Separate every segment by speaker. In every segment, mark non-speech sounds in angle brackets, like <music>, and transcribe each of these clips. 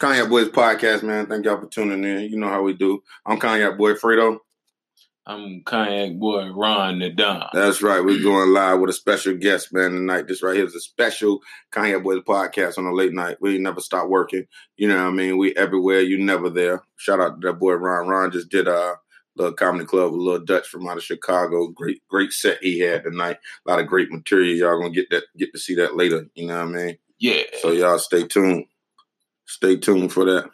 Speaker 1: Kanye Boys podcast, man. Thank y'all for tuning in. You know how we do. I'm Kanye Boy Fredo.
Speaker 2: I'm Kayak Boy Ron the Don.
Speaker 1: That's right. We're going live with a special guest, man, tonight. This right here is a special Kanye Boys podcast on a late night. We ain't never stop working. You know what I mean? We everywhere. You never there. Shout out to that boy Ron. Ron just did a little comedy club with Little Dutch from out of Chicago. Great, great set he had tonight. A lot of great material. Y'all gonna get that get to see that later. You know what I mean?
Speaker 2: Yeah.
Speaker 1: So y'all stay tuned. Stay tuned for that.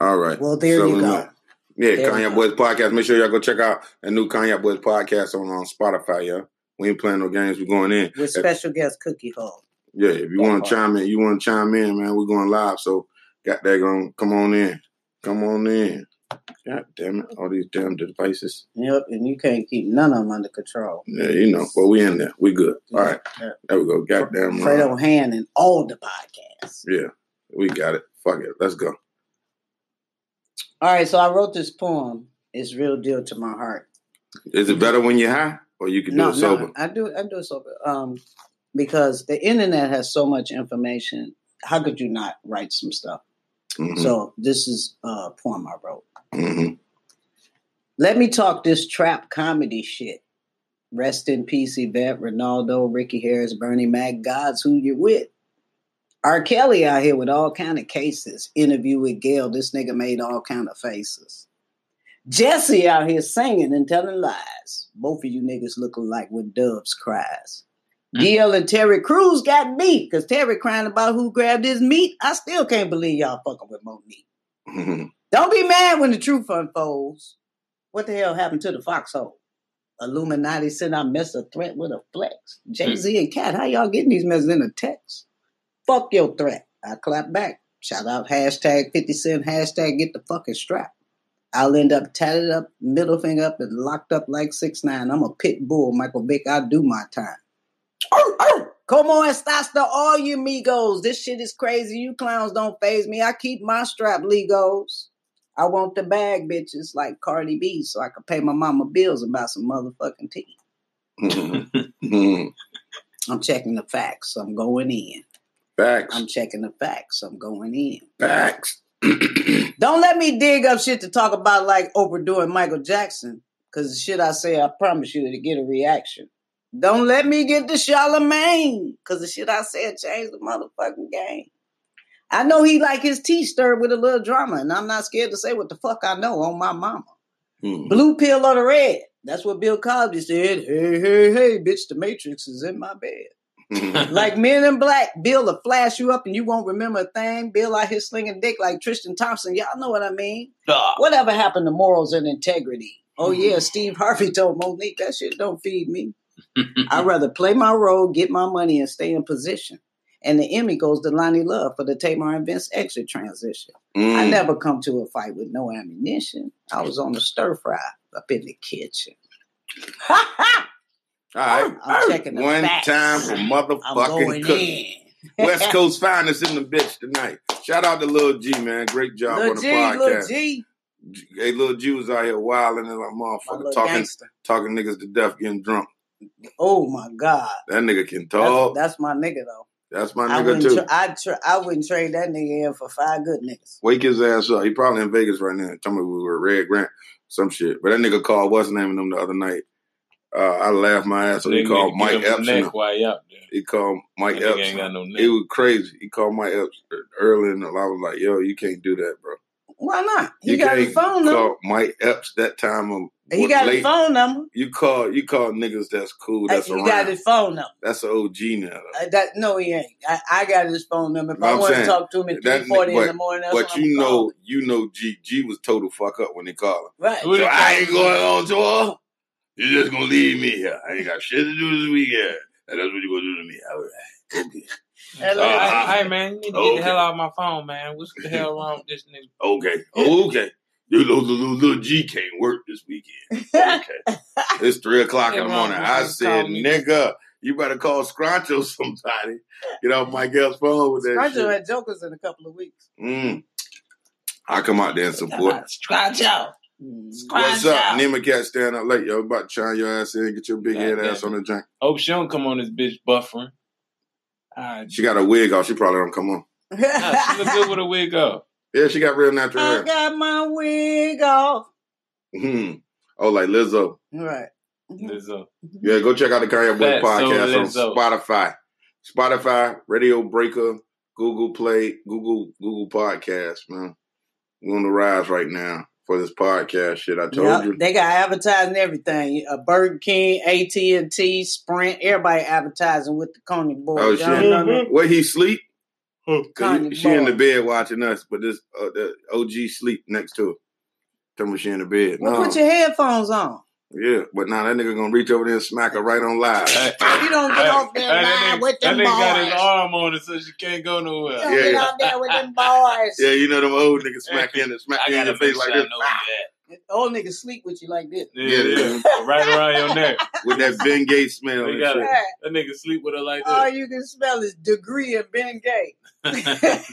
Speaker 1: All right.
Speaker 3: Well, there
Speaker 1: So,
Speaker 3: you go.
Speaker 1: uh, Yeah,
Speaker 3: There we
Speaker 1: Kanye
Speaker 3: go.
Speaker 1: Boys podcast. Make sure y'all go check out the new Kanye Boys podcast on, on Spotify. Yeah, we ain't playing no games. We're going in.
Speaker 3: With special guest Cookie Hole.
Speaker 1: Yeah, if you
Speaker 3: That
Speaker 1: want
Speaker 3: part.
Speaker 1: to chime in, you want to chime in, man. We're going live, so got that going. Come on in. Come on in. God damn it! All these damn devices.
Speaker 3: Yep, and you can't keep none of them under control.
Speaker 1: Yeah, you know. Well, we in there. We good. All right.
Speaker 3: Yeah.
Speaker 1: There we go. Goddamn. uh,
Speaker 3: Fredo Hand and all the podcasts.
Speaker 1: Yeah, we got it. Fuck it. Let's go.
Speaker 3: All right, so I wrote this poem. It's real deal to my heart.
Speaker 1: Is it better when you're high, or you can do
Speaker 3: Mm-hmm. No,
Speaker 1: it sober?
Speaker 3: no, I do, I do it sober. Um, because the internet has so much information. How could you not write some stuff?
Speaker 1: Mhm,
Speaker 3: So this is a poem I wrote.
Speaker 1: mhm.
Speaker 3: Let me talk this trap comedy shit. Rest in peace, Yvette, Ronaldo, Ricky Harris, Bernie Mac, God's who you with. R. Kelly out here with all kind of cases. Interview with Gail, this nigga made all kind of faces. Jesse out here singing and telling lies. Both of you niggas look alike when doves cries. DL and Terry Crews got beat because Terry crying about who grabbed his meat. I still can't believe y'all fucking with Monique.
Speaker 1: Mhm.
Speaker 3: Don't be mad when the truth unfolds. What the hell happened to the foxhole? Illuminati sent our mess a threat with a flex. Jay Z and Cat, how y'all getting these messages in a text? Fuck your threat. I clap back. Shout out hashtag 50 Cent, hashtag get the fucking strap. I'll end up tatted up, middle finger up, and locked up like 6 9 I'm a pit bull, Michael Vick. I do my time. Oh, Arr, arr. Como estas to all you migos? This shit is crazy. You clowns don't phase me. I keep my strap, Legos. I want the bag, bitches, like Cardi B, so I can pay my mama bills and buy some motherfucking tea.
Speaker 1: Mhm.
Speaker 3: <laughs>
Speaker 1: Mhm.
Speaker 3: I'm checking the facts. I'm going in.
Speaker 1: Facts.
Speaker 3: I'm checking the facts. I'm going in.
Speaker 1: Facts. <clears throat> Mhm.
Speaker 3: Don't let me dig up shit to talk about like overdoing Michael Jackson, because the shit I say, I promise you to get a reaction. Don't let me get to Charlemagne, because the shit I said changed the motherfucking game. I know he like his tea stirred with a little drama, and I'm not scared to say what the fuck I know on my mama.
Speaker 1: mm,
Speaker 3: Blue pill or the red. That's what Bill Cosby said. Hey, hey, hey, bitch, the Matrix is in my bed.
Speaker 1: Mhm.
Speaker 2: <laughs>
Speaker 3: Like men in black, Bill will flash you up and you won't remember a thing. Bill out here slinging dick like Tristan Thompson. Y'all know what I mean.
Speaker 2: Dog.
Speaker 3: Whatever happened to morals and integrity? Oh,
Speaker 1: Mhm.
Speaker 3: yeah, Steve Harvey told Monique, that shit don't feed me.
Speaker 2: <laughs>
Speaker 3: I'd rather play my role, get my money, and stay in position. And the Emmy goes to Lonnie Love for the Tamar and Vince exit transition. <laughs>
Speaker 1: Mm.
Speaker 3: I never come to a fight with no ammunition. I was on the stir fry up in the kitchen. <laughs>
Speaker 1: All right.
Speaker 3: I'm checking the
Speaker 1: One
Speaker 3: facts.
Speaker 1: time for
Speaker 3: I'm
Speaker 1: motherfucking
Speaker 3: going
Speaker 1: cooking.
Speaker 3: in. <laughs>
Speaker 1: West Coast finest in the bitch tonight. Shout out to Lil G, man. Great job
Speaker 3: Lil
Speaker 1: on the
Speaker 3: G, Lil
Speaker 1: podcast.
Speaker 3: G,
Speaker 1: G- Hey, Lil G was out here wilding and like
Speaker 3: my
Speaker 1: motherfucker
Speaker 3: little
Speaker 1: talking
Speaker 3: gangster.
Speaker 1: talking niggas to death, getting drunk.
Speaker 3: Oh my God,
Speaker 1: That nigga can
Speaker 3: that's,
Speaker 1: talk.
Speaker 3: that's my nigga though.
Speaker 1: That's my
Speaker 3: I
Speaker 1: nigga
Speaker 3: wouldn't,
Speaker 1: too.
Speaker 3: tra- I, tra- I wouldn't trade that nigga in for five good niggas.
Speaker 1: Wake his ass up. He probably in Vegas right now. Tell me we were at Red Grant, some shit. But that nigga called what's his name and them the other night. Uh, I laughed my ass. off. He
Speaker 2: Nigga
Speaker 1: called
Speaker 2: give
Speaker 1: Mike
Speaker 2: him a
Speaker 1: Epps. and
Speaker 2: Neck
Speaker 1: them.
Speaker 2: while he out there.
Speaker 1: He called Mike
Speaker 2: That nigga ain't
Speaker 1: Epps.
Speaker 2: got no neck.
Speaker 1: It was crazy. He called Mike Epps early in the. I was like, "Yo, you can't do that, bro."
Speaker 3: Why not? He
Speaker 1: You
Speaker 3: got his
Speaker 1: can't
Speaker 3: phone number.
Speaker 1: Called Mike Epps that time. Of,
Speaker 3: He
Speaker 1: was
Speaker 3: got
Speaker 1: late.
Speaker 3: his phone number.
Speaker 1: You call you call niggas that's cool. That's
Speaker 3: Hey, he
Speaker 1: around.
Speaker 3: got his phone number.
Speaker 1: That's an OG now. though.
Speaker 3: Uh, that no, he ain't. I, I got his phone number. If
Speaker 1: No,
Speaker 3: I
Speaker 1: I'm
Speaker 3: want to
Speaker 1: saying,
Speaker 3: talk to him at
Speaker 1: that
Speaker 3: three forty in
Speaker 1: nigga-
Speaker 3: the morning, that's
Speaker 1: but
Speaker 3: what I'm
Speaker 1: you know,
Speaker 3: calling.
Speaker 1: you know, G G was total fuck up when they called him.
Speaker 3: right?
Speaker 2: Who
Speaker 1: So
Speaker 2: the-
Speaker 1: I ain't going on tour. You're just gonna leave
Speaker 3: Mm.
Speaker 1: me here. I ain't got shit to do this weekend. And that's what you gonna do to me. All right. Okay.
Speaker 3: Hello.
Speaker 1: Uh,
Speaker 2: hey, hey, man, you need to get
Speaker 1: Okay.
Speaker 2: the hell out of my phone, man. What's the hell wrong with this nigga?
Speaker 1: Okay. Okay. You little, little, little G can't work this weekend.
Speaker 3: <laughs>
Speaker 1: Okay. it's three o'clock in the morning. I said, nigga, you better call Scrancho somebody. Get off my girl's phone with that
Speaker 3: Roger
Speaker 1: shit.
Speaker 3: had jokers in a couple of weeks.
Speaker 1: Mm. I come out there and support.
Speaker 2: Scratch out.
Speaker 1: Mm. What's up?
Speaker 3: <laughs>
Speaker 1: Nima Cat stand up late, yo. About to chime your ass in, get your big head
Speaker 2: Goddamn
Speaker 1: ass on the drink.
Speaker 2: Hope she don't come on this bitch buffering. All right. <laughs>
Speaker 1: She got a wig off. She probably don't come on.
Speaker 2: Ah, Nah, she look good with a wig up.
Speaker 1: Yeah, she got real natural
Speaker 3: I
Speaker 1: hair.
Speaker 3: got my wig off.
Speaker 1: Mhm. Oh, like Lizzo.
Speaker 3: Right.
Speaker 2: Lizzo.
Speaker 1: Yeah, go check out the Kanye West
Speaker 2: Fat Soul
Speaker 1: podcast on
Speaker 2: Lizzo.
Speaker 1: Spotify, Spotify, Radio Breaker, Google Play, Google Google Podcast. Man, we on the rise right now for this podcast shit. I told
Speaker 3: Yep,
Speaker 1: you.
Speaker 3: They got advertising everything. Uh, Burger King, AT and T, Sprint. Everybody advertising with the Cognac boys.
Speaker 1: Oh,
Speaker 3: Y'all
Speaker 1: shit.
Speaker 3: know that?
Speaker 1: Where he sleep?
Speaker 2: Mm-hmm.
Speaker 3: Kanye
Speaker 1: She in
Speaker 3: boy.
Speaker 1: the bed watching us, but this uh, the OG sleep next to her. Tell me she in the bed.
Speaker 3: Well,
Speaker 1: No.
Speaker 3: put your headphones on.
Speaker 1: Yeah, but now that nigga gonna reach over there and smack her right on live.
Speaker 2: Hey,
Speaker 3: You don't get
Speaker 2: hey,
Speaker 3: off there
Speaker 2: hey, that
Speaker 3: live
Speaker 2: nigga-
Speaker 3: with them
Speaker 2: That nigga got his
Speaker 3: boys.
Speaker 2: arm on it so she can't go nowhere.
Speaker 3: You don't get
Speaker 1: Yeah.
Speaker 3: out there with
Speaker 1: <laughs>
Speaker 3: them boys.
Speaker 1: Yeah, you know them old niggas
Speaker 2: <laughs>
Speaker 1: smack you in, the- smack
Speaker 2: I
Speaker 1: you in
Speaker 2: gotta
Speaker 1: your
Speaker 2: make
Speaker 1: face
Speaker 2: sure
Speaker 1: like
Speaker 2: I
Speaker 1: this.
Speaker 2: know that.
Speaker 3: Old niggas sleep with you like this.
Speaker 2: Yeah, yeah. right around your neck.
Speaker 1: with that Ben Gates smell
Speaker 2: They
Speaker 1: and
Speaker 2: got
Speaker 1: shit.
Speaker 2: it.
Speaker 3: Right.
Speaker 2: That nigga sleep with her <laughs> like
Speaker 3: All
Speaker 2: this.
Speaker 3: you can smell is degree and Ben Gay.
Speaker 2: <laughs>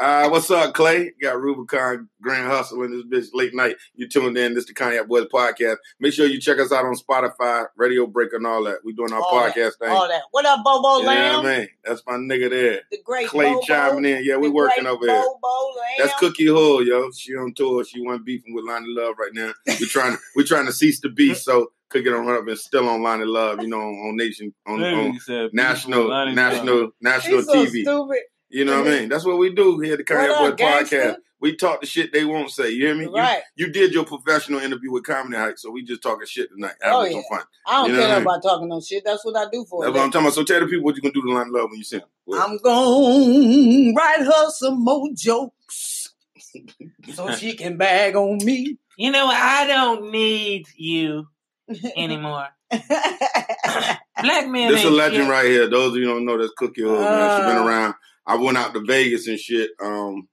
Speaker 1: Uh, what's up, Clay? Got Rubicon Grand Hustle in this bitch late night. You tuned in. This the Kanye Boys podcast. Make sure you check us out on Spotify, Radio Break, and all that. We doing our
Speaker 3: All that,
Speaker 1: podcast thing.
Speaker 3: All that. What up, Bobo
Speaker 1: yeah,
Speaker 3: Lamb?
Speaker 1: man, that's my nigga there.
Speaker 3: The great
Speaker 1: Clay
Speaker 3: Bobo.
Speaker 1: chiming in. Yeah, we
Speaker 3: The
Speaker 1: working
Speaker 3: great
Speaker 1: over here.
Speaker 3: Bobo Lamb.
Speaker 1: That's Cookie Hole, yo. She on tour. She won beefing with Lonnie Love right now. We trying we trying to cease the beef. So Cookie don't run up and still on Lonnie Love. You know, on, on nation, on,
Speaker 2: That
Speaker 1: on
Speaker 2: nigga said,
Speaker 1: national,
Speaker 2: "People, Lonnie Brown."
Speaker 1: national, national
Speaker 3: He's so
Speaker 1: TV.
Speaker 3: stupid.
Speaker 1: You know what I mean? That's what we do here at the Kanye
Speaker 3: What
Speaker 1: Boy
Speaker 3: up, gangster?
Speaker 1: Podcast. We talk the shit they won't say. You hear me? You-
Speaker 3: Right.
Speaker 1: You, did your professional interview with Comedy Hype, so we just talking shit tonight. Having
Speaker 3: Oh,
Speaker 1: some fun.
Speaker 3: I don't
Speaker 1: You know
Speaker 3: care
Speaker 1: what I mean?
Speaker 3: about talking no shit. That's what I do for
Speaker 1: That's what
Speaker 3: a
Speaker 1: I'm
Speaker 3: living.
Speaker 1: talking about. So tell the people what you gonna do to Line Love when you see him.
Speaker 3: I'm gonna write her some more
Speaker 1: <laughs>
Speaker 3: jokes so she can bag on me. <laughs>
Speaker 4: You know, I don't need you anymore. Black man
Speaker 1: this a
Speaker 4: ain't
Speaker 1: legend
Speaker 4: shit.
Speaker 1: right here. Those of you who don't know, that's Cookie Hood, man. She's been
Speaker 3: Uh.
Speaker 1: around. I went out to Vegas and shit. Um,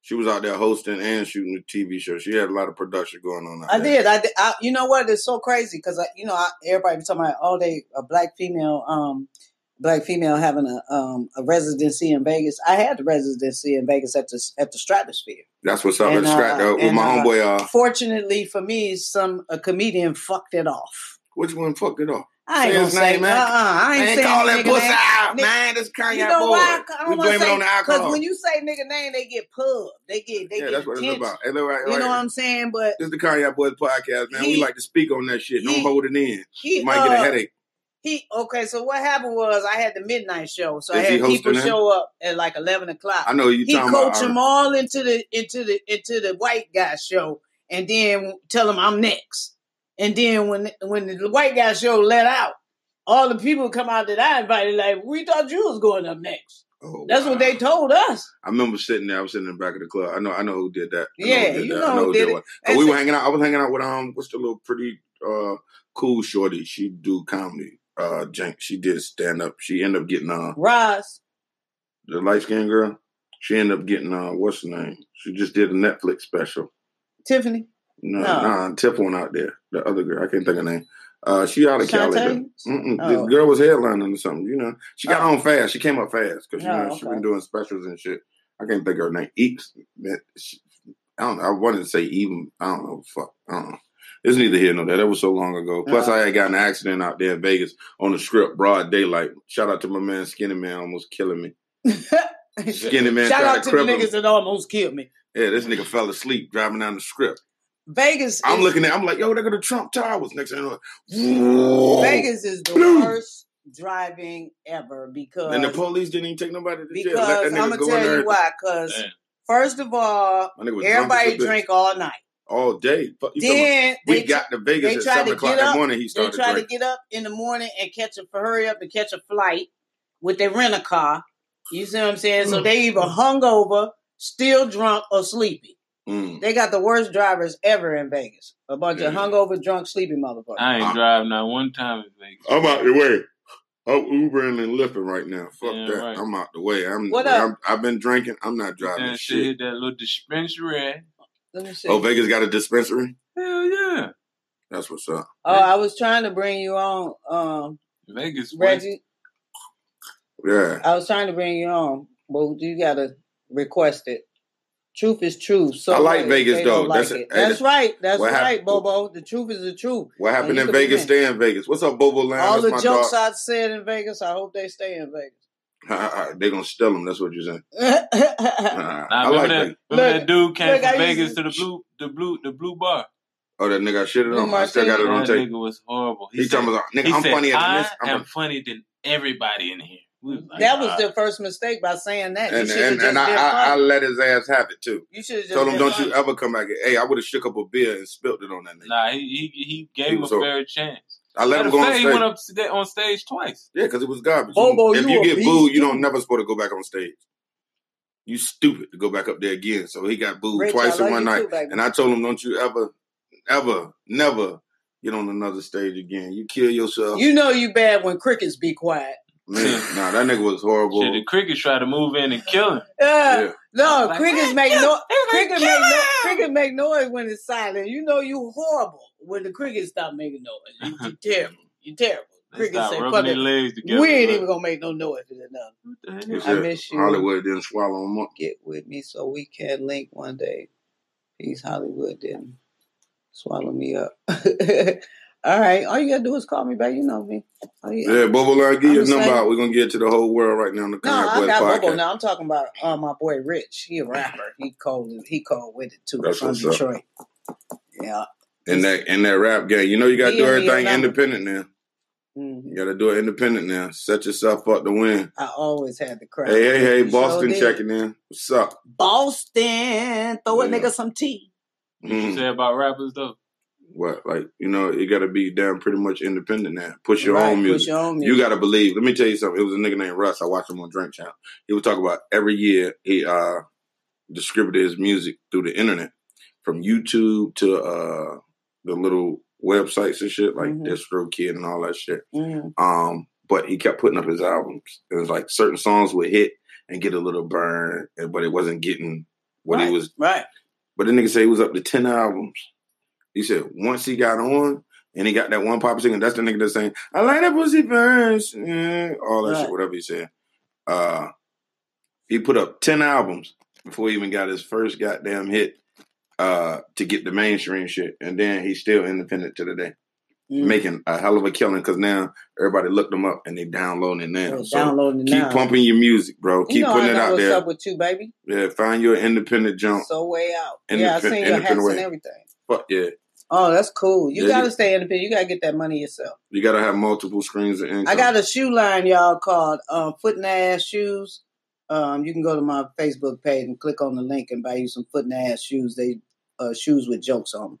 Speaker 1: she was out there hosting and shooting a TV show. She had a lot of production going on. out
Speaker 3: I
Speaker 1: there.
Speaker 3: did. I did. I, you know what? It's so crazy because you know I, everybody be talking about all day a black female, um, black female having a um a residency in Vegas. I had the residency in Vegas at the at the Stratosphere.
Speaker 1: That's what's up. And,
Speaker 3: And,
Speaker 1: Strat-
Speaker 3: uh,
Speaker 1: uh, with
Speaker 3: and,
Speaker 1: my
Speaker 3: uh,
Speaker 1: homeboy. Uh,
Speaker 3: Fortunately for me, some a comedian fucked it off.
Speaker 1: which one fucked it off?
Speaker 3: I ain't
Speaker 1: Say
Speaker 3: gonna
Speaker 1: his
Speaker 3: say.
Speaker 1: name,
Speaker 3: Uh, uh
Speaker 1: man.
Speaker 3: I ain't
Speaker 1: Man,
Speaker 3: saying
Speaker 1: call
Speaker 3: no
Speaker 1: that
Speaker 3: nigga
Speaker 1: pussy
Speaker 3: name.
Speaker 1: out,
Speaker 3: Nick-
Speaker 1: man. This Kanye
Speaker 3: You know
Speaker 1: boy.
Speaker 3: why? I
Speaker 1: we
Speaker 3: don't want
Speaker 1: blame
Speaker 3: to
Speaker 1: it on
Speaker 3: say
Speaker 1: the
Speaker 3: because
Speaker 1: alcohol.
Speaker 3: when you say nigga name, they get pubbed. They get they
Speaker 1: yeah,
Speaker 3: get
Speaker 1: that's what it's
Speaker 3: attention.
Speaker 1: about. Hey, look right,
Speaker 3: You
Speaker 1: right
Speaker 3: know
Speaker 1: here.
Speaker 3: what I'm saying? But
Speaker 1: This is the Kanye Boys podcast, man. we
Speaker 3: He-
Speaker 1: like to speak on that shit. Don't
Speaker 3: he-
Speaker 1: hold it in.
Speaker 3: he
Speaker 1: You might get a
Speaker 3: uh,
Speaker 1: headache.
Speaker 3: He okay. So what happened was I had the midnight show, so I
Speaker 1: Is he
Speaker 3: had people
Speaker 1: hosting it?
Speaker 3: show up at like eleven o'clock.
Speaker 1: I know you
Speaker 3: he
Speaker 1: talking
Speaker 3: coached
Speaker 1: about.
Speaker 3: them all into the into the into the white guy show, and then tell them I'm next. And then when when the white guy show let out, all the people come out that I invited, like we thought you was going up next.
Speaker 1: Oh,
Speaker 3: That's
Speaker 1: wow.
Speaker 3: what they told us.
Speaker 1: I remember sitting there. I was sitting in the back of the club. I know. I know who did that. I
Speaker 3: Yeah,
Speaker 1: know who did
Speaker 3: you
Speaker 1: that.
Speaker 3: know
Speaker 1: I know
Speaker 3: who did it.
Speaker 1: one. 'Cause we
Speaker 3: And
Speaker 1: were hanging out. I was hanging out with um, what's the little pretty uh, cool shorty? She do comedy. Uh, jank. She did stand up. She ended up getting uh,
Speaker 3: Roz,
Speaker 1: the light skinned girl. She ended up getting uh, what's her name? She just did a Netflix special.
Speaker 3: Tiffany,
Speaker 1: No,
Speaker 3: No.
Speaker 1: nah, Tiff one out there. The other girl, I can't think of her name. Uh, she out of Cali. though. Mm-hmm.
Speaker 3: Shantae. <laughs>
Speaker 1: Mm-mm.
Speaker 3: Oh.
Speaker 1: This girl was headlining or something. You know, she got
Speaker 3: Oh.
Speaker 1: on fast. She came up fast because you
Speaker 3: Oh,
Speaker 1: know she
Speaker 3: okay.
Speaker 1: been doing specials and shit. I can't think of her name. Eeks. Man, she- I don't. know. I wanted to say even. I don't know. Fuck. I don't know. It's neither here nor there. That was so long ago. Plus,
Speaker 3: Uh-huh.
Speaker 1: I had gotten an accident out there in Vegas on the strip, broad daylight. Shout out to my man Skinny Man, almost killing me. Skinny Man
Speaker 3: Shout
Speaker 1: tried
Speaker 3: out
Speaker 1: to
Speaker 3: to the
Speaker 1: cripple. me.
Speaker 3: niggas that almost killed me.
Speaker 1: Yeah, this nigga fell asleep driving down the strip.
Speaker 3: Vegas.
Speaker 1: I'm
Speaker 3: is-
Speaker 1: looking at. I'm like, yo, they go to Trump Towers next. Thing, I'm like, whoa.
Speaker 3: Vegas is the worst driving ever because
Speaker 1: And the police didn't even take nobody to jail. Let that
Speaker 3: because
Speaker 1: nigga
Speaker 3: I'm gonna
Speaker 1: go in
Speaker 3: tell
Speaker 1: there.
Speaker 3: you why. Because
Speaker 2: Damn.
Speaker 3: first of all,
Speaker 1: My nigga was
Speaker 3: everybody
Speaker 1: drunk as a bitch
Speaker 3: drank all night.
Speaker 1: all day. Fuck, you talking about-
Speaker 3: Then
Speaker 1: we
Speaker 3: they,
Speaker 1: got to Vegas
Speaker 3: they
Speaker 1: at
Speaker 3: tried
Speaker 1: seven
Speaker 3: to
Speaker 1: o'clock in
Speaker 3: get
Speaker 1: the
Speaker 3: up-
Speaker 1: morning. He
Speaker 3: they
Speaker 1: started
Speaker 3: tried to
Speaker 1: drinking.
Speaker 3: get up in the morning and catch a hurry up and catch a flight with their rent a car. You see what I'm saying?
Speaker 1: Mm.
Speaker 3: So they either hungover, still drunk, or sleepy.
Speaker 1: Mm.
Speaker 3: They got the worst drivers ever in Vegas. A bunch of
Speaker 1: Yeah.
Speaker 3: hungover, drunk, sleepy motherfuckers.
Speaker 2: I ain't
Speaker 1: Uh.
Speaker 2: driving not one time in Vegas.
Speaker 1: I'm out the way. I'm Ubering and Lyfting right now. Fuck
Speaker 2: Yeah,
Speaker 1: that.
Speaker 2: right.
Speaker 1: I'm out the way. I'm,
Speaker 3: What up?
Speaker 1: I'm I've been drinking. I'm not driving
Speaker 2: Then she
Speaker 1: shit.
Speaker 2: hit that little dispensary.
Speaker 3: Let me see.
Speaker 1: Oh, Vegas got a dispensary.
Speaker 2: Hell yeah.
Speaker 1: That's what's up.
Speaker 3: Oh, I was trying to bring you on, um,
Speaker 2: Vegas way
Speaker 3: Reggie.
Speaker 1: Yeah.
Speaker 3: I was trying to bring you on, but you gotta request it. Truth is truth. So
Speaker 1: I like
Speaker 3: what if
Speaker 1: Vegas,
Speaker 3: they don't
Speaker 1: though.
Speaker 3: Like
Speaker 1: That's-
Speaker 3: it?
Speaker 1: hey,
Speaker 3: that's
Speaker 1: that-
Speaker 3: right. That's
Speaker 1: what hap-
Speaker 3: right, Bobo. The truth is the truth.
Speaker 1: What
Speaker 3: And
Speaker 1: happened
Speaker 3: Oh, you
Speaker 1: in
Speaker 3: could be
Speaker 1: Vegas?
Speaker 3: mad.
Speaker 1: Stay in Vegas. What's up, Bobo Land?
Speaker 3: All
Speaker 1: That's
Speaker 3: the
Speaker 1: my
Speaker 3: jokes
Speaker 1: dog.
Speaker 3: I said in Vegas, I hope they stay in Vegas.
Speaker 1: They're gonna steal them. That's what you're
Speaker 3: <laughs>
Speaker 1: saying.
Speaker 3: Look,
Speaker 1: Uh,
Speaker 2: Nah,
Speaker 1: I
Speaker 2: remember
Speaker 1: like
Speaker 2: that.
Speaker 1: that.
Speaker 2: Remember
Speaker 3: Look,
Speaker 2: that dude came
Speaker 3: look, I
Speaker 2: from
Speaker 3: used
Speaker 2: Vegas
Speaker 3: to-
Speaker 2: to the blue, the blue, the blue bar.
Speaker 1: Oh, that nigga I shit it
Speaker 3: Lil
Speaker 1: on. I still got it on
Speaker 2: That
Speaker 1: tape.
Speaker 2: nigga was horrible.
Speaker 1: He, talking about nigga.
Speaker 2: he
Speaker 1: I'm
Speaker 2: said,
Speaker 1: funny at
Speaker 2: I
Speaker 1: this. I'm
Speaker 2: am funny than everybody in here. We was like,
Speaker 3: that was
Speaker 2: "Ah."
Speaker 3: their first mistake by saying that.
Speaker 1: and
Speaker 3: you should have
Speaker 1: and,
Speaker 3: just
Speaker 1: and
Speaker 3: been
Speaker 1: I, I, I
Speaker 3: funny.
Speaker 1: let his ass have it too.
Speaker 3: You should have just
Speaker 1: Told him,
Speaker 3: been
Speaker 1: don't
Speaker 3: funny.
Speaker 1: you ever come back. Hey, I would have shook up a beer and spilled it on that nigga.
Speaker 2: Nah, he he, he gave
Speaker 1: He
Speaker 2: him a
Speaker 1: was horrible.
Speaker 2: fair chance.
Speaker 1: I let him
Speaker 2: Matter
Speaker 1: go
Speaker 2: of
Speaker 1: on
Speaker 2: fact, he
Speaker 1: stage.
Speaker 2: went up sta- on stage twice.
Speaker 1: yeah, because it was garbage.
Speaker 3: Bobo,
Speaker 1: if
Speaker 3: you
Speaker 1: you
Speaker 3: a
Speaker 1: get
Speaker 3: beast,
Speaker 1: booed, you
Speaker 3: too.
Speaker 1: don't never supposed to go back on stage. You stupid to go back up there again. So he got booed
Speaker 3: Rich, I
Speaker 1: twice
Speaker 3: love
Speaker 1: in one
Speaker 3: you
Speaker 1: night.
Speaker 3: too, baby.
Speaker 1: And I told him, don't you ever, ever, never get on another stage again. You kill yourself.
Speaker 3: you know you bad when crickets be quiet. <laughs>
Speaker 1: Man, nah, that nigga was horrible.
Speaker 2: Shit, the crickets tried to move in and kill him.
Speaker 3: Uh,
Speaker 1: yeah.
Speaker 3: No,
Speaker 2: Like,
Speaker 3: crickets
Speaker 2: "Man,
Speaker 3: make
Speaker 2: kill-
Speaker 3: no
Speaker 2: they like,
Speaker 3: cricket
Speaker 2: "Kill
Speaker 3: make no,
Speaker 2: him!"
Speaker 3: cricket make noise when it's silent. You know you horrible when the crickets stop making noise. You, you terrible. You terrible.
Speaker 2: They
Speaker 3: Crickets
Speaker 2: start
Speaker 3: say,
Speaker 2: rubbing
Speaker 3: "Fuck
Speaker 2: their
Speaker 3: it,
Speaker 2: legs together.
Speaker 3: we ain't
Speaker 2: like,
Speaker 3: even gonna make no noise for that nothing."
Speaker 2: "What the hell?"
Speaker 1: He
Speaker 3: I
Speaker 1: said
Speaker 3: miss you.
Speaker 1: Hollywood didn't swallow him up.
Speaker 3: Get with me so we can link one day. Peace, Hollywood didn't swallow me up. <laughs> All right, all you gotta do is call me back. You know me. All you-
Speaker 1: Yeah, Bobo Line,
Speaker 3: I'm
Speaker 1: give your
Speaker 3: just
Speaker 1: number
Speaker 3: saying.
Speaker 1: out. We're gonna get to the whole world right now on the
Speaker 3: No,
Speaker 1: Kanye
Speaker 3: I
Speaker 1: Boys
Speaker 3: got
Speaker 1: podcast.
Speaker 3: Bobo now. I'm talking about uh, my boy Rich. He a rapper. He cold. He cold with it too.
Speaker 1: That's
Speaker 3: from
Speaker 1: what's up.
Speaker 3: Detroit. Yeah.
Speaker 1: In that in that rap game. You know you gotta do
Speaker 3: DM me your
Speaker 1: everything
Speaker 3: number.
Speaker 1: independent now.
Speaker 3: Mhm.
Speaker 1: You gotta do it independent now. Set yourself up to win.
Speaker 3: I always had the crowd.
Speaker 1: Hey, hey, hey,
Speaker 3: You sure
Speaker 1: Boston
Speaker 3: did.
Speaker 1: checking in. What's up?
Speaker 3: Boston, throw a
Speaker 1: Yeah.
Speaker 3: nigga some tea.
Speaker 2: What you
Speaker 1: Mm.
Speaker 2: say about rappers
Speaker 4: <laughs>
Speaker 2: though?
Speaker 1: What like you know, you gotta be damn pretty much independent now. Push your
Speaker 3: right,
Speaker 1: own
Speaker 3: push
Speaker 1: music.
Speaker 3: your own
Speaker 1: You
Speaker 3: music.
Speaker 1: gotta believe. Let me tell you something. It was a nigga named Russ. I watched him on Drink Channel. He would talk about every year he uh distributed his music through the internet, from YouTube to uh the little websites and shit like
Speaker 3: Mhm.
Speaker 1: DistroKid and all that shit.
Speaker 3: Mhm.
Speaker 1: Um, but he kept putting up his albums. It was like certain songs would hit and get a little burn, and- but it wasn't getting what
Speaker 3: right,
Speaker 1: he was.
Speaker 3: right.
Speaker 1: But the nigga said he was up to ten albums. He said once he got on and he got that one pop single, that's the nigga that's saying I like that pussy burns, eh," all that
Speaker 3: Right.
Speaker 1: shit, whatever he said. Uh, he put up ten albums before he even got his first goddamn hit uh, to get the mainstream shit, and then he's still independent to the day
Speaker 3: Mm.
Speaker 1: making a hell of a killing because now everybody looked them up and they downloading it now.
Speaker 3: We're
Speaker 1: so
Speaker 3: downloading
Speaker 1: keep
Speaker 3: now.
Speaker 1: pumping your music, bro.
Speaker 3: You
Speaker 1: keep
Speaker 3: know
Speaker 1: putting
Speaker 3: I
Speaker 1: it
Speaker 3: know
Speaker 1: out
Speaker 3: what's
Speaker 1: there.
Speaker 3: up with you, baby.
Speaker 1: Yeah, find your independent jump.
Speaker 3: So way out. Yeah, I
Speaker 1: Independ-
Speaker 3: seen your hats
Speaker 1: independent
Speaker 3: and
Speaker 1: way.
Speaker 3: everything.
Speaker 1: Fuck yeah.
Speaker 3: Oh, that's cool. You
Speaker 1: Yeah,
Speaker 3: gotta
Speaker 1: you-
Speaker 3: stay independent. You gotta get that money yourself.
Speaker 1: You gotta have multiple screens of income.
Speaker 3: I got a shoe line, y'all, called uh, Foot and Ass Shoes. Um, you can go to my Facebook page and click on the link and buy you some Foot and Ass shoes. They uh, shoes with jokes on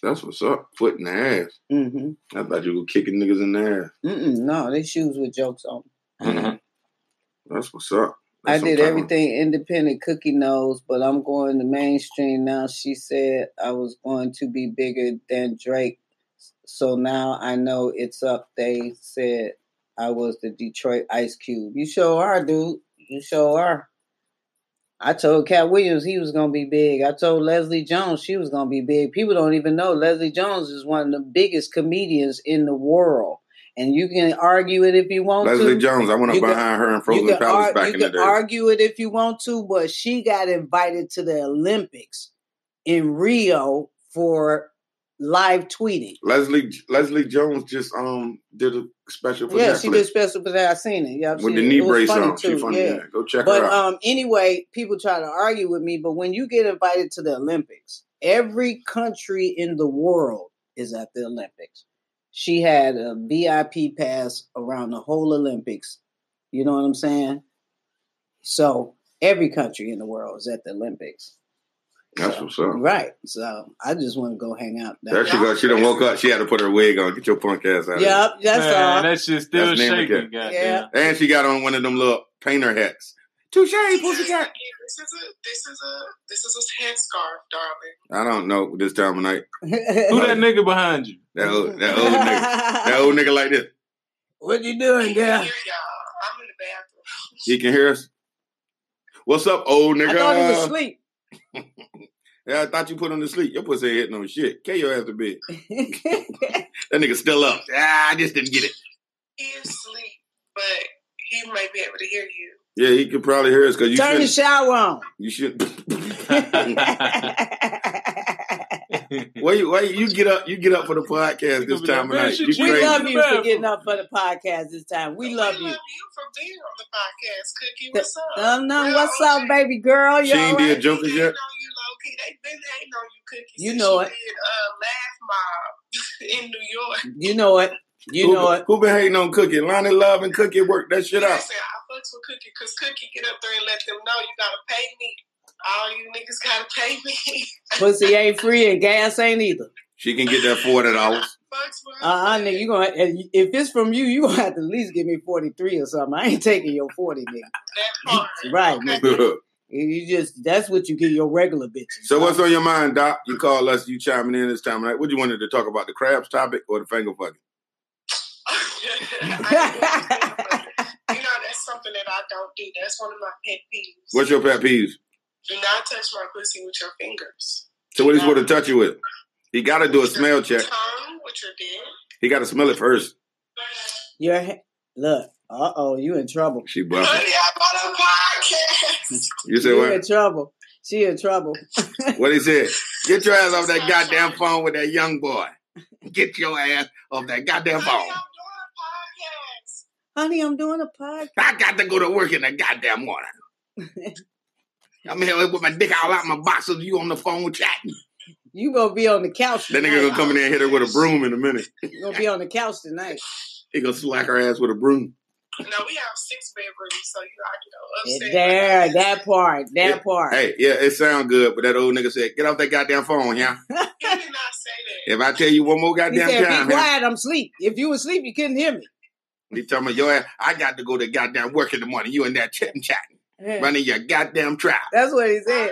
Speaker 1: That's what's up. Foot in the ass.
Speaker 3: them. hmm
Speaker 1: I thought you were kicking niggas in the ass.
Speaker 3: Mm-mm, no, they shoes with jokes on. 'em.
Speaker 1: Mhm. That's what's up.
Speaker 3: I
Speaker 1: That's
Speaker 3: did
Speaker 1: some type of-
Speaker 3: everything independent, cookie nose, but I'm going to mainstream now. She said I was going to be bigger than Drake, so now I know it's up. They said I was the Detroit Ice Cube. You sure are, dude. You sure are. I told Cat Williams he was gonna be big. I told Leslie Jones she was gonna be big. People don't even know Leslie Jones is one of the biggest comedians in the world, and you can argue it if you want to.
Speaker 1: Leslie Jones, I went up
Speaker 3: You can-
Speaker 1: behind her in Frozen
Speaker 3: you can,
Speaker 1: Palace
Speaker 3: ar-
Speaker 1: back
Speaker 3: you
Speaker 1: in the
Speaker 3: can
Speaker 1: day.
Speaker 3: argue it if you want to, but she got invited to the Olympics in Rio for live tweeting.
Speaker 1: Leslie Leslie Jones just um did a special for
Speaker 3: yeah,
Speaker 1: Netflix
Speaker 3: she did special for that. I seen it. Yeah, I've
Speaker 1: with
Speaker 3: seen
Speaker 1: the
Speaker 3: it.
Speaker 1: knee
Speaker 3: It was
Speaker 1: brace
Speaker 3: funny
Speaker 1: on.
Speaker 3: too.
Speaker 1: She funny.
Speaker 3: yeah.
Speaker 1: Yeah. Go check
Speaker 3: But
Speaker 1: her out.
Speaker 3: um, anyway, people try to argue with me. But when you get invited to the Olympics, every country in the world is at the Olympics. She had a VIP pass around the whole Olympics. You know what I'm saying? So every country in the world is at the Olympics.
Speaker 1: That's
Speaker 3: So,
Speaker 1: what's up.
Speaker 3: right. So I just want to go hang out. down
Speaker 1: There she goes. She done woke up. She had to put her wig on. Get your punk ass out. of here.
Speaker 3: Yep, that's
Speaker 2: Man,
Speaker 3: all.
Speaker 2: that shit still
Speaker 1: That's name of
Speaker 2: shaking.
Speaker 1: it.
Speaker 2: Goddamn.
Speaker 3: Yeah.
Speaker 1: And she got on one of them little painter hats. Touche, pussycat.
Speaker 5: This is a this is a this is a headscarf, darling.
Speaker 1: I don't know this time of night.
Speaker 3: <laughs>
Speaker 2: Who that nigga behind you?
Speaker 1: <laughs>
Speaker 2: <laughs>
Speaker 1: That old, that old nigga. That old nigga like this.
Speaker 3: What you doing,
Speaker 5: Yeah.
Speaker 3: girl?
Speaker 5: Here y'all. I'm in the bathroom.
Speaker 1: He can hear us. What's up, old nigga?
Speaker 3: I thought he was asleep.
Speaker 1: yeah, I thought you put him to sleep. Your pussy ain't hitting no shit. K your ass to bed. uh,
Speaker 3: <laughs>
Speaker 1: That nigga still up. Ah, I just didn't get it.
Speaker 5: He is asleep, but he might be able to hear you.
Speaker 1: Yeah, he could probably hear us because you <laughs>
Speaker 3: Turn the
Speaker 1: shouldn't.
Speaker 3: shower on.
Speaker 1: You should.
Speaker 2: That
Speaker 1: Why you, why you, you get up? You get up for the podcast this
Speaker 2: gonna be like,
Speaker 1: time of
Speaker 2: "Man,
Speaker 1: night.
Speaker 2: she
Speaker 1: You
Speaker 2: cheated
Speaker 3: <laughs> we
Speaker 1: crazy?
Speaker 2: on
Speaker 3: love
Speaker 2: me."
Speaker 3: you for getting up for the podcast this time. We love
Speaker 5: We
Speaker 3: you.
Speaker 5: love you for being on the podcast, Cookie.
Speaker 3: Th-
Speaker 5: What's up?
Speaker 3: Dum dum,
Speaker 5: Well,
Speaker 3: what's up,
Speaker 5: okay.
Speaker 3: baby girl? You
Speaker 1: She ain't
Speaker 3: all
Speaker 5: They
Speaker 1: did
Speaker 3: right?
Speaker 1: Jumpers
Speaker 5: hating
Speaker 1: yet?
Speaker 5: on you, low-key. They've been hating on you, Cookie.
Speaker 3: You
Speaker 5: since
Speaker 3: know
Speaker 5: you
Speaker 3: it.
Speaker 5: Did, uh, Laugh Mob <laughs> in New York.
Speaker 3: You know it. You
Speaker 1: who,
Speaker 3: know it.
Speaker 1: who been hating on Cookie? Lonnie Love and Cookie work that shit out.
Speaker 5: Listen, I fucks with Cookie because Cookie get up there and let them know you gotta pay me. All you niggas gotta pay me. <laughs>
Speaker 3: Pussy ain't free and gas ain't either.
Speaker 1: She can get that forty
Speaker 5: <laughs>
Speaker 1: dollars.
Speaker 5: fucks with her.
Speaker 3: Uh uh nigga, you gonna and if it's from you, you gonna have to at least give me forty three or something. I ain't taking your forty, nigga.
Speaker 5: That part.
Speaker 3: Right,
Speaker 5: Okay.
Speaker 3: nigga.
Speaker 1: so
Speaker 3: You just that's what you get your regular bitches.
Speaker 1: what's on your mind, Doc? You call us. You chiming in this time of night. What you wanted to talk about? The crabs topic or the finger fucking?
Speaker 5: you know, that's something that I don't do. That's one of my pet peeves.
Speaker 1: What's your pet peeves?
Speaker 5: do not touch my pussy with your fingers.
Speaker 1: So what he's going to touch you with? He got to do a smell check.
Speaker 5: Tongue with your dick.
Speaker 1: He got to smell it first.
Speaker 3: your he- look, uh oh, you in trouble.
Speaker 1: She buffing.
Speaker 5: Honey, I'm on a
Speaker 1: <laughs>
Speaker 5: podcast.
Speaker 1: You said
Speaker 3: you
Speaker 1: what?
Speaker 3: in trouble. She in trouble.
Speaker 1: What he said? Get your ass off that goddamn phone with that young boy. Get your ass off that goddamn
Speaker 5: Honey,
Speaker 1: phone.
Speaker 5: I'm doing a podcast.
Speaker 3: Honey, I'm doing a podcast.
Speaker 1: I got to go to work in the goddamn morning. I'm here with my dick all out my boxes. You on the phone chatting.
Speaker 3: You gonna be on the couch
Speaker 1: That
Speaker 3: tonight.
Speaker 1: nigga gonna come in there and hit her with a broom in a minute.
Speaker 3: You gonna be on the couch tonight.
Speaker 1: He gonna slack her ass with a broom.
Speaker 5: No, we have six bedrooms, so you know, I can go upstairs.
Speaker 3: There, that part, that
Speaker 1: Yeah.
Speaker 3: part.
Speaker 1: Hey, yeah, it sound good, but that old nigga said, "Get off that goddamn phone, yeah."
Speaker 5: <laughs> He did not say that.
Speaker 1: If I tell you one more
Speaker 3: He
Speaker 1: goddamn
Speaker 3: said,
Speaker 1: time,
Speaker 3: "Be
Speaker 1: yeah,
Speaker 3: quiet. I'm asleep. If you were asleep, you couldn't hear me."
Speaker 1: he tell me, "Yo, I got to go to goddamn work in the morning. You in there chitting chatting, running your goddamn trap."
Speaker 3: That's what he said.
Speaker 5: Sorry, honey.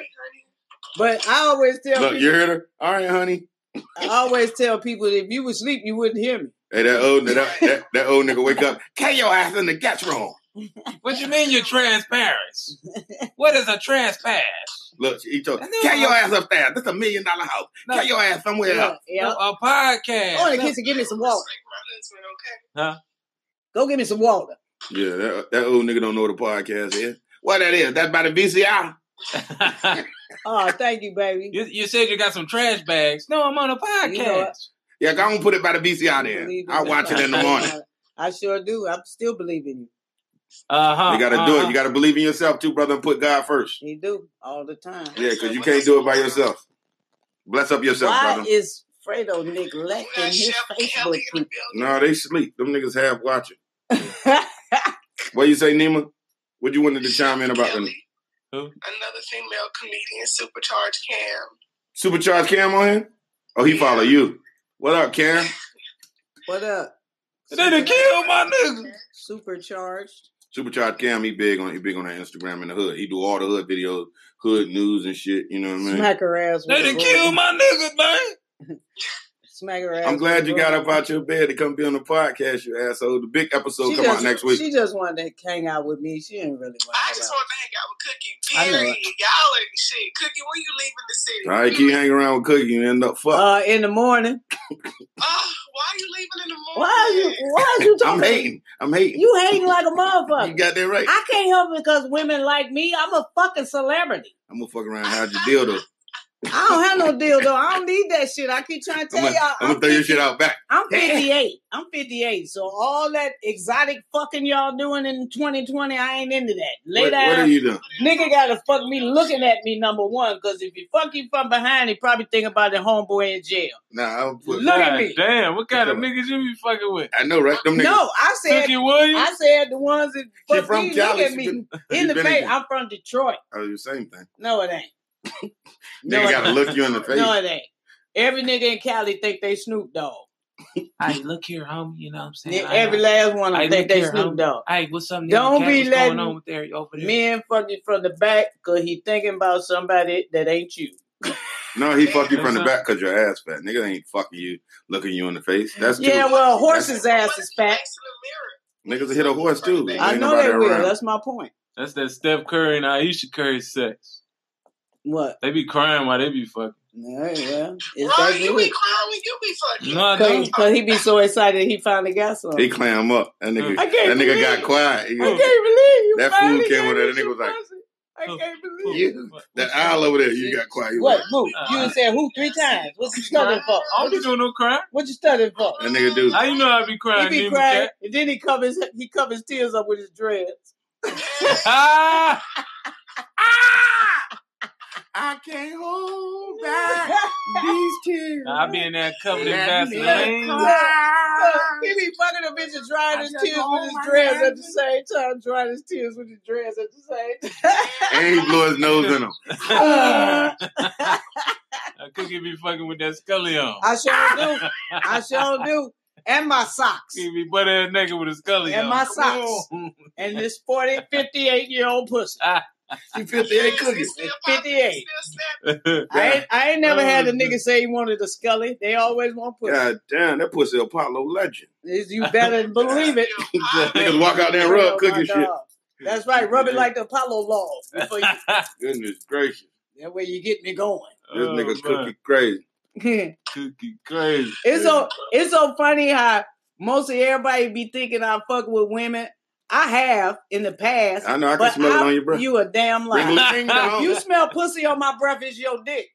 Speaker 3: But I always tell
Speaker 1: Look, you
Speaker 3: people,
Speaker 1: heard her. All right, honey.
Speaker 3: I always tell people, that if you were asleep, you wouldn't hear me.
Speaker 1: Hey, that old that, that, that old nigga wake up. Get your ass in the guest room.
Speaker 4: What you mean you're transparent? what is a trespass?
Speaker 1: Look, he told. Get your ass upstairs. That's a million dollar house.
Speaker 4: No.
Speaker 1: Get your ass somewhere else.
Speaker 3: Yeah. Oh,
Speaker 4: A a podcast.
Speaker 3: Go in the kitchen, give me some water.
Speaker 5: Respect my husband, okay?
Speaker 3: Go get me some water.
Speaker 1: Yeah, that, that old nigga don't know what a podcast is. What that is? That's by the VCR.
Speaker 2: <laughs>
Speaker 3: Oh, thank you, baby.
Speaker 4: you, you said you got some trash bags. No, I'm on a podcast.
Speaker 3: You know what?
Speaker 1: Yeah, go and put it by the VCR
Speaker 3: You
Speaker 1: there.
Speaker 3: believe
Speaker 1: I
Speaker 3: me.
Speaker 1: watch it
Speaker 3: <laughs>
Speaker 1: in the morning.
Speaker 3: I sure do. I still believe in you.
Speaker 4: Uh-huh.
Speaker 1: You gotta do it.
Speaker 4: uh-huh.
Speaker 1: You gotta believe in yourself too, brother, and put God first.
Speaker 3: You do all the time.
Speaker 1: Yeah, because you can't do it by yourself. Bless up yourself,
Speaker 3: Why
Speaker 1: brother.
Speaker 3: is Fredo
Speaker 5: We
Speaker 3: neglecting
Speaker 5: got
Speaker 3: his
Speaker 5: Chef
Speaker 3: Facebook
Speaker 5: Kelly in
Speaker 3: people?
Speaker 5: the building.
Speaker 1: No, they sleep. Them niggas half
Speaker 3: <laughs>
Speaker 1: watching. What you say, Nima? What you wanted to chime in about them?
Speaker 5: Kelly,
Speaker 4: Who?
Speaker 5: another female comedian, Supercharged Cam.
Speaker 1: Supercharged Cam on him? Oh, he follow you. What up, Cam?
Speaker 3: what up?
Speaker 4: They done killed my nigga.
Speaker 3: Supercharged.
Speaker 1: Supercharged Cam, he big on he big on that Instagram in the hood. He do all the hood videos, hood news and shit. You know what I mean?
Speaker 3: Smack her ass. with
Speaker 4: They done
Speaker 3: a
Speaker 4: killed
Speaker 3: broom.
Speaker 4: my nigga, man.
Speaker 3: Smack her ass.
Speaker 1: I'm glad
Speaker 3: with a
Speaker 1: you got
Speaker 3: broom.
Speaker 1: up out your bed to come be on the podcast, you asshole. The big episode
Speaker 3: She
Speaker 1: come
Speaker 3: just,
Speaker 1: out next week.
Speaker 3: She just wanted to hang out with me. She didn't really want
Speaker 5: I
Speaker 3: to.
Speaker 5: just
Speaker 3: hang
Speaker 5: want to hang out with Cookie.
Speaker 3: I know
Speaker 5: Period. Y'all are shit. Cookie, when you leaving the city?
Speaker 1: All right, keep hanging around with Cookie and end up fucked.
Speaker 3: out. Uh, in the morning.
Speaker 5: Oh, why are you leaving in the morning?
Speaker 3: Why are you? Why are you
Speaker 1: <laughs>
Speaker 3: talking?
Speaker 1: I'm hating. I'm hating.
Speaker 3: You hating like a motherfucker.
Speaker 1: You got that right.
Speaker 3: I can't help it because women like me. I'm a fucking celebrity.
Speaker 1: I'm gonna fuck around. How'd you deal
Speaker 3: <laughs>
Speaker 1: though?
Speaker 3: I don't
Speaker 1: <laughs>
Speaker 3: have no deal though. I don't need that shit. I keep trying to
Speaker 1: I'm
Speaker 3: tell
Speaker 1: gonna,
Speaker 3: y'all.
Speaker 1: I'm gonna throw your shit out back.
Speaker 3: I'm 58. I'm 58. So all that exotic fucking y'all doing in 2020, I ain't into that.
Speaker 1: What,
Speaker 3: Lay
Speaker 1: what are
Speaker 3: down.
Speaker 1: you doing?
Speaker 3: Nigga gotta fuck me looking at me, number one, because if you fuck you from behind, he probably think about the homeboy in jail.
Speaker 1: Nah, I'll put,
Speaker 3: Look at me.
Speaker 4: Damn, what kind of niggas you be fucking with?
Speaker 1: I know, right? Them niggas.
Speaker 3: No, I said
Speaker 4: Cookie Williams?
Speaker 3: I said the ones that
Speaker 1: She
Speaker 3: fuck
Speaker 1: from
Speaker 3: me
Speaker 1: Cali.
Speaker 3: look at
Speaker 1: She <laughs>
Speaker 3: me
Speaker 1: been- she
Speaker 3: in the
Speaker 1: been
Speaker 3: face.
Speaker 1: in-
Speaker 3: I'm from Detroit.
Speaker 1: Oh, the same thing.
Speaker 3: No, it ain't. No,
Speaker 1: Nigga
Speaker 3: it
Speaker 1: gotta
Speaker 3: ain't.
Speaker 1: look you in the face.
Speaker 3: <laughs> No, it ain't. Every nigga in Cali think they Snoop Dogg.
Speaker 4: Hey, look here, homie. You know what I'm saying?
Speaker 3: Yeah, Every last one of
Speaker 4: Hey,
Speaker 3: them
Speaker 4: look
Speaker 3: think they
Speaker 4: here,
Speaker 3: Snoop
Speaker 4: homie.
Speaker 3: Dogg.
Speaker 4: Hey, what's up, nigga?
Speaker 3: Don't
Speaker 4: Cat,
Speaker 3: be
Speaker 4: what's
Speaker 3: letting
Speaker 4: going on with there over there?
Speaker 3: Men fuck you from the back because he thinking about somebody that ain't you.
Speaker 1: No, he fuck you
Speaker 4: That's
Speaker 1: from the
Speaker 4: a-
Speaker 1: back because your ass fat. Nigga ain't fucking you, looking you in the face. That's too.
Speaker 3: Yeah, well, a horse's ass is fat.
Speaker 5: Face in the mirror.
Speaker 1: Niggas will hit a horse too. Ain't
Speaker 3: I know
Speaker 1: nobody
Speaker 3: they will.
Speaker 1: around.
Speaker 3: That's my point.
Speaker 4: That's that Steph Curry and Aisha Curry sex.
Speaker 3: What?
Speaker 4: They be crying while they be fucking.
Speaker 3: Yeah, yeah. It's
Speaker 5: Ron,
Speaker 3: that
Speaker 5: you be
Speaker 3: good.
Speaker 5: crying when you be fucking.
Speaker 4: No, I
Speaker 3: Cause,
Speaker 4: don't.
Speaker 3: 'cause he be so excited he finally got some.
Speaker 1: He
Speaker 3: I
Speaker 1: clam up. That nigga.
Speaker 3: I can't
Speaker 1: That nigga
Speaker 3: believe
Speaker 1: got
Speaker 3: it.
Speaker 1: quiet. He
Speaker 3: can't
Speaker 1: go,
Speaker 3: believe you.
Speaker 1: That fool
Speaker 3: finally
Speaker 1: came
Speaker 3: gave
Speaker 1: with that
Speaker 3: me
Speaker 1: nigga was
Speaker 3: some
Speaker 1: like-
Speaker 3: pussy. I
Speaker 4: Who?
Speaker 3: can't believe it.
Speaker 1: You, that aisle over there, you got quiet. You
Speaker 3: What?
Speaker 1: went,
Speaker 3: Who?
Speaker 4: Uh,
Speaker 3: You
Speaker 4: I-
Speaker 3: done said who three times? What you studying for?
Speaker 4: I don't be doing no crime.
Speaker 3: What you studying for?
Speaker 1: That nigga do.
Speaker 4: How you know I be
Speaker 3: He
Speaker 4: crying?
Speaker 3: be
Speaker 4: Nima
Speaker 3: crying,
Speaker 4: Cat?
Speaker 3: and then he covers he covers tears up with his <laughs> dreads. <laughs>
Speaker 4: Ah!
Speaker 1: I can't
Speaker 3: <laughs>
Speaker 1: hold these tears.
Speaker 4: Nah, I be in that covered in
Speaker 1: Let
Speaker 4: <laughs>
Speaker 1: me
Speaker 4: Vaseline.
Speaker 1: cry.
Speaker 3: He be fucking a bitch and drying
Speaker 1: I
Speaker 3: his
Speaker 1: just
Speaker 3: tears
Speaker 1: hold
Speaker 3: with his
Speaker 1: my
Speaker 3: dreads at the
Speaker 1: hands.
Speaker 3: same time, drying his tears with his dreads at
Speaker 4: <laughs>
Speaker 3: the same
Speaker 1: And he blew his nose in them.
Speaker 3: time.
Speaker 4: A cookie be fucking with that scully on.
Speaker 3: <laughs> I sure do. I sure do. And my socks.
Speaker 4: He be butt ass naked with a scully
Speaker 3: And
Speaker 4: on.
Speaker 3: my
Speaker 4: Come
Speaker 3: socks.
Speaker 4: on.
Speaker 3: And this 40, 58 year old pussy.
Speaker 1: She 58 cookies.
Speaker 5: Still popping,
Speaker 3: 58.
Speaker 5: still snapping.
Speaker 3: I ain't, I ain't never
Speaker 4: Oh,
Speaker 3: had a
Speaker 1: Mm-hmm.
Speaker 4: good.
Speaker 3: nigga say he wanted a scully. They always want pussy.
Speaker 1: God damn, that pussy Apollo legend.
Speaker 3: Is- You better believe it.
Speaker 4: <laughs>
Speaker 1: <laughs>
Speaker 5: Still
Speaker 1: Niggas walk out there and rub
Speaker 3: Oh, my
Speaker 1: cookie shit. Mm-hmm.
Speaker 3: God. That's right. Rub it like the Apollo law.
Speaker 1: <laughs>
Speaker 3: Before you,
Speaker 1: Goodness gracious.
Speaker 3: that way you get me going. <laughs>
Speaker 1: This nigga's
Speaker 4: Oh, man.
Speaker 1: cookie crazy.
Speaker 3: it's
Speaker 4: Cookie crazy.
Speaker 3: so it's so funny how most of everybody be thinking I fuck with women. I have in the past,
Speaker 1: I know, I can
Speaker 3: but
Speaker 1: smell it
Speaker 3: I-
Speaker 1: on your breath.
Speaker 3: you a damn
Speaker 1: Ring,
Speaker 3: lie.
Speaker 1: ring, ring,
Speaker 3: <laughs>
Speaker 1: <laughs>
Speaker 3: you
Speaker 1: ring.
Speaker 3: smell pussy on my breath is your dick.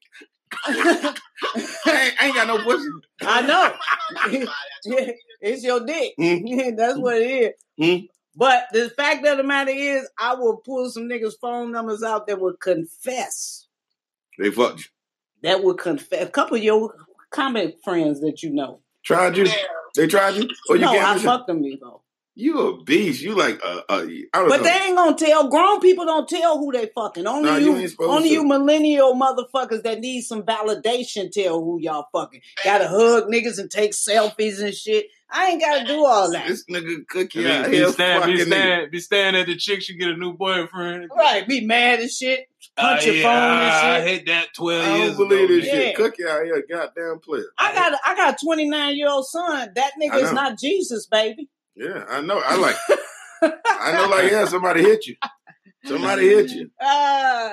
Speaker 1: I, ain't, I ain't got no pussy.
Speaker 3: I
Speaker 1: <laughs>
Speaker 3: know.
Speaker 5: popping.
Speaker 3: Yeah, <laughs> it's your dick.
Speaker 1: Mhm.
Speaker 3: Yeah, <laughs> That's what it is.
Speaker 1: Mhm.
Speaker 3: But the fact of the matter is, I will pull some niggas' phone numbers out that will confess.
Speaker 1: They fucked you.
Speaker 3: That will confess. A couple of your comic friends that you know.
Speaker 1: Tried you.
Speaker 5: Damn.
Speaker 1: They tried you. Oh, you
Speaker 3: no,
Speaker 1: gave
Speaker 3: I
Speaker 1: them shit?
Speaker 3: fucked them, Evo.
Speaker 1: You a beast. You like a. a I was
Speaker 3: But they ain't gonna tell. Grown people don't tell who they fucking. Only
Speaker 1: Nah, you
Speaker 3: you,
Speaker 1: ain't supposed
Speaker 3: only
Speaker 1: to.
Speaker 3: you millennial motherfuckers that need some validation tell who y'all fucking. Gotta hug niggas and take selfies and shit. I ain't gotta do all that.
Speaker 1: this nigga cookie
Speaker 4: Yeah,
Speaker 1: out
Speaker 4: be,
Speaker 1: here
Speaker 4: stand,
Speaker 1: fucking
Speaker 4: be,
Speaker 1: nigga.
Speaker 4: stand, be standing at the chick, she get a new boyfriend.
Speaker 3: Right, be mad and shit. Punch your phone and
Speaker 4: I
Speaker 3: shit.
Speaker 4: hit that 12
Speaker 1: I
Speaker 4: years
Speaker 1: don't believe
Speaker 4: ago.
Speaker 1: this
Speaker 4: nigga.
Speaker 1: shit.
Speaker 3: Yeah.
Speaker 1: Cookie out here, goddamn player.
Speaker 3: I got a- I got a 29 year old son. That
Speaker 1: I
Speaker 3: nigga is
Speaker 1: know.
Speaker 3: not Jesus, baby.
Speaker 1: Yeah, I know. I
Speaker 3: <laughs>
Speaker 1: like. I know. Like, yeah, somebody hit you. Somebody hit you.
Speaker 3: Uh,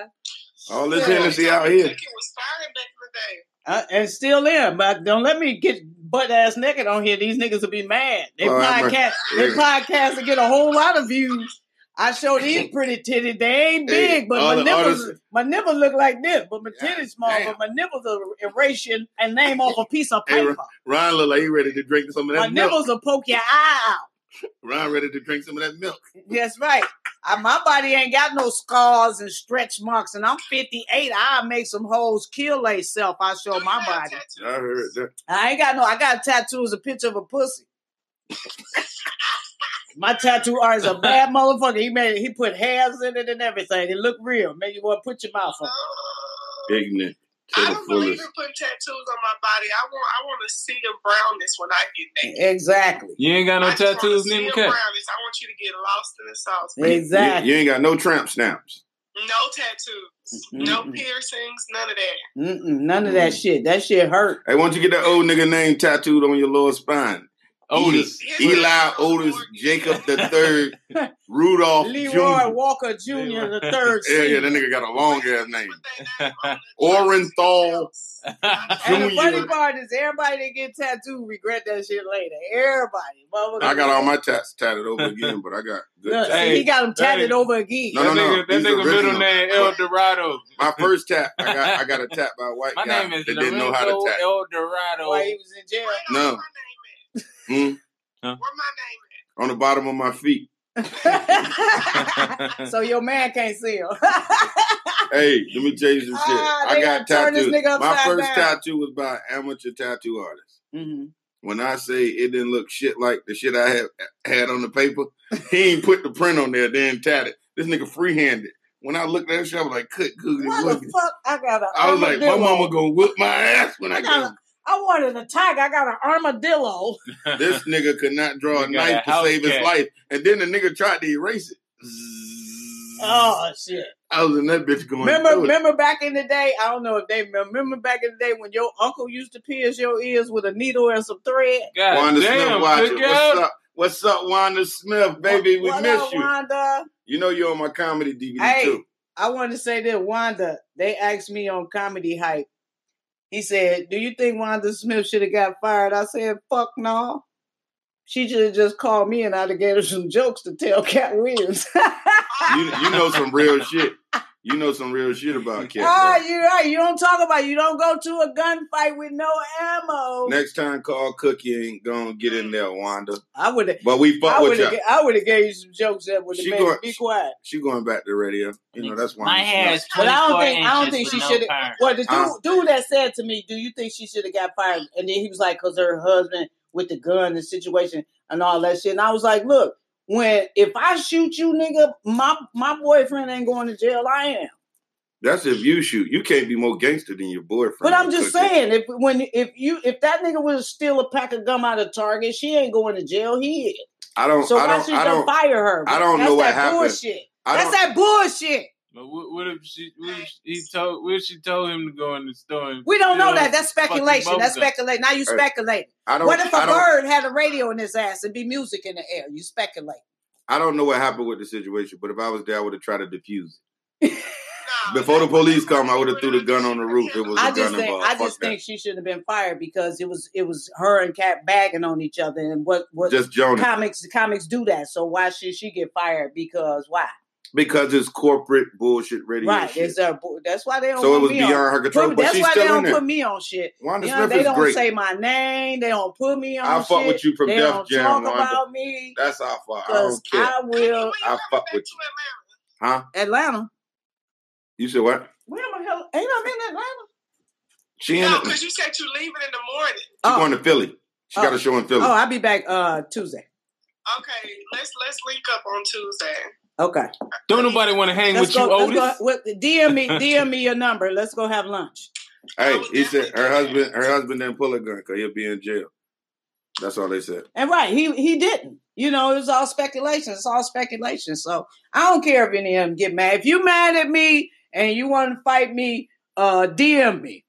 Speaker 1: All this
Speaker 3: Yeah.
Speaker 1: Hennessy out here.
Speaker 5: Cookie was firing back in the day.
Speaker 3: uh, and still am, but don't let me get butt ass naked on here. These niggas will be mad. They
Speaker 1: Oh, I know.
Speaker 3: podcast, they podcast will get a whole lot of views. I
Speaker 1: <laughs>
Speaker 3: show these pretty titties. They ain't
Speaker 1: Hey,
Speaker 3: big, but
Speaker 1: all
Speaker 3: my
Speaker 1: the
Speaker 3: nipples,
Speaker 1: artists-
Speaker 3: my nipples look like this, but my
Speaker 1: God
Speaker 3: titties small,
Speaker 1: damn.
Speaker 3: but my nipples are erasing a name off a piece of
Speaker 1: Hey,
Speaker 3: paper.
Speaker 1: Ron look like he ready to drink some of
Speaker 3: my
Speaker 1: that milk.
Speaker 3: nipples will poke your eye out.
Speaker 1: Ron ready to drink some of that milk.
Speaker 3: That's right. I, my body ain't got no scars and stretch marks, and I'm 58. I make some hoes kill theyself. I show
Speaker 5: Do you
Speaker 1: <laughs>
Speaker 3: Oh, my
Speaker 5: have
Speaker 3: body.
Speaker 5: tattoos?
Speaker 1: I heard that.
Speaker 3: I ain't got no. I got tattoos. A picture of a pussy. my tattoo artist a
Speaker 1: <laughs>
Speaker 3: bad motherfucker. He made. He put hairs in it and everything. It looked real. Make you want to put your mouth
Speaker 1: <laughs>
Speaker 3: on.
Speaker 5: Oh.
Speaker 1: Ignorant to
Speaker 5: I
Speaker 1: the
Speaker 5: don't believe
Speaker 1: fullest.
Speaker 5: in putting tattoos on my body. I want I want to see a brownness when I get naked.
Speaker 3: Exactly.
Speaker 4: You ain't got no
Speaker 5: I just wanna
Speaker 4: tattoos,
Speaker 5: see
Speaker 4: Nima
Speaker 5: a
Speaker 4: Cat.
Speaker 5: brownness. I want you to get lost in the sauce.
Speaker 3: Exactly.
Speaker 1: You, you ain't got no tramp stamps.
Speaker 5: No tattoos. No
Speaker 3: Mm-mm.
Speaker 5: piercings. None of that.
Speaker 3: Mm-mm, none of that
Speaker 1: Mm.
Speaker 3: shit. That shit hurt.
Speaker 1: Hey, why don't you get that old nigga name tattooed on your lower spine?
Speaker 4: <laughs> Otis.
Speaker 1: Eli Otis Jacob the
Speaker 3: <laughs>
Speaker 1: third Rudolph
Speaker 3: Leroy
Speaker 1: Jr.
Speaker 3: Walker Jr. the third.
Speaker 1: <laughs> Yeah, yeah,
Speaker 3: senior.
Speaker 1: that nigga got a long ass name. Orenthal <laughs>
Speaker 5: Orenthal
Speaker 3: And the
Speaker 1: Junior.
Speaker 3: funny part is everybody that get tattooed regret that shit later. Everybody. Motherfucker.
Speaker 1: I got all my tats tatted over again, but I got good.
Speaker 3: Look,
Speaker 1: tats.
Speaker 3: see, he got them tatted
Speaker 4: Hey.
Speaker 3: over again.
Speaker 4: that
Speaker 1: No, no, no.
Speaker 4: nigga, that
Speaker 1: These
Speaker 4: nigga middle
Speaker 1: original.
Speaker 4: name El Dorado.
Speaker 1: My first tap, I got I got a tap by a white
Speaker 4: My
Speaker 1: guy
Speaker 4: name is
Speaker 1: that didn't know how
Speaker 4: Lorenzo
Speaker 1: to tap.
Speaker 4: El Dorado.
Speaker 3: While he was in jail.
Speaker 1: No.
Speaker 5: Where my name at?
Speaker 1: Mm,
Speaker 5: Where my name at?
Speaker 1: on the bottom of my feet. <laughs>
Speaker 3: <laughs> so your man can't see him.
Speaker 1: Hey, let me tell you some shit.
Speaker 3: Ah,
Speaker 1: I
Speaker 3: they
Speaker 1: got
Speaker 3: gonna turn this
Speaker 1: tattoos.
Speaker 3: nigga
Speaker 1: My
Speaker 3: upside
Speaker 1: first
Speaker 3: down.
Speaker 1: tattoo was by an amateur tattoo artist.
Speaker 3: Mhm.
Speaker 1: when I say it didn't look shit like the shit I had had on the paper, he ain't put the print on there, then tat it. This nigga freehanded. When I looked at that shit, I was like, "Cut,
Speaker 3: Why the fuck I got an
Speaker 1: I was like, "My
Speaker 3: armadillo?
Speaker 1: mama gonna whoop my ass when I
Speaker 3: I got
Speaker 1: get."
Speaker 3: a- I wanted a tiger. I got an armadillo.
Speaker 1: Mm-hmm.
Speaker 2: <laughs>
Speaker 1: This nigga could not draw a
Speaker 4: We got a
Speaker 1: knife to
Speaker 4: house
Speaker 1: save his
Speaker 4: cat.
Speaker 1: life, and then the nigga tried to erase it.
Speaker 3: Oh shit!
Speaker 1: I was in that bitch going.
Speaker 3: Remember,
Speaker 1: through it.
Speaker 3: remember back in the day. I don't know if they remember, remember back in the day when your uncle used to pierce your ears with a needle and some thread.
Speaker 4: God
Speaker 1: Wanda Smith,
Speaker 4: damn,
Speaker 1: watch it.
Speaker 4: Cook
Speaker 1: What's
Speaker 4: Out.
Speaker 1: up? What's up, Wanda Smith, baby? We
Speaker 3: What
Speaker 1: miss
Speaker 3: up,
Speaker 1: you.
Speaker 3: Wanda?
Speaker 1: You know you're on my comedy DVD
Speaker 3: Hey.
Speaker 1: too.
Speaker 3: I wanted to say that Wanda. They asked me on comedy hype. He said, "Do you think Wanda Smith should have got fired?" I said, "Fuck no." She should have just called me and <laughs> I'd have gave her some jokes to tell Cat Williams.
Speaker 1: You you know some real shit. You know some real shit about Cat.
Speaker 3: Ah,
Speaker 1: bro.
Speaker 3: you're right. You don't talk about. it. You don't go to a gunfight with no ammo.
Speaker 1: Next time, call Cookie ain't gonna get in there, Wanda.
Speaker 3: I would have.
Speaker 1: But we
Speaker 3: I
Speaker 1: fuck
Speaker 3: would
Speaker 1: with y'all.
Speaker 3: have. I would have gave you some jokes that would have
Speaker 1: She
Speaker 3: made
Speaker 1: gonna-
Speaker 3: you be quiet.
Speaker 1: She going back to the radio. You know that's why.
Speaker 4: My
Speaker 1: I'm
Speaker 4: hair is
Speaker 3: But
Speaker 4: 24
Speaker 3: I don't think.
Speaker 4: inches
Speaker 3: I don't
Speaker 4: with
Speaker 3: think she
Speaker 4: no
Speaker 3: should have.
Speaker 4: perm.
Speaker 3: Well, the dude,
Speaker 1: Uh.
Speaker 3: dude that said to me, "Do you think she should have got fired?" And then he was like, "Cause her husband with the gun, the situation, and all that shit." And I was like, "Look, when if I shoot you, nigga, my my boyfriend ain't going to jail. I am."
Speaker 1: That's if you shoot. You can't be more gangster than your boyfriend.
Speaker 3: But I'm just
Speaker 1: Cookie.
Speaker 3: saying, if when if you if that nigga was steal a pack of gum out of Target, she ain't going to jail. He is.
Speaker 1: I don't.
Speaker 3: So
Speaker 1: I
Speaker 3: why
Speaker 1: don't.
Speaker 3: should
Speaker 1: I
Speaker 3: you
Speaker 1: don't.
Speaker 3: fire her?
Speaker 1: I don't
Speaker 3: That's
Speaker 1: know what
Speaker 3: that
Speaker 1: happened.
Speaker 3: Bullshit.
Speaker 1: I
Speaker 3: That's
Speaker 1: don't.
Speaker 3: that bullshit.
Speaker 2: But what, what if she what if he told what if she told him to go in the store? And
Speaker 3: We don't know
Speaker 2: steal
Speaker 3: that. That's
Speaker 2: fucking
Speaker 3: speculation. That's
Speaker 2: bubble gum?
Speaker 3: speculation. Now you
Speaker 1: Hey,
Speaker 3: speculate.
Speaker 1: I don't.
Speaker 3: What if a
Speaker 1: I don't,
Speaker 3: bird had a radio in his ass and be music in the air? You speculate.
Speaker 1: I don't know what happened with the situation. But if I was there, I would have tried to defuse it.
Speaker 5: Nah,
Speaker 1: Before the
Speaker 5: that's what
Speaker 1: police
Speaker 5: I'm
Speaker 1: come, I would have
Speaker 5: doing.
Speaker 1: threw the gun on the roof. It was a
Speaker 3: I
Speaker 1: gun
Speaker 3: just think
Speaker 1: involved.
Speaker 3: I just
Speaker 1: Fuck that.
Speaker 3: think she should have been fired because it was it was her and Cat bagging on each other and what what
Speaker 1: Just Jonah.
Speaker 3: comics comics do that. So why should she get fired? Because why?
Speaker 1: because it's corporate bullshit radio.
Speaker 3: Right?
Speaker 1: shit.
Speaker 3: Is there? a bo- That's why they don't.
Speaker 1: So
Speaker 3: put
Speaker 1: it was
Speaker 3: me
Speaker 1: beyond
Speaker 3: on.
Speaker 1: her control,
Speaker 3: put-
Speaker 1: but
Speaker 3: that's
Speaker 1: she's
Speaker 3: why they
Speaker 1: still in
Speaker 3: don't
Speaker 1: there.
Speaker 3: put me on shit.
Speaker 1: Wanda
Speaker 3: You know,
Speaker 1: Smith
Speaker 3: they
Speaker 1: is
Speaker 3: don't
Speaker 1: great.
Speaker 3: say my name. They don't put me on
Speaker 1: I fuck
Speaker 3: shit.
Speaker 1: with you from
Speaker 3: they
Speaker 1: Def
Speaker 3: don't
Speaker 1: Jam,
Speaker 3: talk
Speaker 1: Wanda.
Speaker 3: about me
Speaker 1: That's our fault. I
Speaker 3: because
Speaker 1: don't care,
Speaker 3: I will.
Speaker 5: Cookie, when you
Speaker 1: I
Speaker 5: coming
Speaker 1: fuck
Speaker 5: back
Speaker 1: with
Speaker 5: to Atlanta?
Speaker 1: huh?
Speaker 3: Atlanta.
Speaker 1: You said what?
Speaker 3: Where am I? Hell, ain't I in Atlanta?
Speaker 1: She in
Speaker 5: No,
Speaker 1: it. She
Speaker 5: because you said you leaving in the morning.
Speaker 1: going
Speaker 3: Oh,
Speaker 1: to Philly. She
Speaker 3: Oh.
Speaker 1: got a show in Philly.
Speaker 3: oh, I'll be back uh Tuesday.
Speaker 5: Okay, let's let's link up on Tuesday.
Speaker 3: Okay,
Speaker 2: Don't nobody want to hang
Speaker 3: let's
Speaker 2: with
Speaker 3: go.
Speaker 2: you,
Speaker 3: Let's go.
Speaker 2: Otis.
Speaker 3: What, DM
Speaker 2: <laughs>
Speaker 3: me. DM me your number. Let's go have lunch.
Speaker 1: Hey, he said her husband. Her husband didn't pull a gun because he'll be in jail. That's all they said.
Speaker 3: And right, he he didn't. You know, it was all speculation. It's all speculation. So I don't care if any of them get mad. If you mad at me and you want to fight me, uh,
Speaker 2: <laughs>
Speaker 3: DM me.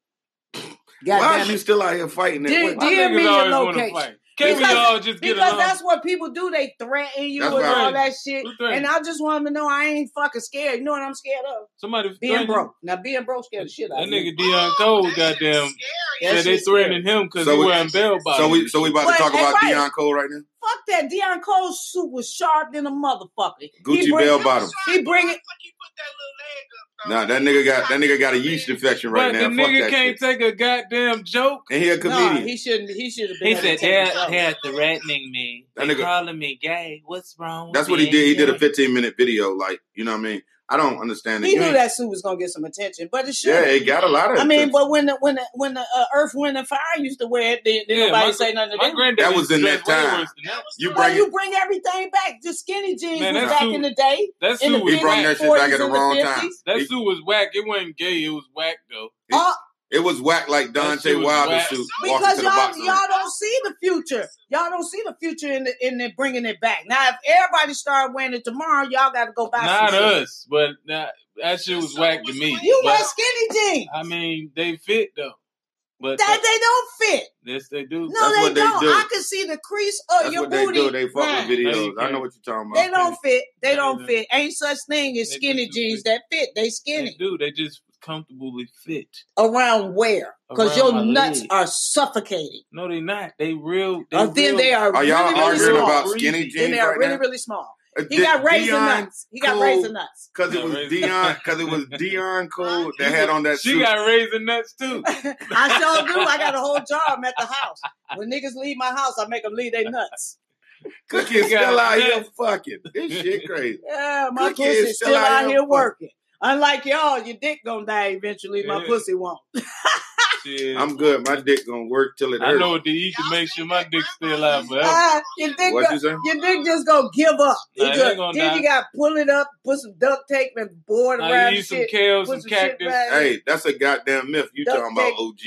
Speaker 1: Why is
Speaker 3: Goddamn
Speaker 1: you
Speaker 3: it.
Speaker 1: still out here fighting that?
Speaker 3: Did-
Speaker 1: women?
Speaker 2: My
Speaker 3: did- DM
Speaker 2: niggas
Speaker 3: me your
Speaker 2: always wanna
Speaker 3: location.
Speaker 2: fight. Can we
Speaker 3: Because-
Speaker 2: all just get
Speaker 3: Because
Speaker 2: along?
Speaker 3: that's what people do. They threaten you
Speaker 1: That's
Speaker 3: and
Speaker 1: right.
Speaker 3: all that shit.
Speaker 2: Who threatened?
Speaker 3: And I just want them to know I ain't fucking scared. You know what I'm scared of?
Speaker 2: Somebody
Speaker 3: Being
Speaker 2: threatened him?
Speaker 3: broke. Now being broke scared the shit out
Speaker 2: That
Speaker 3: of me.
Speaker 2: nigga
Speaker 5: Oh,
Speaker 2: Dion Cole, uh, goddamn, said
Speaker 3: That
Speaker 2: they
Speaker 3: shit's scary.
Speaker 2: threatening him because
Speaker 1: So
Speaker 2: he
Speaker 1: we-
Speaker 2: wearing bail bonds.
Speaker 1: so we so we about
Speaker 3: But-
Speaker 1: to talk
Speaker 3: and
Speaker 1: about
Speaker 3: right.
Speaker 1: Deion Cole right now.
Speaker 3: Fuck that. Deion Cole's suit was sharp than a motherfucker.
Speaker 1: Gucci
Speaker 3: bring-
Speaker 1: bell bottom.
Speaker 3: He bring it.
Speaker 1: Nah, that nigga got that nigga got a yeast infection right
Speaker 2: but
Speaker 1: now.
Speaker 2: the
Speaker 1: Fuck
Speaker 2: nigga
Speaker 1: that
Speaker 2: can't
Speaker 1: shit.
Speaker 2: take a goddamn joke.
Speaker 1: And he a
Speaker 3: Nah,
Speaker 1: comedian.
Speaker 3: he shouldn't. He should have been.
Speaker 4: He
Speaker 3: able to
Speaker 4: said
Speaker 3: take
Speaker 4: they're,
Speaker 3: a joke.
Speaker 4: they're threatening me.
Speaker 1: That
Speaker 4: They
Speaker 1: nigga-
Speaker 4: calling me gay. What's wrong with
Speaker 1: That's what he
Speaker 4: being
Speaker 1: did. He did a
Speaker 4: gay?
Speaker 1: 15 minute video. Like you know what I mean? I don't understand it.
Speaker 3: He
Speaker 1: You
Speaker 3: knew
Speaker 1: ain't-
Speaker 3: that suit was gonna get some attention, but it should.
Speaker 1: Yeah,
Speaker 3: have
Speaker 1: it got a lot of.
Speaker 3: I mean,
Speaker 1: attention.
Speaker 3: but when the when the when the uh, Earth, Wind, and Fire used to wear it, then, then
Speaker 2: Yeah,
Speaker 3: nobody
Speaker 2: my-
Speaker 3: say nothing to
Speaker 2: My
Speaker 3: them.
Speaker 2: granddad
Speaker 1: That was
Speaker 2: used to
Speaker 1: in
Speaker 2: dress
Speaker 1: that
Speaker 2: way
Speaker 1: time.
Speaker 2: worse than that.
Speaker 1: you
Speaker 3: Well,
Speaker 1: bring
Speaker 3: you bring everything back. The skinny jeans
Speaker 2: Man,
Speaker 3: was
Speaker 2: that
Speaker 3: back
Speaker 2: suit-
Speaker 3: in the day.
Speaker 2: That
Speaker 3: In the
Speaker 2: suit was
Speaker 1: He brought
Speaker 2: whack.
Speaker 1: that shit
Speaker 3: fifties,
Speaker 1: back
Speaker 3: forties,
Speaker 1: at the
Speaker 3: and the
Speaker 1: wrong time.
Speaker 3: fifties.
Speaker 2: That
Speaker 1: It,
Speaker 2: suit was whack. It wasn't gay. It was whack though.
Speaker 3: Oh,
Speaker 1: it was whack like
Speaker 2: That
Speaker 1: Dante
Speaker 2: shit was
Speaker 1: Wilder
Speaker 2: whack.
Speaker 1: suit walking
Speaker 3: because
Speaker 1: to the
Speaker 3: y'all
Speaker 1: boxing. ring.
Speaker 3: y'all don't see the future. Y'all don't see the future in the, in the bringing it back. Now, if everybody started wearing it tomorrow, y'all got to go buy
Speaker 2: Not
Speaker 3: some shit.
Speaker 2: us, but that that shit was whack to me.
Speaker 3: You
Speaker 2: But,
Speaker 3: wear skinny jeans.
Speaker 2: I mean, they fit though. But
Speaker 3: That
Speaker 2: that,
Speaker 3: they don't fit.
Speaker 2: yes, they do.
Speaker 3: No,
Speaker 1: That's
Speaker 3: they
Speaker 1: what they
Speaker 3: don't.
Speaker 1: do.
Speaker 3: I can see the crease of
Speaker 1: That's
Speaker 3: your
Speaker 1: what they
Speaker 3: booty.
Speaker 1: do. They fuck
Speaker 3: line.
Speaker 1: with
Speaker 2: No,
Speaker 1: videos.
Speaker 2: you
Speaker 1: I know
Speaker 2: can't.
Speaker 1: what you're talking
Speaker 3: They
Speaker 1: about.
Speaker 3: don't fit. They don't
Speaker 2: Yeah.
Speaker 3: fit. Ain't such thing as
Speaker 2: They
Speaker 3: skinny
Speaker 2: just too
Speaker 3: jeans
Speaker 2: big.
Speaker 3: that fit. They
Speaker 2: They
Speaker 3: skinny.
Speaker 2: do. They just comfortably fit.
Speaker 3: Around where? Because your
Speaker 2: Around my
Speaker 3: nuts
Speaker 2: leg.
Speaker 3: are suffocating.
Speaker 2: No, they not. They real. They
Speaker 3: Or then
Speaker 2: real-
Speaker 3: they are,
Speaker 1: Are
Speaker 3: really,
Speaker 1: y'all
Speaker 3: really
Speaker 1: arguing
Speaker 3: small.
Speaker 1: about
Speaker 2: Breezy.
Speaker 1: skinny
Speaker 3: then
Speaker 1: jeans
Speaker 3: they are
Speaker 1: right
Speaker 3: really,
Speaker 1: now?
Speaker 3: really small.
Speaker 1: Uh,
Speaker 3: He
Speaker 1: Di-
Speaker 3: got raisin
Speaker 1: Dion
Speaker 3: nuts. He got
Speaker 1: Cole-
Speaker 3: raisin nuts.
Speaker 1: Cause it
Speaker 2: No,
Speaker 1: was
Speaker 2: Raisin-
Speaker 1: Dion, cause it was
Speaker 3: <laughs>
Speaker 1: Dion Cole that had on that
Speaker 2: she
Speaker 1: suit.
Speaker 2: got raisin nuts too.
Speaker 3: I sure do. I got a whole jar of 'em at the house. When niggas leave my house, I make them leave their nuts.
Speaker 1: Cookie is
Speaker 2: She got
Speaker 1: still out here
Speaker 2: nuts.
Speaker 1: fucking. This
Speaker 2: <laughs>
Speaker 1: shit crazy.
Speaker 3: Yeah, my
Speaker 1: Cookie is
Speaker 3: pussy's
Speaker 1: still
Speaker 3: still
Speaker 1: out
Speaker 3: out
Speaker 1: here
Speaker 3: here
Speaker 1: fucking.
Speaker 3: working. Unlike y'all, your dick gonna die eventually. My
Speaker 2: Yeah.
Speaker 3: pussy won't.
Speaker 2: Shit.
Speaker 1: I'm good. My dick gonna work till it
Speaker 2: I
Speaker 1: hurts.
Speaker 2: know what to eat to make sure my dick's still out forever.
Speaker 3: Ah, your dick,
Speaker 1: What
Speaker 3: go,
Speaker 1: you say?
Speaker 3: your dick just gonna give up.
Speaker 2: Nah,
Speaker 3: It
Speaker 2: it
Speaker 3: just-
Speaker 2: ain't gonna
Speaker 3: then
Speaker 2: die.
Speaker 3: you got to pull it up, put some duct tape and board
Speaker 2: Now
Speaker 3: around
Speaker 2: you
Speaker 3: the
Speaker 2: eat some
Speaker 3: shit,
Speaker 2: kale,
Speaker 3: put
Speaker 2: some
Speaker 3: some shit
Speaker 2: cactus.
Speaker 3: around it,
Speaker 1: Hey, that's a goddamn myth. You
Speaker 3: Duck
Speaker 1: talking about
Speaker 3: dick.
Speaker 1: OG?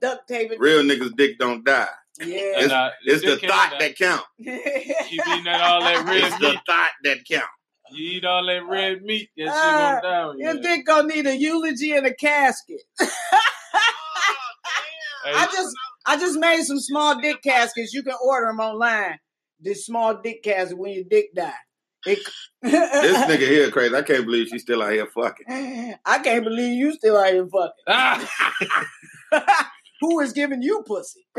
Speaker 3: duct tape it.
Speaker 1: Real niggas' dick don't die.
Speaker 2: And, <laughs>
Speaker 3: Yeah. <laughs>
Speaker 2: uh,
Speaker 1: It's the
Speaker 2: dick ain't
Speaker 1: thought
Speaker 2: die.
Speaker 1: that count.
Speaker 2: You eating that all that red
Speaker 1: It's the
Speaker 2: meat.
Speaker 1: thought that count.
Speaker 3: <laughs>
Speaker 2: You eat all that red meat. That shit
Speaker 3: Ah,
Speaker 2: gonna die. on
Speaker 3: Your
Speaker 2: you.
Speaker 3: dick gonna need a eulogy and a casket.
Speaker 2: Hey, <laughs>
Speaker 3: I just I just made some small dick caskets. You can order them online. This small dick casket when your dick die. It- <laughs>
Speaker 1: This nigga here crazy. I can't believe she's still out here fucking.
Speaker 3: I can't believe you still out here
Speaker 2: ah,
Speaker 3: fucking. <laughs> Who is giving you pussy? <laughs>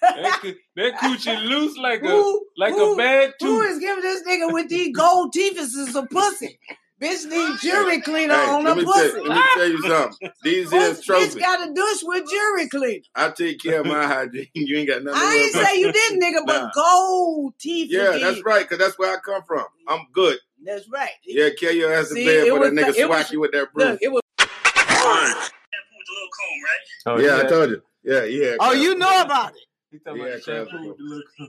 Speaker 2: that, coo- that coochie loose like a
Speaker 3: who,
Speaker 2: like
Speaker 3: who,
Speaker 2: a bad
Speaker 3: who
Speaker 2: tooth.
Speaker 3: is giving this nigga with these gold teeth is a pussy? Bitch need jury cleaner
Speaker 1: Hey,
Speaker 3: on
Speaker 1: let,
Speaker 3: her
Speaker 1: me tell,
Speaker 3: pussy.
Speaker 1: let me tell you something. These is
Speaker 3: Bitch-
Speaker 1: trophies.
Speaker 3: Bitch got a douche with jury cleaner.
Speaker 1: I take care of my hygiene. <laughs> You ain't got nothing to
Speaker 3: I
Speaker 1: worry
Speaker 3: ain't
Speaker 1: about.
Speaker 3: say you didn't, nigga,
Speaker 1: Nah.
Speaker 3: but gold teeth.
Speaker 1: Yeah,
Speaker 3: you
Speaker 1: that's
Speaker 3: did.
Speaker 1: right, because that's where I come from. I'm good.
Speaker 3: That's right.
Speaker 1: Yeah, carry your ass to
Speaker 3: See,
Speaker 1: bed
Speaker 3: it
Speaker 1: for that
Speaker 3: was-
Speaker 1: nigga
Speaker 3: it
Speaker 1: swack
Speaker 3: was-
Speaker 1: you with that broom.
Speaker 3: Look, it was.
Speaker 2: Oh,
Speaker 1: yeah, I told you. Yeah, yeah.
Speaker 6: Oh, you know about it.
Speaker 2: He talking
Speaker 1: Yeah,
Speaker 2: about shampoo.
Speaker 1: crap.
Speaker 2: with the little-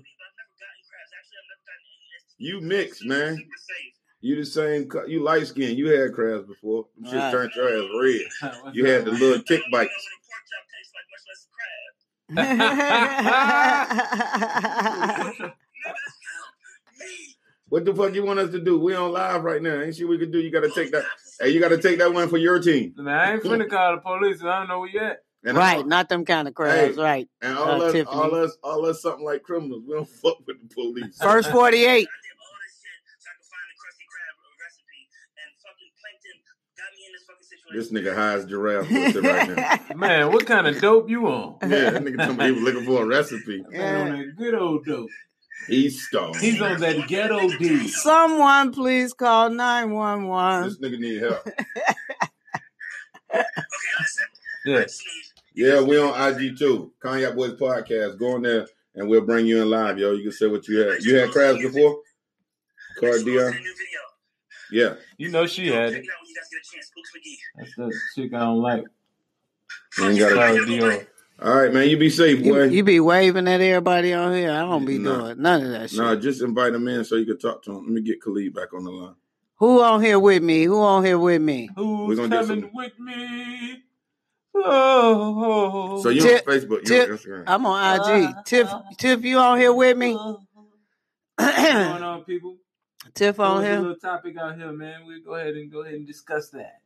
Speaker 1: You mixed, man. You the same. co- You light skin. You had crabs before. Them shit
Speaker 6: Right.
Speaker 1: turned your ass red.
Speaker 2: <laughs> What's
Speaker 1: You had
Speaker 2: up?
Speaker 1: the little kick bikers. What the fuck you want us to do? We on live right now. Ain't shit we could do. You gotta take that. Hey, you gotta take that one for your team.
Speaker 2: Man, I ain't finna call the police. I don't know where you at.
Speaker 1: <laughs> And
Speaker 6: right,
Speaker 1: all-
Speaker 6: not them kind of crabs,
Speaker 1: Hey.
Speaker 6: right.
Speaker 1: and all
Speaker 6: Uh,
Speaker 1: us,
Speaker 6: Tiffany.
Speaker 1: all us, all us, something like criminals. We don't <laughs> fuck with the police.
Speaker 6: First 48.
Speaker 1: This nigga high as giraffe pussy right
Speaker 6: <laughs>
Speaker 1: now.
Speaker 2: Man, what kind of dope you on?
Speaker 1: Yeah, that nigga told me he was looking for a recipe.
Speaker 2: Man, on that good old dope.
Speaker 1: He's stoned.
Speaker 2: He's on that ghetto dude.
Speaker 6: Someone please call 911.
Speaker 1: This nigga need help.
Speaker 2: Yeah.
Speaker 1: Yeah, we on IG too. Kanye Boys Podcast. Go on there and we'll bring you in live, yo. You can say what you had. You had crabs before?
Speaker 5: <laughs>
Speaker 1: Cardia? Yeah.
Speaker 2: You know she had it. That's the chick I don't like.
Speaker 1: You ain't gotta-
Speaker 2: Sorry, Dior.
Speaker 1: All right, man. You be safe,
Speaker 6: You,
Speaker 1: boy.
Speaker 6: you be waving at everybody on here. I don't be
Speaker 1: Nah.
Speaker 6: doing none of that shit.
Speaker 1: nah, just invite him in so you can talk to him. Let me get Khalid back on the line.
Speaker 6: Who on here with me? Who on here with me?
Speaker 1: We're
Speaker 2: Who's
Speaker 1: gonna do
Speaker 2: coming
Speaker 1: some-
Speaker 2: with me? Oh,
Speaker 1: So you
Speaker 6: Tip-
Speaker 1: on Facebook, you on
Speaker 6: tip- Uh,
Speaker 1: Instagram.
Speaker 6: I'm on IG. Tiff, Tiff, you on here with me? <clears throat>
Speaker 2: What's going on, people?
Speaker 6: Tiff
Speaker 2: What
Speaker 6: on
Speaker 2: was the
Speaker 6: here.
Speaker 2: little topic out here, man? We go ahead and go ahead and discuss that.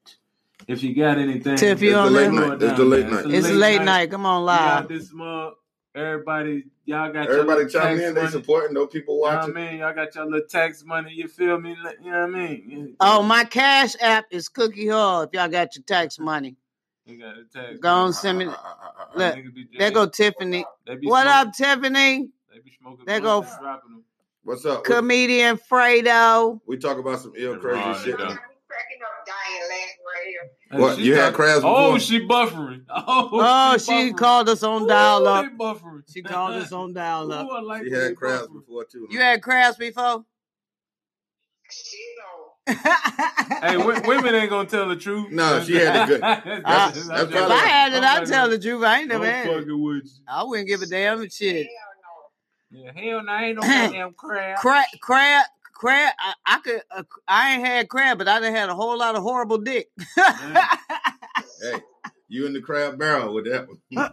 Speaker 2: If you got anything,
Speaker 6: Tiff, you
Speaker 1: It's the
Speaker 6: on
Speaker 1: late
Speaker 6: there?
Speaker 1: night. It's the late night.
Speaker 6: It's late night. Come on,
Speaker 2: We out
Speaker 6: live.
Speaker 2: this month. Everybody, y'all got
Speaker 1: Everybody
Speaker 2: your little
Speaker 1: chiming
Speaker 2: tax
Speaker 1: in. They
Speaker 2: money.
Speaker 1: supporting. No people
Speaker 2: you know what I
Speaker 1: watching.
Speaker 2: mean? Y'all got your little tax money. You feel me? Like, You know what I mean?
Speaker 6: Oh, my cash app is Cookie Hall. If y'all got your tax money,
Speaker 2: You got the tax
Speaker 6: go on
Speaker 2: money.
Speaker 6: send
Speaker 1: Ah,
Speaker 6: me. Look,
Speaker 2: Niggas be
Speaker 6: there go
Speaker 2: jamming.
Speaker 6: Tiffany.
Speaker 2: They be
Speaker 6: What
Speaker 2: smoking.
Speaker 6: up, Tiffany?
Speaker 2: They be smoking.
Speaker 6: They
Speaker 2: blunts
Speaker 6: go-
Speaker 2: and dropping them.
Speaker 1: What's up? We,
Speaker 6: Comedian Fredo.
Speaker 1: we talk about some ill
Speaker 2: Ron
Speaker 1: crazy shit.
Speaker 2: and Don. Hey,
Speaker 1: What,
Speaker 2: she
Speaker 1: you had
Speaker 2: talk-
Speaker 1: crabs
Speaker 2: Oh,
Speaker 1: before?
Speaker 2: she buffering. <laughs> Oh,
Speaker 6: Oh, she
Speaker 2: buffering.
Speaker 6: called us on dial up.
Speaker 2: Ooh, they buffering.
Speaker 6: She called
Speaker 2: <laughs>
Speaker 6: us on dial
Speaker 2: Ooh,
Speaker 6: up.
Speaker 2: I like
Speaker 1: She
Speaker 2: when they
Speaker 1: had crabs
Speaker 2: buffering.
Speaker 1: before too.
Speaker 6: You had crabs before?
Speaker 2: Hey, wo- women ain't gonna tell the truth.
Speaker 1: No, she had it good.
Speaker 2: <laughs>
Speaker 1: That's-
Speaker 2: That's- that's-
Speaker 1: that's
Speaker 6: <laughs> If
Speaker 1: probably-
Speaker 6: I had it,
Speaker 2: I'm
Speaker 6: I'd
Speaker 2: like,
Speaker 6: tell the truth. I ain't
Speaker 2: I'm
Speaker 6: never had it.
Speaker 2: fucking with you.
Speaker 6: I wouldn't give a damn shit.
Speaker 2: Yeah, hell no,
Speaker 6: <clears throat>
Speaker 2: I ain't no goddamn crab.
Speaker 6: Crab, crab, crab. I, I could. Uh, I ain't had crab, but I done had a whole lot of horrible <laughs> dick.
Speaker 2: <laughs> Man,
Speaker 1: Hey, you in the crab barrel with that one.
Speaker 2: Uh,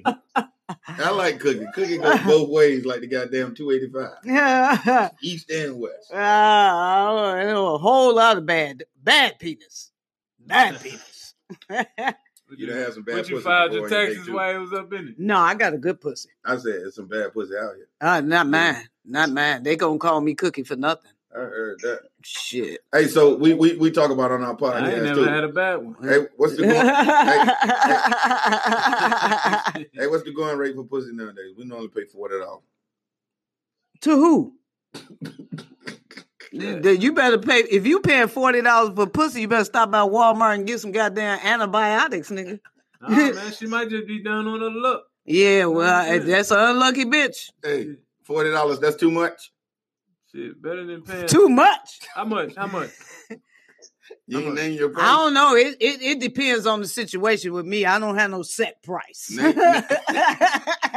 Speaker 1: <laughs>
Speaker 2: hey,
Speaker 1: I like cookie.
Speaker 2: uh,
Speaker 1: Cookie goes both ways, like the goddamn two eighty five,
Speaker 6: Yeah.
Speaker 1: east and west.
Speaker 6: Uh,
Speaker 2: Uh,
Speaker 6: a whole lot of bad, bad penis, <laughs> bad penis.
Speaker 1: You done had some bad
Speaker 2: but you
Speaker 1: pussy
Speaker 2: filed
Speaker 1: before,
Speaker 2: your
Speaker 1: ain't they,
Speaker 2: taxes
Speaker 1: too?
Speaker 2: while it was up in it.
Speaker 6: no, I got a good pussy.
Speaker 1: I said it's some bad pussy out here.
Speaker 6: Uh, not mine, not mine. They gonna call me cookie for nothing.
Speaker 1: I heard that.
Speaker 6: Shit.
Speaker 1: Hey, so we we, we talk about on our
Speaker 2: I ain't
Speaker 1: podcast too.
Speaker 2: never had a
Speaker 1: <laughs>
Speaker 2: bad one.
Speaker 1: hey, what's the going,
Speaker 2: <laughs>
Speaker 6: to
Speaker 1: hey what's the going rate for pussy nowadays? We normally pay forty dollars.
Speaker 6: who?
Speaker 2: Yeah.
Speaker 6: Then You better pay. If you paying forty dollars for pussy, you better stop by Walmart and get some goddamn antibiotics, nigga.
Speaker 2: Nah, man, she might just be down on her luck.
Speaker 6: Yeah, well,
Speaker 2: Mhm.
Speaker 6: that's an unlucky bitch.
Speaker 1: Hey, forty dollars. That's too much.
Speaker 2: Shit, better than paying.
Speaker 6: Too much.
Speaker 2: How much?
Speaker 1: <laughs>
Speaker 2: How much?
Speaker 1: You
Speaker 2: How
Speaker 1: ain't
Speaker 2: much?
Speaker 1: name your price.
Speaker 6: I don't know. It, it it depends on the situation. With me, I don't have no set price.
Speaker 1: Name-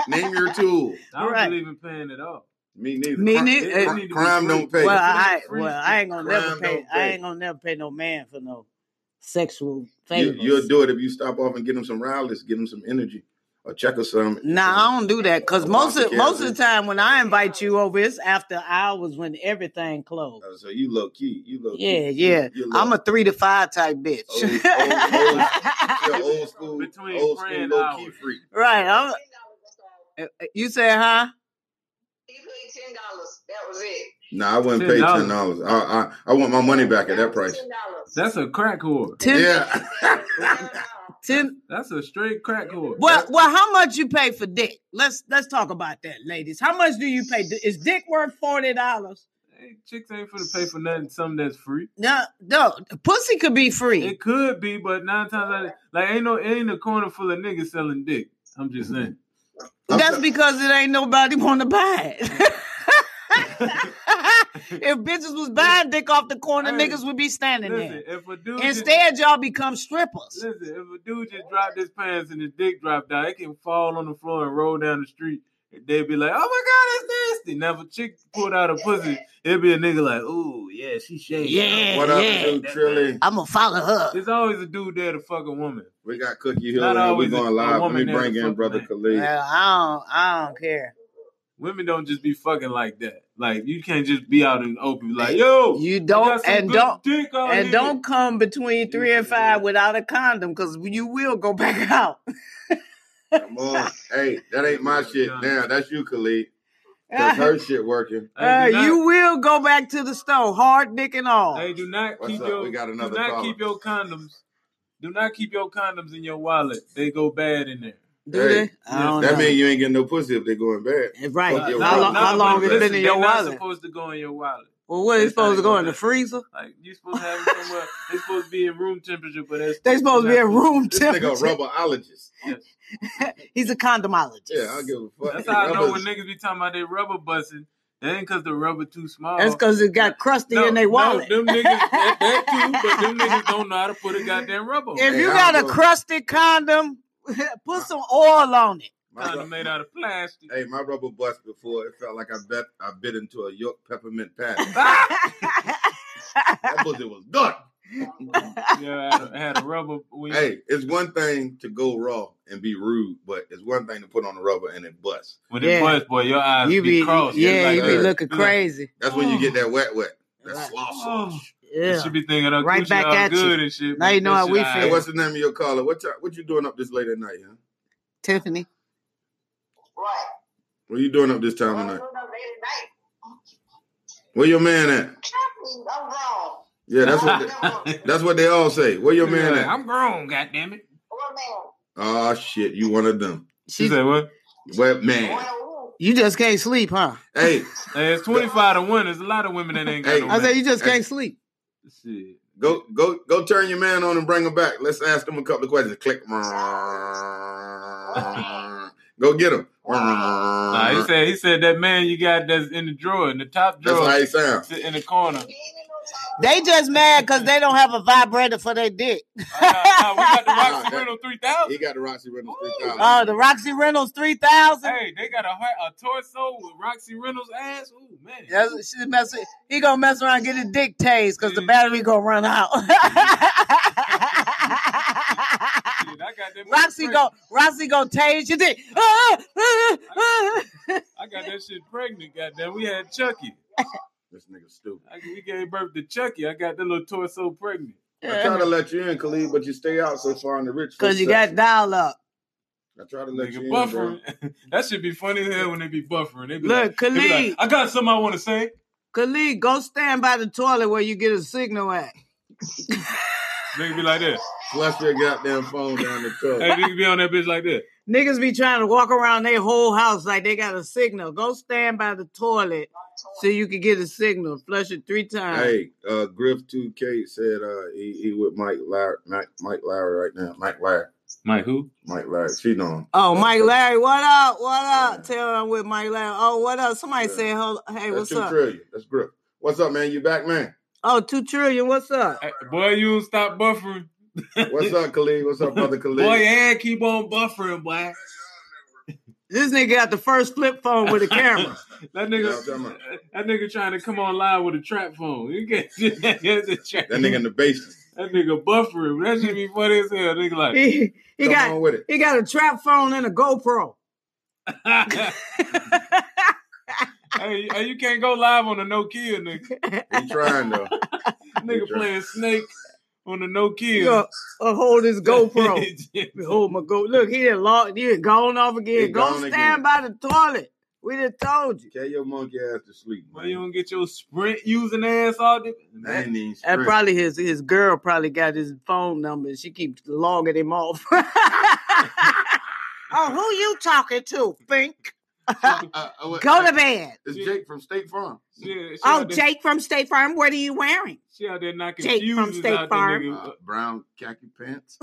Speaker 1: Name your tool.
Speaker 2: I don't
Speaker 6: Right.
Speaker 2: believe in paying at all.
Speaker 1: Me neither.
Speaker 6: Me
Speaker 1: Cri-
Speaker 6: neither.
Speaker 1: cri-
Speaker 2: It need to be
Speaker 1: crime
Speaker 2: free.
Speaker 1: don't pay.
Speaker 6: well,
Speaker 2: If it ain't
Speaker 6: I
Speaker 2: free,
Speaker 6: well, I ain't gonna never
Speaker 1: crime
Speaker 6: pay.
Speaker 1: don't
Speaker 6: I
Speaker 1: pay.
Speaker 6: ain't gonna never pay no man for no sexual
Speaker 1: you,
Speaker 6: favors.
Speaker 1: you'll do it if you stop off and get them some Rileys, give them some energy, or check or some.
Speaker 6: Nah, I don't do that because
Speaker 1: A
Speaker 6: most of
Speaker 1: Boston
Speaker 6: most of
Speaker 1: Casual.
Speaker 6: the time when I invite you over, it's after hours when everything closed.
Speaker 1: Uh, so you low key, Oh, you low
Speaker 6: Yeah,
Speaker 1: key. You-
Speaker 6: yeah.
Speaker 1: you Oh, low-
Speaker 6: I'm a three to five type bitch.
Speaker 1: old, old, old, you're old school,
Speaker 2: Between
Speaker 1: old school
Speaker 2: praying
Speaker 1: low key
Speaker 2: hours.
Speaker 1: freak.
Speaker 6: <laughs> right. I'm, you said, huh?
Speaker 5: He paid ten dollars. That was it.
Speaker 1: Nah, I wouldn't pay ten
Speaker 2: $10.
Speaker 1: dollars. I, I I want my money back at that price.
Speaker 5: Ten
Speaker 1: <laughs>
Speaker 5: dollars.
Speaker 2: That's a crack whore.
Speaker 6: Ten,
Speaker 1: Yeah,
Speaker 6: ten.
Speaker 2: That's a straight crack whore.
Speaker 6: Well, well, how much you pay for dick? Let's let's talk about that, ladies. How much do you pay? Is dick worth forty dollars?
Speaker 2: hey, chicks ain't for to pay for nothing. Something that's free.
Speaker 6: No, no, pussy could be free.
Speaker 2: It could be, but nine times out of like ain't no ain't a corner full of niggas selling dick. I'm just saying.
Speaker 6: That's because it ain't nobody want to buy
Speaker 2: <laughs>
Speaker 6: it. if bitches was buying dick off the corner,
Speaker 2: Hey,
Speaker 6: niggas would be standing
Speaker 2: Listen,
Speaker 6: there.
Speaker 2: if a dude just-
Speaker 6: Instead, y'all become strippers.
Speaker 2: Listen, if a dude just dropped his pants and his dick dropped out, it can fall on the floor and roll down the street. They'd be like, "Oh my god, that's nasty." Now, if a chick pulled out a pussy, it'd be a nigga like, "Ooh, yeah, she shaved."
Speaker 6: Yeah,
Speaker 1: <laughs> What up,
Speaker 6: yeah.
Speaker 1: dude? Trilly.
Speaker 6: I'm gonna follow her.
Speaker 2: There's always a dude there to fuck a woman.
Speaker 1: We got Cookie Hill and
Speaker 2: Not
Speaker 1: we're
Speaker 2: always a-
Speaker 1: going
Speaker 2: a
Speaker 1: live. Let
Speaker 2: woman
Speaker 1: me
Speaker 2: there
Speaker 1: bring
Speaker 2: to
Speaker 1: in
Speaker 2: fuck
Speaker 1: Brother
Speaker 2: man.
Speaker 1: Khalid.
Speaker 6: Well, I don't, I don't care.
Speaker 2: Women don't just be fucking like that. Like you can't just be out in the open like, "Yo,
Speaker 6: You
Speaker 2: I
Speaker 6: don't-
Speaker 2: got some
Speaker 6: and
Speaker 2: good
Speaker 6: don't-
Speaker 2: dick out
Speaker 6: And
Speaker 2: here."
Speaker 6: don't come between three and five without a condom, because you will go back <laughs> out. <laughs>
Speaker 1: Come on. Hey, that ain't my shit. Now that's you, Khalid. Cause
Speaker 6: <laughs> Uh,
Speaker 1: her shit working.
Speaker 2: Hey, do not-
Speaker 6: you will go back to the store, hard dick and all.
Speaker 2: Hey, do not
Speaker 1: What's
Speaker 2: keep
Speaker 1: up?
Speaker 2: your
Speaker 1: We got another
Speaker 2: do not
Speaker 1: caller.
Speaker 2: keep your condoms. Do not keep your condoms in your wallet. They go bad in there.
Speaker 6: Do they?
Speaker 1: Hey,
Speaker 6: I don't
Speaker 1: That
Speaker 6: know.
Speaker 1: mean you ain't getting no pussy if they go in bed.
Speaker 6: right.
Speaker 1: Fuck your
Speaker 6: how,
Speaker 1: wallet.
Speaker 6: long, how
Speaker 2: but
Speaker 6: long it been
Speaker 2: listen,
Speaker 6: in
Speaker 2: they
Speaker 6: your
Speaker 2: not
Speaker 6: wallet?
Speaker 2: supposed to go in your wallet.
Speaker 6: Well, what, it's
Speaker 2: That's how
Speaker 6: supposed
Speaker 2: they
Speaker 6: to go
Speaker 2: go
Speaker 6: in the
Speaker 2: back.
Speaker 6: freezer?
Speaker 2: Like you supposed to have it somewhere. They supposed to be in room temperature, but that's
Speaker 6: They supposed to be
Speaker 2: they're
Speaker 6: at
Speaker 2: not
Speaker 6: room
Speaker 1: This
Speaker 6: <laughs>
Speaker 1: nigga a
Speaker 6: temperature.
Speaker 1: rubberologist.
Speaker 6: He's a condomologist.
Speaker 1: Yeah, I don't give a fuck.
Speaker 2: That's how I know when
Speaker 1: Rubbers-
Speaker 2: niggas be talking about they rubber busting. That ain't cause the rubber too small.
Speaker 6: That's because it got crusty
Speaker 2: no,
Speaker 6: in their
Speaker 2: no,
Speaker 6: wallet.
Speaker 2: them
Speaker 6: <laughs>
Speaker 2: niggas that, that too, but them niggas don't know how to put a goddamn rubber. on.
Speaker 1: <laughs>
Speaker 6: if
Speaker 1: Hey,
Speaker 6: you
Speaker 1: I
Speaker 6: got a
Speaker 1: don't know.
Speaker 6: crusty condom, <laughs> put some oil on it.
Speaker 1: My
Speaker 2: Kinda
Speaker 1: rub-
Speaker 2: made out of plastic.
Speaker 1: hey, my rubber bust before it felt like I bet I bit into a York peppermint
Speaker 2: <laughs>
Speaker 1: patty. that pussy was done.
Speaker 2: Yeah, I had a, had a rubber. When
Speaker 1: Hey, it's one thing to go raw and be rude, but it's one thing to put on the rubber and it busts.
Speaker 2: When
Speaker 6: Yeah.
Speaker 2: it busts, boy, your eyes
Speaker 6: you
Speaker 2: be,
Speaker 6: be,
Speaker 2: crossed.
Speaker 6: yeah,
Speaker 2: It's
Speaker 6: you
Speaker 2: like, uh,
Speaker 6: be
Speaker 1: that.
Speaker 6: looking
Speaker 2: It's like-
Speaker 6: crazy.
Speaker 1: That's when you get that wet wet.
Speaker 6: Oh. Right.
Speaker 1: That slosh
Speaker 2: Oh.
Speaker 1: slosh.
Speaker 6: Yeah.
Speaker 2: She be thinking her
Speaker 6: Right
Speaker 2: coochie
Speaker 6: back
Speaker 2: all
Speaker 6: at you.
Speaker 2: good and shit.
Speaker 6: Now
Speaker 2: but
Speaker 6: you know
Speaker 2: that
Speaker 6: how
Speaker 2: shit
Speaker 6: we
Speaker 2: all
Speaker 1: Hey,
Speaker 6: feel.
Speaker 1: what's the name of your caller? What ti- what you doing up this late at night, huh?
Speaker 6: Tiffany.
Speaker 5: Right.
Speaker 1: What you doing up this time
Speaker 5: I
Speaker 1: of
Speaker 5: don't
Speaker 1: night?
Speaker 5: know no late at night.
Speaker 1: Where your man at?
Speaker 5: Trust me,
Speaker 1: <laughs>
Speaker 5: I'm wrong.
Speaker 1: Yeah, that's
Speaker 6: <laughs>
Speaker 1: what
Speaker 5: I'm wrong.
Speaker 1: they, that's what they all say. Where your man
Speaker 2: Yeah,
Speaker 1: at?
Speaker 2: I'm grown, goddammit.
Speaker 5: One man.
Speaker 1: Oh shit, you one of them.
Speaker 2: She
Speaker 6: She,
Speaker 2: said, "What?
Speaker 1: What man?
Speaker 5: One a woman.
Speaker 6: you just can't sleep, huh?
Speaker 1: Hey,
Speaker 2: Hey, it's twenty five to one. There's a lot of women that ain't got
Speaker 1: Hey,
Speaker 2: no
Speaker 6: I
Speaker 2: man.
Speaker 6: said you just
Speaker 1: Hey.
Speaker 6: can't sleep.
Speaker 2: Shit.
Speaker 1: go go go turn your man on and bring him back. Let's ask them a couple of questions. Click. <laughs> Go get him.
Speaker 2: Nah, he said he said that man you got that's in the drawer in the top
Speaker 1: That's how
Speaker 2: drawer
Speaker 1: he sounds.
Speaker 2: sit in the corner.
Speaker 5: He ain't in no time.
Speaker 6: They just mad because they don't have a vibrator for their dick.
Speaker 2: Nah, nah, we got
Speaker 6: <laughs>
Speaker 2: the
Speaker 1: Nah,
Speaker 2: Roxy
Speaker 1: that-
Speaker 2: Riddle three thousand.
Speaker 1: He got the Roxy Reynolds three
Speaker 6: Oh,
Speaker 1: thousand.
Speaker 6: the Roxy Reynolds 3000.
Speaker 2: Hey, they got a, heart- a torso with Roxy Reynolds ass. Ooh man.
Speaker 6: That's what she mess with. He gonna mess around and get his dick tased because
Speaker 1: Mm-hmm.
Speaker 6: the
Speaker 2: Mhm.
Speaker 6: battery gonna run out. <laughs>
Speaker 2: Shit, I got that.
Speaker 6: Roxy
Speaker 2: bitch
Speaker 6: go, Roxy go tase your dick. Ah, ah, ah.
Speaker 2: pregnant. I got that shit pregnant. Goddamn, we had Chucky.
Speaker 1: This nigga stupid.
Speaker 2: I, we gave birth to Chucky. I got that little torso pregnant.
Speaker 1: I try to let you in, Khalid, but you stay out uh, so far in the rich.
Speaker 6: <laughs> Cause
Speaker 1: folks
Speaker 6: you got
Speaker 1: section.
Speaker 6: dial up.
Speaker 1: I try to let
Speaker 2: Nigga
Speaker 1: you in, bro.
Speaker 2: buffering. <laughs> that should be funny as hell when they be buffering. They be
Speaker 6: Look,
Speaker 2: like, they be like,
Speaker 6: Khalid.
Speaker 2: I got something I want to say.
Speaker 6: Khalid, go stand by the toilet where you get a signal at.
Speaker 2: Nigga be like
Speaker 6: <laughs>
Speaker 2: this.
Speaker 1: Flush your goddamn phone down the
Speaker 2: Hey,
Speaker 1: toilet.
Speaker 2: nigga be on that bitch like this.
Speaker 6: Niggas be trying to walk around their whole house like they got a signal. Go stand by the toilet so you can get a signal. Flush it three times.
Speaker 1: Hey, uh, Griff Two K said uh, he, he with Mike Larry, Mike, Mike Larry right now. Mike Larry,
Speaker 2: Mike who?
Speaker 1: Mike Larry. She know him.
Speaker 6: Oh, Mike Larry, what up? What up?
Speaker 1: Yeah.
Speaker 6: Tell him I'm with Mike Larry. Oh, what up? Somebody
Speaker 1: Yeah.
Speaker 6: say hello. Hey,
Speaker 1: That's
Speaker 6: what's
Speaker 1: two
Speaker 6: up?
Speaker 1: trillion. That's Griff. What's up, man? You back, man?
Speaker 6: Oh, two trillion. What's up?
Speaker 2: Hey, boy, you don't stop buffering.
Speaker 1: What's up, Khalid? What's up, brother Khalid?
Speaker 2: Boy, yeah, keep on buffering, boy.
Speaker 6: This nigga got the first flip
Speaker 1: <laughs>
Speaker 6: phone with a camera.
Speaker 2: That
Speaker 1: You know what I'm
Speaker 2: nigga,
Speaker 1: talking about?
Speaker 2: that nigga trying to come online with a trap phone. You can't <laughs> that's a trap.
Speaker 1: That nigga in the basement.
Speaker 2: That nigga buffering. That should be funny as hell. Nigga like,
Speaker 6: he <laughs> he
Speaker 1: Come
Speaker 6: got
Speaker 1: on
Speaker 6: <laughs>
Speaker 1: with it.
Speaker 6: he got a trap phone and a GoPro. <laughs>
Speaker 2: hey, hey, you can't go live on a no kill, nigga.
Speaker 1: He trying though.
Speaker 2: Nigga playing Snake on the no
Speaker 6: He
Speaker 2: kill.
Speaker 6: gonna uh, hold
Speaker 2: <laughs>
Speaker 6: his GoPro.
Speaker 2: Yeah.
Speaker 3: Oh
Speaker 6: hold my go. Look, he done lost. He done gone off
Speaker 1: He
Speaker 6: again. Go
Speaker 1: gone
Speaker 6: stand
Speaker 1: again.
Speaker 6: by the toilet. We done told you.
Speaker 1: Tell your monkey ass to sleep,
Speaker 2: Boy, you
Speaker 1: man.
Speaker 2: don't get your sprint using ass all day.
Speaker 1: I ain't even
Speaker 6: And
Speaker 1: straight.
Speaker 6: probably his his girl probably got his phone number. and She keeps logging him off. <laughs> oh, who you talking to, Fink?
Speaker 1: Uh, uh, uh, what-
Speaker 6: <laughs> Go to bed.
Speaker 1: It's Jake from State Farm.
Speaker 2: She, she
Speaker 6: Oh,
Speaker 2: out there-
Speaker 6: Jake from State Farm, what are you wearing?
Speaker 2: She out there knocking
Speaker 6: Jake
Speaker 2: fuses
Speaker 6: from State
Speaker 2: out
Speaker 6: Farm.
Speaker 2: There,
Speaker 1: Uh,
Speaker 2: nigga.
Speaker 1: brown khaki
Speaker 6: <laughs>
Speaker 1: pants.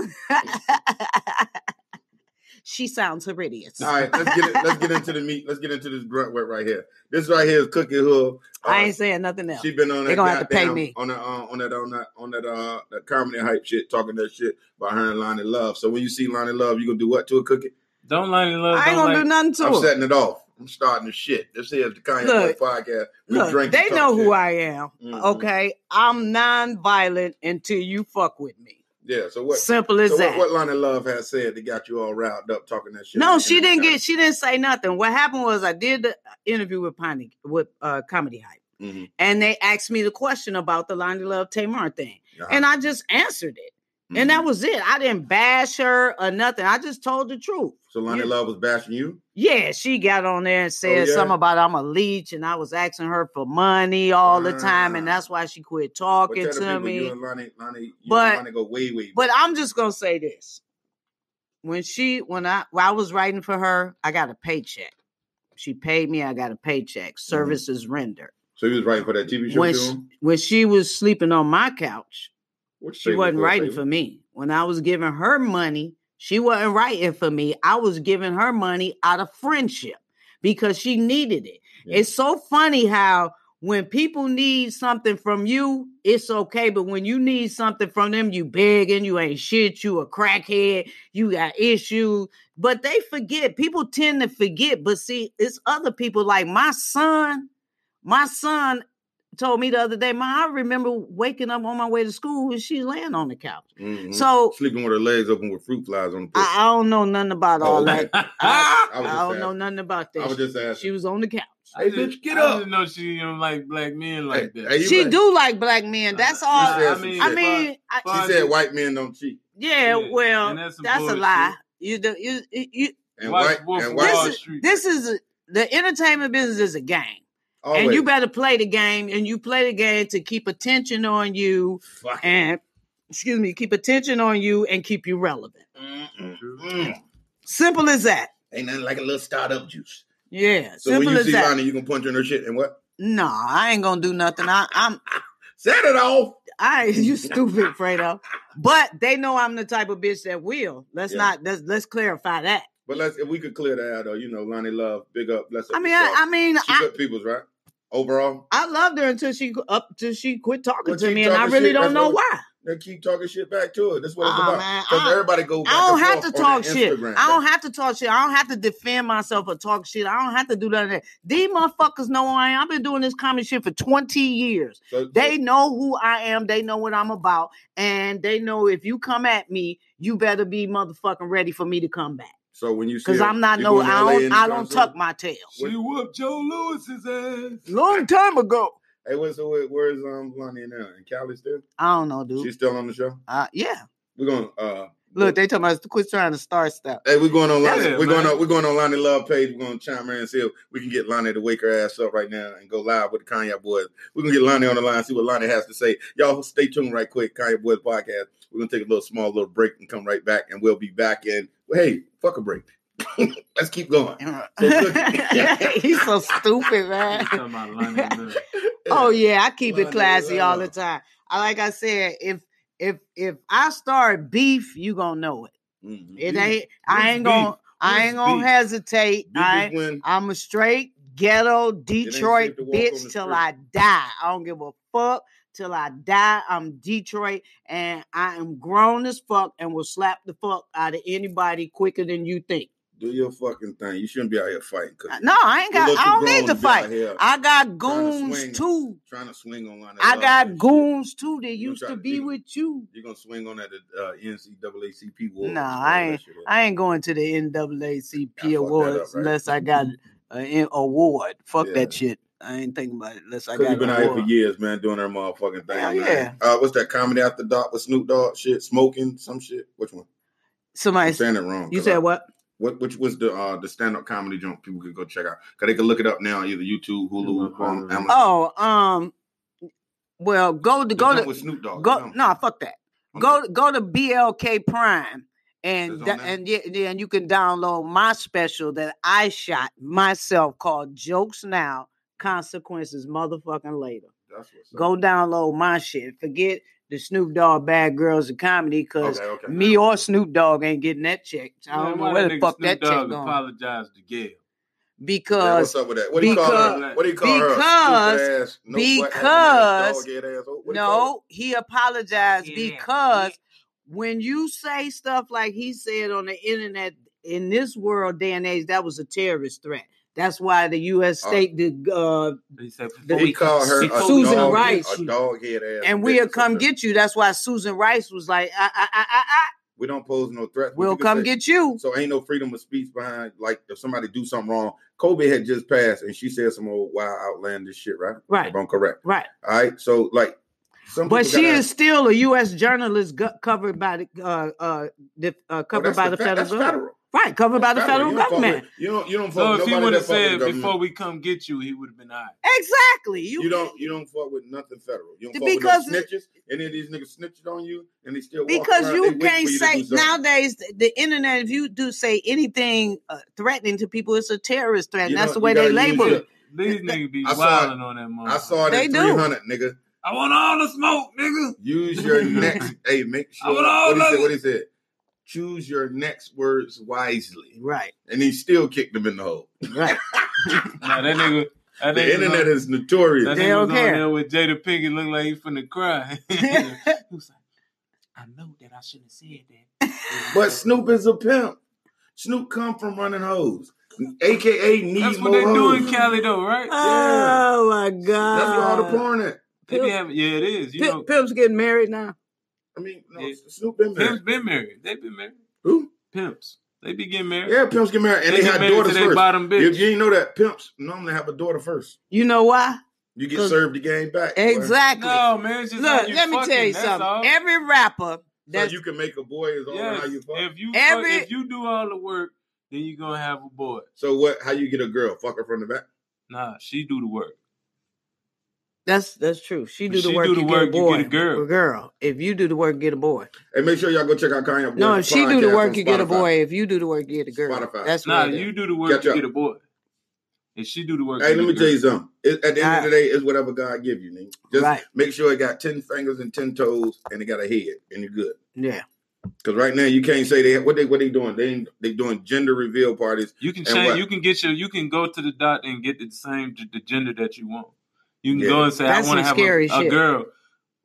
Speaker 6: she sounds hideous.
Speaker 1: All right, let's get it. Let's get into the meat. Let's get into this grunt work right here. This right here is Cookie Hood. Uh,
Speaker 6: I ain't saying nothing else.
Speaker 1: She been on
Speaker 6: They
Speaker 1: that
Speaker 6: gonna have to pay
Speaker 1: goddamn
Speaker 6: me.
Speaker 1: on that uh, on that on that on that uh that comedy hype shit, talking that shit about her and Lonnie Love. So when you see Lonnie Love, you gonna do what to a cookie?
Speaker 2: <laughs> Don't line it up.
Speaker 6: I
Speaker 2: don't
Speaker 6: ain't gonna
Speaker 2: like
Speaker 6: do nothing to
Speaker 1: I'm
Speaker 6: her.
Speaker 1: setting it off. I'm starting the shit. This here is the Kanye
Speaker 6: Look,
Speaker 1: West podcast. We
Speaker 6: Look,
Speaker 1: drink. and
Speaker 6: they
Speaker 1: talk
Speaker 6: know
Speaker 1: shit.
Speaker 6: who I am.
Speaker 1: Mhm.
Speaker 6: Okay, I'm non-violent until you fuck with me.
Speaker 1: Yeah. So what?
Speaker 6: Simple as
Speaker 1: so
Speaker 6: that.
Speaker 1: what, what Lonnie Love has said that got you all riled up talking that shit?
Speaker 6: no,
Speaker 1: in-
Speaker 6: she
Speaker 1: in the
Speaker 6: didn't get.
Speaker 1: comments?
Speaker 6: She didn't say nothing. What happened was I did the interview with Pony with uh, Comedy Hype,
Speaker 1: Mhm.
Speaker 6: and they asked me the question about the Lonnie Love Tamar thing,
Speaker 1: Uh-huh.
Speaker 6: and I just answered it, and that
Speaker 1: Mhm.
Speaker 6: was it. I didn't bash her or nothing. I just told the truth.
Speaker 1: So Lonnie
Speaker 6: You-
Speaker 1: Love was bashing you.
Speaker 6: Yeah, she got on there and said
Speaker 1: Oh, yeah?
Speaker 6: something about I'm a leech, and I was asking her for money all the time, and
Speaker 1: Wow.
Speaker 6: that's why she quit
Speaker 1: But
Speaker 6: talking
Speaker 1: tell the
Speaker 6: to
Speaker 1: people
Speaker 6: me.
Speaker 1: you and Lonnie, Lonnie, you
Speaker 6: But-
Speaker 1: and Lonnie go way, way.
Speaker 6: But I'm just gonna say this: when she, when I, when I was writing for her, I got a paycheck. She paid me. I got a paycheck.
Speaker 1: Mm-hmm.
Speaker 6: Services rendered.
Speaker 1: so he was writing for that TV show.
Speaker 6: When
Speaker 1: too?
Speaker 6: she, when she was sleeping on my couch,
Speaker 1: What you
Speaker 6: she
Speaker 1: say
Speaker 6: wasn't
Speaker 1: before,
Speaker 6: writing
Speaker 1: baby?
Speaker 6: for me. When I was giving her money, she wasn't writing for me. I was giving her money out of friendship because she needed it.
Speaker 1: Yeah.
Speaker 6: It's so funny how when people need something from you, it's okay. But when you need something from them, you begging, you ain't shit, you a crackhead, you got issues. But they forget. People tend to forget. But see, it's other people like my son. My son told me the other day, Ma, I remember waking up on my way to school and she laying on the couch.
Speaker 1: Mhm.
Speaker 6: So
Speaker 1: sleeping with her legs open with fruit flies on the pussy.
Speaker 6: I, I don't know nothing about all
Speaker 1: Oh,
Speaker 6: that.
Speaker 2: <laughs>
Speaker 6: I,
Speaker 2: I,
Speaker 1: <laughs> I was
Speaker 6: I
Speaker 1: just
Speaker 6: don't know
Speaker 1: asking.
Speaker 6: nothing about
Speaker 1: I was
Speaker 6: that.
Speaker 1: just asking.
Speaker 6: She was on the couch.
Speaker 1: Hey,
Speaker 2: just,
Speaker 1: bitch, get
Speaker 2: I
Speaker 1: up.
Speaker 2: just know she don't like black men like
Speaker 1: Hey,
Speaker 2: that.
Speaker 1: hey, you
Speaker 6: She
Speaker 1: right.
Speaker 6: do like black men. That's
Speaker 2: Uh,
Speaker 6: all.
Speaker 1: She said
Speaker 2: I
Speaker 1: some
Speaker 2: mean,
Speaker 1: shit.
Speaker 6: I mean, I,
Speaker 2: fuck-
Speaker 1: She
Speaker 2: fuck
Speaker 1: said
Speaker 2: it.
Speaker 1: white men don't cheat,
Speaker 6: yeah,
Speaker 2: Yeah,
Speaker 6: well,
Speaker 2: and that's
Speaker 6: that's,
Speaker 2: some
Speaker 6: a
Speaker 2: bullshit.
Speaker 6: lie. You do. You, you, you
Speaker 1: and
Speaker 2: Watch
Speaker 1: white
Speaker 2: Wolf
Speaker 1: and
Speaker 2: of
Speaker 1: white
Speaker 6: this
Speaker 2: Wall
Speaker 1: men-
Speaker 6: is
Speaker 2: Street.
Speaker 6: this is the entertainment business is a game,
Speaker 1: always.
Speaker 6: and you better play the game, and you play the game to keep attention on you,
Speaker 1: Fuck.
Speaker 6: and excuse me, keep attention on you, and keep you relevant.
Speaker 1: Mm-mm. Mm.
Speaker 6: Simple as that.
Speaker 1: Ain't nothing like a little startup juice.
Speaker 6: Yeah,
Speaker 1: So
Speaker 6: simple
Speaker 1: when you
Speaker 6: as
Speaker 1: see
Speaker 6: that.
Speaker 1: Lonnie, you can punch her in her shit and what?
Speaker 6: No, I ain't gonna do nothing. I, I'm
Speaker 1: Set it off.
Speaker 6: I <laughs>
Speaker 1: <laughs>
Speaker 6: you stupid, Fredo. But they know I'm the type of bitch that will. Let's
Speaker 1: Yeah.
Speaker 6: not let's let's clarify that.
Speaker 1: But let's if we could clear that out though, you know, Lonnie Love, big up, bless up.
Speaker 6: I mean, I, I mean,
Speaker 1: she
Speaker 6: I,
Speaker 1: good people's right. Overall,
Speaker 6: I loved her until she up till she quit talking
Speaker 1: Well,
Speaker 6: to
Speaker 1: she
Speaker 6: me, and I
Speaker 1: talking
Speaker 6: really
Speaker 1: shit,
Speaker 6: don't
Speaker 1: that's
Speaker 6: know
Speaker 1: what-
Speaker 6: why.
Speaker 1: they keep talking shit back to her. That's what it's
Speaker 6: Aw,
Speaker 1: about.
Speaker 6: Ah, man,
Speaker 1: Because
Speaker 6: I-
Speaker 1: everybody go back
Speaker 6: I don't
Speaker 1: and
Speaker 6: have
Speaker 1: forth
Speaker 6: to
Speaker 1: on
Speaker 6: talk
Speaker 1: their
Speaker 6: shit.
Speaker 1: Instagram.
Speaker 6: I don't have to talk shit. I don't have to defend myself or talk shit. I don't have to do none of that. These motherfuckers know who I am. I've been doing this comedy shit for 20 years.
Speaker 1: So- so-
Speaker 6: They know who I am. They know what I'm about. And they know if you come at me, you better be motherfucking ready for me to come back.
Speaker 1: So when you see,
Speaker 6: Cause
Speaker 1: her-
Speaker 6: I'm not
Speaker 1: you
Speaker 6: no
Speaker 1: going to LA
Speaker 6: I don't I
Speaker 1: anytime
Speaker 6: don't
Speaker 1: soon?
Speaker 6: tuck my tail.
Speaker 2: She whooped Joe
Speaker 6: <laughs>
Speaker 2: Lewis's ass.
Speaker 6: Long time ago.
Speaker 1: Hey, what's so where- where's um Lonnie now? In Cali still?
Speaker 6: I don't know, dude.
Speaker 1: She's still on the show.
Speaker 6: Uh, yeah.
Speaker 1: We're going. uh
Speaker 6: Look, they talking about quit trying to start <laughs> stuff.
Speaker 1: Hey, we're going on.
Speaker 2: That's-
Speaker 1: Lonnie,
Speaker 2: Yeah,
Speaker 1: we're going
Speaker 2: man.
Speaker 1: on. We're going on Lonnie Love page. We're going to chime in and see if we can get Lonnie to wake her ass up right now and go live with the Kanye boys. We're gonna get Lonnie on the line, see what Lonnie has to say. Y'all stay tuned right quick. Kanye Boys podcast. We're gonna take a little small little break and come right back, and we'll be back in. Hey, fuck a break. <laughs> Let's keep going. good.
Speaker 6: <laughs> He's so stupid,
Speaker 2: I'm <laughs>
Speaker 6: man.
Speaker 2: talking about Lonnie Love.
Speaker 6: Oh yeah, I keep it
Speaker 1: Lonnie
Speaker 6: classy all the
Speaker 1: Love.
Speaker 6: time. I like I said, if if if I start beef, you gonna know it.
Speaker 1: Mhm.
Speaker 6: It
Speaker 2: Beef.
Speaker 6: ain't. I
Speaker 2: What's
Speaker 6: ain't gonna. I
Speaker 2: What's
Speaker 6: ain't gonna
Speaker 2: beef?
Speaker 6: hesitate.
Speaker 1: Beef
Speaker 6: I
Speaker 1: is when
Speaker 6: I'm a straight ghetto
Speaker 1: ain't
Speaker 6: Detroit
Speaker 1: safe to walk on the
Speaker 6: bitch till
Speaker 1: street.
Speaker 6: I die. I don't give a fuck till I die. I'm Detroit and I am grown as fuck and will slap the fuck out of anybody quicker than you think.
Speaker 1: do your fucking thing. You shouldn't be out here fighting. Cause
Speaker 6: No, I ain't
Speaker 1: you're a
Speaker 6: got.
Speaker 1: little
Speaker 6: I
Speaker 1: too
Speaker 6: don't
Speaker 1: grown
Speaker 6: need
Speaker 1: be
Speaker 6: to
Speaker 1: out
Speaker 6: fight.
Speaker 1: here
Speaker 6: I got
Speaker 1: Trying to
Speaker 6: goons
Speaker 1: swing.
Speaker 6: too.
Speaker 1: trying to swing on Lonnie.
Speaker 6: I
Speaker 1: Love
Speaker 6: got
Speaker 1: and shit.
Speaker 6: goons too that
Speaker 1: You
Speaker 6: used
Speaker 1: try
Speaker 6: to
Speaker 1: to
Speaker 6: be
Speaker 1: dig-
Speaker 6: with you.
Speaker 1: You're gonna swing on that uh, NCAACP war.
Speaker 6: No, I ain't. I ain't going to the
Speaker 1: I
Speaker 6: NAACP
Speaker 1: fucked that
Speaker 6: awards
Speaker 1: up, right?
Speaker 6: unless I got an award. Fuck
Speaker 1: Yeah.
Speaker 6: that shit. I ain't thinking about it unless I
Speaker 1: Because
Speaker 6: got
Speaker 1: you've
Speaker 6: an
Speaker 1: been out here for
Speaker 6: award.
Speaker 1: years, man, doing her motherfucking thing.
Speaker 6: Hell
Speaker 1: man.
Speaker 6: yeah.
Speaker 1: Uh, what's that comedy after dark with Snoop Dogg? Shit, smoking some shit. Which one?
Speaker 6: Somebody,
Speaker 1: I'm saying it wrong.
Speaker 6: you
Speaker 1: 'cause
Speaker 6: said
Speaker 1: I-
Speaker 6: what?
Speaker 1: What which was the uh the stand up comedy joint people could go check out? Cause they could look it up now, either YouTube, Hulu, um, Amazon.
Speaker 6: Oh, um, well, go to
Speaker 1: The
Speaker 6: go
Speaker 1: joint
Speaker 6: to
Speaker 1: with Snoop Dogg.
Speaker 6: go.
Speaker 1: you know?
Speaker 6: No, fuck that. Go go to BLK Prime
Speaker 1: It's
Speaker 6: and
Speaker 1: on
Speaker 6: da-
Speaker 1: there?
Speaker 6: and yeah, yeah, and you can download my special that I shot myself called Jokes Now consequences motherfucking later.
Speaker 1: That's what's up.
Speaker 6: Go download my shit. Forget the Snoop Dogg Bad Girls of Comedy because
Speaker 1: Okay, okay.
Speaker 6: me or Snoop Dogg ain't getting that check. <laughs> I
Speaker 2: Man,
Speaker 6: don't
Speaker 2: why
Speaker 6: know where the
Speaker 2: nigga
Speaker 6: fuck
Speaker 2: Snoop
Speaker 6: that check
Speaker 2: Dogg
Speaker 6: going.
Speaker 2: apologized to Gail.
Speaker 1: Man, what's
Speaker 6: Because
Speaker 1: up with that? What do you call her?
Speaker 2: because-
Speaker 1: What do you call her? Stupid ass, no butt having ass,
Speaker 6: because-
Speaker 1: dog-head asshole. What do you call
Speaker 6: No, he apologized
Speaker 4: Yeah.
Speaker 6: because when you say stuff like he said on the internet in this world day and age, that was a terrorist threat. That's why the U.S.
Speaker 1: Uh,
Speaker 6: state did, uh,
Speaker 2: He said,
Speaker 1: it?
Speaker 6: No,
Speaker 2: before
Speaker 1: he called her a
Speaker 2: before
Speaker 6: Susan
Speaker 1: dog,
Speaker 6: Rice.
Speaker 1: a dog head ass,
Speaker 6: and
Speaker 1: bitch
Speaker 6: we'll
Speaker 1: or
Speaker 6: come
Speaker 1: something.
Speaker 6: get you. That's why Susan Rice was like, I, I, I, I, I
Speaker 1: We don't pose no threats. but you
Speaker 6: we'll
Speaker 1: can
Speaker 6: come
Speaker 1: say-
Speaker 6: get you.
Speaker 1: So ain't no freedom of speech behind. Like if somebody do something wrong, Kobe had just passed, and she said some old wild, outlandish shit, right?
Speaker 6: Right.
Speaker 1: If I'm correct.
Speaker 6: Right.
Speaker 1: All right. So like, some
Speaker 6: But
Speaker 1: people
Speaker 6: she
Speaker 1: gotta-
Speaker 6: is still a U.S. journalist gu- covered by the uh, uh, the, uh
Speaker 1: Oh,
Speaker 6: covered
Speaker 1: that's
Speaker 6: by
Speaker 1: the
Speaker 6: the
Speaker 1: fe-
Speaker 6: federal
Speaker 1: That's
Speaker 6: government.
Speaker 1: federal.
Speaker 6: Right, covered by the
Speaker 1: That's
Speaker 6: federal
Speaker 1: federal. You don't fuck
Speaker 6: government.
Speaker 1: with- You don't. You don't
Speaker 2: So
Speaker 1: fuck
Speaker 2: if
Speaker 1: with
Speaker 2: he
Speaker 1: nobody
Speaker 2: would have
Speaker 1: that fuck with the
Speaker 2: said,
Speaker 1: government.
Speaker 2: before we come get you, he would have been all right.
Speaker 6: Exactly. You,
Speaker 1: You don't you don't fuck with nothing federal. You don't fuck
Speaker 6: Because-
Speaker 1: with no snitches. Any of these niggas snitched on you, and they still walking
Speaker 6: because
Speaker 1: around,
Speaker 6: you
Speaker 1: they waiting
Speaker 6: can't
Speaker 1: for you to
Speaker 6: say
Speaker 1: do something.
Speaker 6: nowadays the, the internet. If you do say anything uh, threatening to people, it's a terrorist threat.
Speaker 1: You
Speaker 6: and that's
Speaker 1: know,
Speaker 6: the
Speaker 1: you
Speaker 6: way they
Speaker 1: gotta
Speaker 6: label
Speaker 1: use
Speaker 6: it.
Speaker 1: your-
Speaker 2: These niggas be
Speaker 1: I saw it.
Speaker 2: wilding on that motherfucker.
Speaker 1: I saw it
Speaker 6: They
Speaker 1: in
Speaker 6: do.
Speaker 1: three hundred, nigga.
Speaker 2: I want all the smoke, nigga.
Speaker 1: Use
Speaker 2: <laughs>
Speaker 1: your next. hey, make
Speaker 2: I
Speaker 1: sure.
Speaker 2: would all
Speaker 1: What he
Speaker 2: love
Speaker 1: said?
Speaker 2: it.
Speaker 1: What he said? Choose your next words wisely,
Speaker 6: Right,
Speaker 1: and he still kicked him in the hole.
Speaker 6: right.
Speaker 2: Nah, that nigga. That
Speaker 1: The
Speaker 2: nigga
Speaker 1: internet
Speaker 2: was
Speaker 1: is
Speaker 2: on, that
Speaker 1: notorious.
Speaker 6: They
Speaker 2: nigga
Speaker 6: don't
Speaker 2: was
Speaker 6: care.
Speaker 2: on there with Jada Pinkett, looked like he finna cry. <laughs>
Speaker 4: He was like, I know that I shouldn't have said that.
Speaker 1: But Snoop is a pimp. Snoop come from running hoes, aka need
Speaker 2: That's what
Speaker 1: more
Speaker 2: they do in
Speaker 1: hoes.
Speaker 2: Cali, though, right?
Speaker 6: Oh my God.
Speaker 1: That's where all the porn at.
Speaker 2: They be having, yeah, it is. You
Speaker 6: Pimp-
Speaker 2: know,
Speaker 6: Pimp's getting married now.
Speaker 1: I mean, no,
Speaker 2: Yeah.
Speaker 1: Snoop been married.
Speaker 2: pimps been married. They been married.
Speaker 1: Who?
Speaker 2: Pimps. They be getting married.
Speaker 1: Yeah, pimps get married, and
Speaker 2: They
Speaker 1: they,
Speaker 2: get
Speaker 1: have
Speaker 2: married to
Speaker 1: daughters
Speaker 2: their
Speaker 1: first.
Speaker 2: bottom bitch.
Speaker 1: You, you ain't know that pimps normally have a daughter first.
Speaker 6: You know why?
Speaker 1: You get
Speaker 6: 'Cause-
Speaker 1: served the game back. boy.
Speaker 6: Exactly.
Speaker 2: No, man, it's just how
Speaker 6: Look,
Speaker 2: you
Speaker 6: let me
Speaker 2: fucking,
Speaker 6: tell you
Speaker 2: that's
Speaker 6: something.
Speaker 2: all.
Speaker 6: Every rapper
Speaker 1: So
Speaker 6: that's
Speaker 1: you can make a boy is all
Speaker 2: Yes,
Speaker 1: how you fuck.
Speaker 2: if you
Speaker 6: Every-
Speaker 2: fuck, if you do all the work, then you gonna have a boy.
Speaker 1: so what? How you get a girl? Fuck her from the back.
Speaker 2: Nah, she do the work.
Speaker 6: that's that's true. She do the
Speaker 2: She
Speaker 6: work,
Speaker 2: do the
Speaker 6: you
Speaker 2: work,
Speaker 6: get a
Speaker 2: you
Speaker 6: boy.
Speaker 2: get a girl.
Speaker 6: A girl. If you do the work, get a boy.
Speaker 1: And make sure y'all go check out Kanye.
Speaker 6: No,
Speaker 1: Boy's
Speaker 6: if she do the
Speaker 1: podcast
Speaker 6: work,
Speaker 1: on
Speaker 6: you get a
Speaker 1: Spotify.
Speaker 6: boy. If you do the work, you get a girl.
Speaker 1: Spotify.
Speaker 6: That's
Speaker 2: Nah,
Speaker 6: what it is.
Speaker 2: you do the work,
Speaker 1: Catch
Speaker 2: you
Speaker 1: up.
Speaker 2: get a boy. And she do the work.
Speaker 1: Hey,
Speaker 2: you
Speaker 1: let
Speaker 2: get
Speaker 1: me
Speaker 2: a
Speaker 1: tell
Speaker 2: girl.
Speaker 1: you something. It, at the end of
Speaker 6: Alright.
Speaker 1: the day, it's whatever God give you. Nigga. Just
Speaker 6: Right.
Speaker 1: make sure it got ten fingers and ten toes, and it got a head, and you're good.
Speaker 6: Yeah.
Speaker 1: Because right now you can't say they what they what they doing. They ain't- they doing gender reveal parties.
Speaker 2: You can
Speaker 1: And what?
Speaker 2: change. You can get your. You can go to the doctor and get the same g- the gender that you want. You can
Speaker 1: Yeah.
Speaker 2: go and say,
Speaker 6: That's
Speaker 2: "I want
Speaker 6: some
Speaker 2: to have
Speaker 6: scary
Speaker 2: a,
Speaker 6: shit.
Speaker 2: a girl."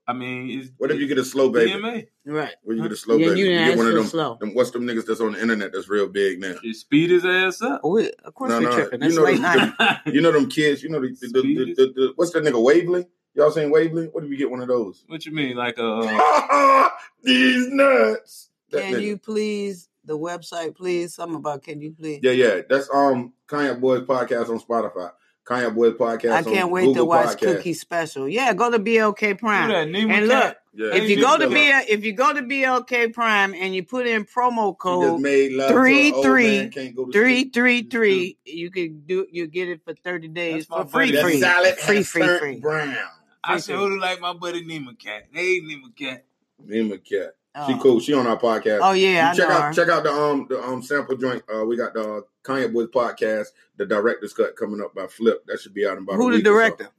Speaker 2: I mean, it's,
Speaker 1: What if you get a slow baby?
Speaker 2: DMA?
Speaker 6: Right.
Speaker 1: When you get a slow
Speaker 6: Yeah,
Speaker 1: baby,
Speaker 6: you
Speaker 1: you
Speaker 6: didn't
Speaker 1: get
Speaker 6: ask
Speaker 1: one of
Speaker 6: for
Speaker 1: them,
Speaker 6: slow.
Speaker 1: them. What's them niggas that's on the internet that's real big
Speaker 2: <laughs>
Speaker 1: now?
Speaker 2: You speed his ass up. <laughs>
Speaker 6: Oh, we- of course
Speaker 1: No,
Speaker 6: we're
Speaker 1: no,
Speaker 6: tripping.
Speaker 1: you
Speaker 6: It's
Speaker 1: know
Speaker 6: late
Speaker 1: the-
Speaker 6: night.
Speaker 1: You know them kids. You know the, the, the, the, the, the- what's that nigga Waverly? Y'all saying Waverly? What if you get one of those?
Speaker 2: what you mean, like a? Uh,
Speaker 1: <laughs> These nuts. <laughs> That
Speaker 6: Can
Speaker 1: nigga.
Speaker 6: you please the website, please? Something about can you please?
Speaker 1: Yeah, yeah. That's um Kanye Boys podcast on Spotify. Kanye Boys podcast.
Speaker 6: I can't
Speaker 1: on
Speaker 6: wait
Speaker 1: Google
Speaker 6: to watch
Speaker 1: podcast.
Speaker 6: Cookie Special. Yeah, go to BLK Prime.
Speaker 2: Who that, Nima
Speaker 6: and
Speaker 2: Cat?
Speaker 6: look,
Speaker 1: Yeah.
Speaker 2: Hey,
Speaker 6: if you
Speaker 2: Nima
Speaker 6: go to
Speaker 2: Cat.
Speaker 6: B, if you go to BLK Prime and you put in
Speaker 1: She
Speaker 6: promo
Speaker 1: just
Speaker 6: code
Speaker 1: made love
Speaker 6: three,
Speaker 1: to an old
Speaker 6: three,
Speaker 1: man, can't go to
Speaker 6: three
Speaker 1: sleep.
Speaker 6: three three, you could do you get it for thirty days
Speaker 2: That's my
Speaker 6: for free,
Speaker 2: buddy.
Speaker 1: That
Speaker 6: free,
Speaker 1: salad
Speaker 6: free,
Speaker 1: has
Speaker 6: free,
Speaker 1: turned
Speaker 6: free.
Speaker 1: brown.
Speaker 2: I
Speaker 6: Free,
Speaker 2: sure do like my buddy Nima Cat. Hey, Nima Cat.
Speaker 1: Nima Cat. She
Speaker 6: Oh.
Speaker 1: cool. She on our podcast.
Speaker 6: Oh yeah, I
Speaker 1: check
Speaker 6: know
Speaker 1: out
Speaker 6: her.
Speaker 1: check out the um the um sample joint. Uh, we got the uh, Kanye Boys podcast, the director's cut coming up by Flip. That should be out in about a
Speaker 6: Who the
Speaker 1: week. or so.
Speaker 6: director?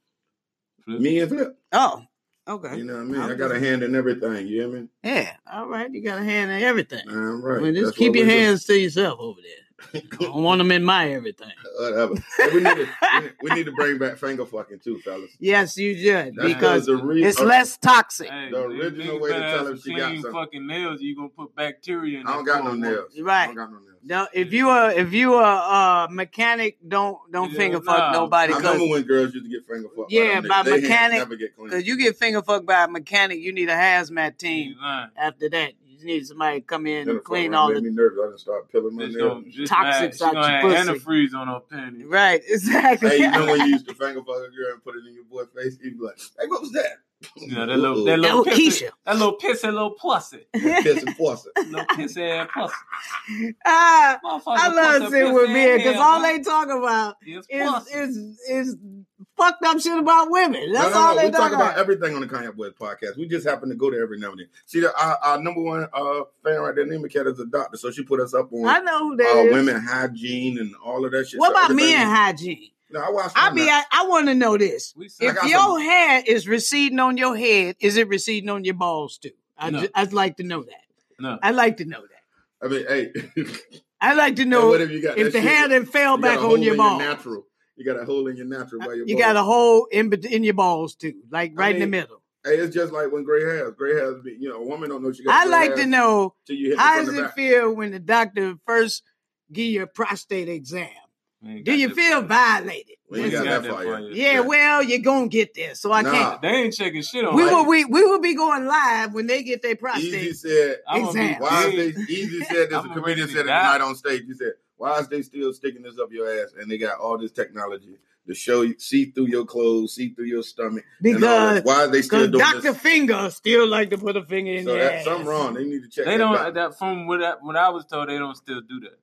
Speaker 1: Me and Flip.
Speaker 6: Oh, okay.
Speaker 1: You know what I mean?
Speaker 6: I'm
Speaker 1: i got
Speaker 6: just-
Speaker 1: a hand in everything. You hear me?
Speaker 6: Yeah, all right. You got a hand in everything.
Speaker 1: All right.
Speaker 6: I mean, just
Speaker 1: That's
Speaker 6: keep
Speaker 1: what
Speaker 6: your
Speaker 1: we do.
Speaker 6: hands to yourself over there. I don't want them in my everything.
Speaker 1: <laughs> Whatever. Hey, we, need to, we need- we need to bring back finger fucking too, fellas.
Speaker 6: Yes, you should
Speaker 1: That's
Speaker 6: because
Speaker 1: the re-
Speaker 6: it's
Speaker 1: uh,
Speaker 6: less toxic.
Speaker 2: Hey,
Speaker 1: The
Speaker 2: these
Speaker 1: original
Speaker 2: niggas
Speaker 1: way to
Speaker 2: better
Speaker 1: tell
Speaker 2: have
Speaker 1: if
Speaker 2: some
Speaker 1: she got
Speaker 2: clean
Speaker 1: some.
Speaker 2: fucking nails. You gonna put bacteria in
Speaker 1: I
Speaker 2: that
Speaker 1: don't got no
Speaker 2: poor woman.
Speaker 1: nails. I
Speaker 6: Right.
Speaker 1: don't got no nails.
Speaker 6: Don't, if you are if you are a mechanic, don't don't
Speaker 2: Yeah,
Speaker 6: finger fuck
Speaker 2: nah.
Speaker 6: nobody
Speaker 1: I
Speaker 6: because
Speaker 1: remember when girls used to get finger fucked. by,
Speaker 6: Yeah,
Speaker 1: them
Speaker 6: by
Speaker 1: niggas. They hands
Speaker 6: mechanic,
Speaker 1: Never get clean.
Speaker 6: you get finger fucked by a mechanic, you need a
Speaker 2: You
Speaker 6: hazmat team.
Speaker 2: lying.
Speaker 6: After that, you need somebody to come in
Speaker 1: Then the
Speaker 6: and
Speaker 1: fuck
Speaker 6: clean
Speaker 1: around
Speaker 6: all
Speaker 1: made
Speaker 6: the
Speaker 1: me nervous. I just started peeling my
Speaker 2: Just
Speaker 1: nails.
Speaker 6: <laughs>
Speaker 2: gonna, just
Speaker 6: Toxics
Speaker 2: have, she
Speaker 6: out
Speaker 2: gonna
Speaker 6: your
Speaker 2: have
Speaker 6: pussy.
Speaker 2: antifreeze on her panties.
Speaker 6: right <laughs> exactly.
Speaker 1: Hey, you know when you used to finger fuck a girl and put it in your boy's face? He'd be like, "Hey, what was that?"
Speaker 2: You know, that little,
Speaker 1: Uh-oh.
Speaker 2: that
Speaker 6: That
Speaker 2: little
Speaker 6: was
Speaker 2: pissy,
Speaker 6: Keisha.
Speaker 2: that little pissy, little pussy,
Speaker 6: <laughs>
Speaker 1: piss and force it.
Speaker 2: little pissy ass pussy.
Speaker 6: <laughs> ah,
Speaker 2: Motherfucker,
Speaker 6: I love
Speaker 2: pussy,
Speaker 6: sitting with
Speaker 2: pussy
Speaker 6: men
Speaker 2: in
Speaker 6: because
Speaker 2: hell,
Speaker 6: all
Speaker 2: man.
Speaker 6: they talk about
Speaker 2: It's
Speaker 6: is
Speaker 2: pussy.
Speaker 6: is is fucked up shit about women.
Speaker 1: No,
Speaker 6: That's
Speaker 1: no,
Speaker 6: all
Speaker 1: no.
Speaker 6: they
Speaker 1: We
Speaker 6: talk
Speaker 1: talk about
Speaker 6: about.
Speaker 1: everything on the Kanye Boys podcast. We just happen to go there every now and then. See, the, our, our number one uh, fan right there, Nima Cat, is a doctor, so she put us up on
Speaker 6: I know who that
Speaker 1: uh,
Speaker 6: is.
Speaker 1: women hygiene and all of that shit.
Speaker 6: What
Speaker 1: So
Speaker 6: about men
Speaker 1: everything-
Speaker 6: hygiene?
Speaker 1: No, I watched.
Speaker 6: I be.
Speaker 1: mean,
Speaker 6: I, I want to know this.
Speaker 1: I
Speaker 2: We
Speaker 6: If
Speaker 2: suck.
Speaker 1: got
Speaker 6: your
Speaker 1: some-
Speaker 6: hair is receding on your head, is it receding on your balls too? I
Speaker 2: No.
Speaker 6: ju- I'd like to know that.
Speaker 2: No.
Speaker 6: I'd like to know that.
Speaker 1: I mean, hey, <laughs>
Speaker 6: I'd like to
Speaker 1: hey,
Speaker 6: know
Speaker 1: what if you got
Speaker 6: if
Speaker 1: that
Speaker 6: the
Speaker 1: shit-
Speaker 6: hair then fell
Speaker 1: you got
Speaker 6: back
Speaker 1: a hole
Speaker 6: on your
Speaker 1: in
Speaker 6: balls.
Speaker 1: natural. You got a hole in your natural by your
Speaker 6: you got
Speaker 1: balls.
Speaker 6: a hole in bet- in your balls too, like
Speaker 1: I
Speaker 6: right in the
Speaker 1: mean,
Speaker 6: middle.
Speaker 1: Hey, it's just like when gray hairs. Gray hairs, be, you know, a woman don't know she got.
Speaker 6: I
Speaker 1: gray
Speaker 6: like to
Speaker 1: hairs
Speaker 6: know
Speaker 1: till you hit
Speaker 6: how
Speaker 1: it <laughs>
Speaker 6: does
Speaker 1: from the
Speaker 6: it
Speaker 1: back.
Speaker 6: feel when the doctor first give you a prostate exam.
Speaker 2: We ain't
Speaker 6: Do
Speaker 2: got
Speaker 6: you
Speaker 2: that
Speaker 6: feel
Speaker 2: far.
Speaker 6: violated?
Speaker 1: We
Speaker 2: ain't
Speaker 1: ain't got
Speaker 2: got
Speaker 1: that
Speaker 2: that
Speaker 1: far
Speaker 2: far
Speaker 1: yet.
Speaker 6: Yeah, well, you're gonna get there, so I
Speaker 1: Nah.
Speaker 6: can't.
Speaker 2: They ain't checking shit on
Speaker 6: We
Speaker 2: me.
Speaker 6: will we we will be going live when they get their prostate.
Speaker 1: Easy said.
Speaker 2: I'm
Speaker 6: Exam.
Speaker 1: Why is
Speaker 2: gonna be big.
Speaker 1: they? Easy
Speaker 2: <laughs>
Speaker 1: said this.
Speaker 2: I'm
Speaker 1: A
Speaker 2: gonna
Speaker 1: comedian
Speaker 2: really
Speaker 1: said it
Speaker 2: die.
Speaker 1: tonight on stage. He said, "Why is they still sticking this up your ass?" And they got all this technology to show you, see through your clothes, see through your stomach. and all
Speaker 6: Because
Speaker 1: that. why are they still
Speaker 6: because
Speaker 1: doing
Speaker 6: Doctor
Speaker 1: this?
Speaker 6: Finger still like to put a finger in
Speaker 1: So
Speaker 6: your
Speaker 1: that's
Speaker 6: ass.
Speaker 1: something wrong. They need to check.
Speaker 2: They
Speaker 1: that
Speaker 2: don't.
Speaker 1: doctor.
Speaker 2: That from what I, what I was told, they don't still do that.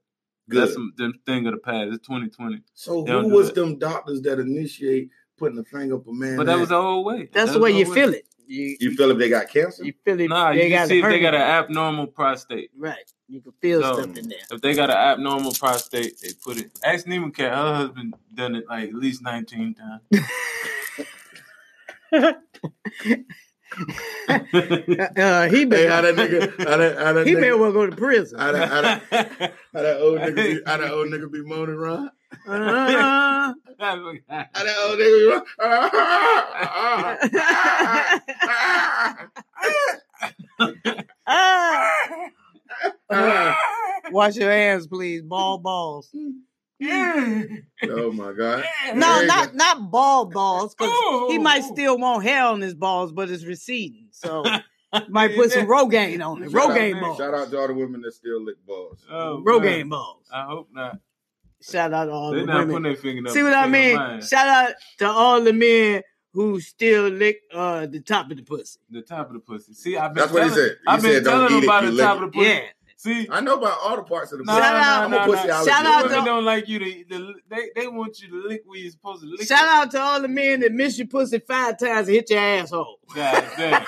Speaker 2: That's
Speaker 1: Good.
Speaker 2: some them thing of the past. It's 2020.
Speaker 1: So
Speaker 2: They don't
Speaker 1: who
Speaker 2: do
Speaker 1: was
Speaker 2: that.
Speaker 1: them doctors that initiate putting the finger up a man?
Speaker 2: But that was
Speaker 1: ass?
Speaker 2: the old way. That
Speaker 6: That's the
Speaker 2: was
Speaker 6: way you
Speaker 2: old
Speaker 6: feel it. You,
Speaker 1: you feel if they got cancer?
Speaker 6: you feel it.
Speaker 2: Nah,
Speaker 6: they
Speaker 2: you
Speaker 6: got
Speaker 2: just see if they
Speaker 6: hernia.
Speaker 2: got an abnormal prostate.
Speaker 6: Right. You can feel
Speaker 2: So,
Speaker 6: stuff in there.
Speaker 2: If they got an abnormal prostate, they put it. Ask Nima Cat. Her husband done it like at least 19
Speaker 6: <laughs>
Speaker 1: <laughs>
Speaker 2: times.
Speaker 6: Uh, uh,
Speaker 1: <laughs>
Speaker 6: he
Speaker 1: Hey,
Speaker 6: been
Speaker 1: how that
Speaker 2: <laughs>
Speaker 1: nigga? How that? How that
Speaker 6: he may
Speaker 1: nigga?
Speaker 6: well go to prison.
Speaker 1: <laughs> How that, how, that, how that old nigga? Be, how that old nigga be moaning, Ron?
Speaker 6: Uh-huh.
Speaker 1: How that old nigga be moaning? Ah, ah, ah,
Speaker 6: Ah.
Speaker 1: <laughs>
Speaker 6: <laughs> Uh,
Speaker 1: ah.
Speaker 6: Wash your hands, please. Ball balls.
Speaker 1: <laughs> Oh my god!
Speaker 6: No,
Speaker 1: There you
Speaker 6: not
Speaker 1: go. Oh.
Speaker 6: not ball balls, because he might
Speaker 2: Ooh.
Speaker 6: still want hair on his balls, but it's receding.
Speaker 1: <laughs>
Speaker 6: So might put some Rogaine on it.
Speaker 1: Shout out-
Speaker 6: Rogaine balls.
Speaker 1: Shout out to all the women that still lick balls.
Speaker 2: Oh,
Speaker 6: Rogaine
Speaker 2: man.
Speaker 6: balls.
Speaker 2: I hope not.
Speaker 6: Shout out to all
Speaker 2: They're
Speaker 6: the
Speaker 2: not putting
Speaker 6: women.
Speaker 2: their finger up.
Speaker 6: See what I
Speaker 2: finger
Speaker 6: mean?
Speaker 2: mine.
Speaker 6: Shout out to all the men who still lick uh the top of the pussy.
Speaker 2: The top of the pussy. See, I've been
Speaker 1: That's what he
Speaker 2: telling.
Speaker 1: said. He
Speaker 2: I've been
Speaker 1: said, "Don't
Speaker 2: telling
Speaker 1: eat it,
Speaker 2: them about
Speaker 1: you
Speaker 2: the
Speaker 1: lick
Speaker 2: top
Speaker 1: it."
Speaker 2: of the pussy.
Speaker 6: Yeah.
Speaker 2: See,
Speaker 1: I know about all the parts of the
Speaker 2: no,
Speaker 1: pussy.
Speaker 6: Shout out-
Speaker 2: no,
Speaker 1: I'm a
Speaker 2: no,
Speaker 1: pussy
Speaker 2: no.
Speaker 1: allergist.
Speaker 6: Shout out
Speaker 2: Women
Speaker 6: to-
Speaker 2: don't like you to. The, they they want you to lick where you're supposed to lick.
Speaker 6: Shout
Speaker 2: it.
Speaker 6: out to all the men that miss your pussy five times and hit your asshole.
Speaker 2: God damn.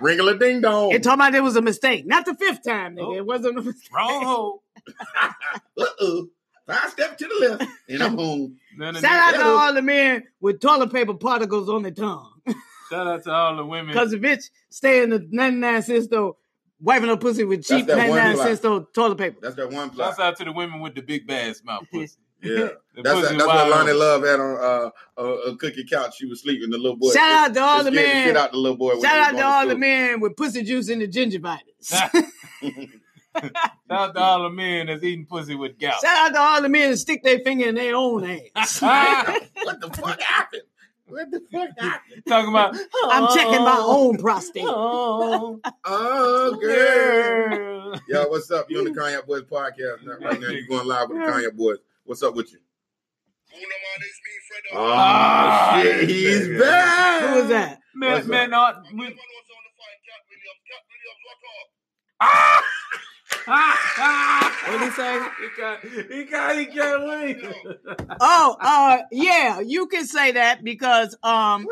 Speaker 1: Ringle a ding dong.
Speaker 6: And talking about it was a mistake. Not the fifth time, nigga.
Speaker 2: Oh.
Speaker 6: It wasn't a mistake. <laughs>
Speaker 2: Wrong hole.
Speaker 1: Uh oh. Five step to the left, and
Speaker 2: <laughs>
Speaker 1: I'm home.
Speaker 2: None of
Speaker 6: Shout out
Speaker 2: that.
Speaker 6: to all the men with toilet paper particles on their tongue.
Speaker 2: Shout out to all the women.
Speaker 6: Because the bitch stay in the 99 cent store, wiping her pussy with cheap
Speaker 1: that one
Speaker 6: 99
Speaker 1: plot.
Speaker 6: cent store toilet paper.
Speaker 1: That's that one plot.
Speaker 2: Shouts out to the women with the big bass
Speaker 6: <laughs>
Speaker 2: mouth pussy.
Speaker 1: Yeah,
Speaker 2: The
Speaker 1: that's
Speaker 2: pussy
Speaker 1: that's what
Speaker 2: wide
Speaker 1: Lonnie
Speaker 2: open.
Speaker 1: Love had on uh, a, a cookie couch. She was sleeping. The little boy.
Speaker 6: Shout out to all
Speaker 1: it
Speaker 6: the
Speaker 1: scared The shit
Speaker 6: men.
Speaker 1: out the little boy. When
Speaker 6: Shout
Speaker 1: he was
Speaker 6: out
Speaker 1: going
Speaker 6: to all
Speaker 1: to
Speaker 6: the
Speaker 1: school.
Speaker 6: men with pussy juice in the gingivitis.
Speaker 2: Shout out to all the men that's eating pussy with gout.
Speaker 6: Shout out to all the men that stick their finger in their own
Speaker 2: <laughs>
Speaker 6: ass.
Speaker 2: Ah,
Speaker 1: What the
Speaker 6: <laughs>
Speaker 1: fuck happened? What the fuck happened?
Speaker 2: talking about
Speaker 6: I'm checking my own prostate.
Speaker 2: oh
Speaker 1: Oh girl.
Speaker 2: girl.
Speaker 1: Yo, what's up? You on the Kanye Boys podcast now- right now? You going live with the Kanye Boys? What's up with you? Oh
Speaker 2: Ah,
Speaker 1: shit, he's
Speaker 2: nigga.
Speaker 1: back.
Speaker 6: Who was that?
Speaker 1: What's
Speaker 2: Man,
Speaker 1: up?
Speaker 2: man, no, we, ah, ah.
Speaker 6: What he say?
Speaker 2: <laughs> He got, he got, he can't leave.
Speaker 6: <laughs> Oh, uh, yeah, you can say that because um,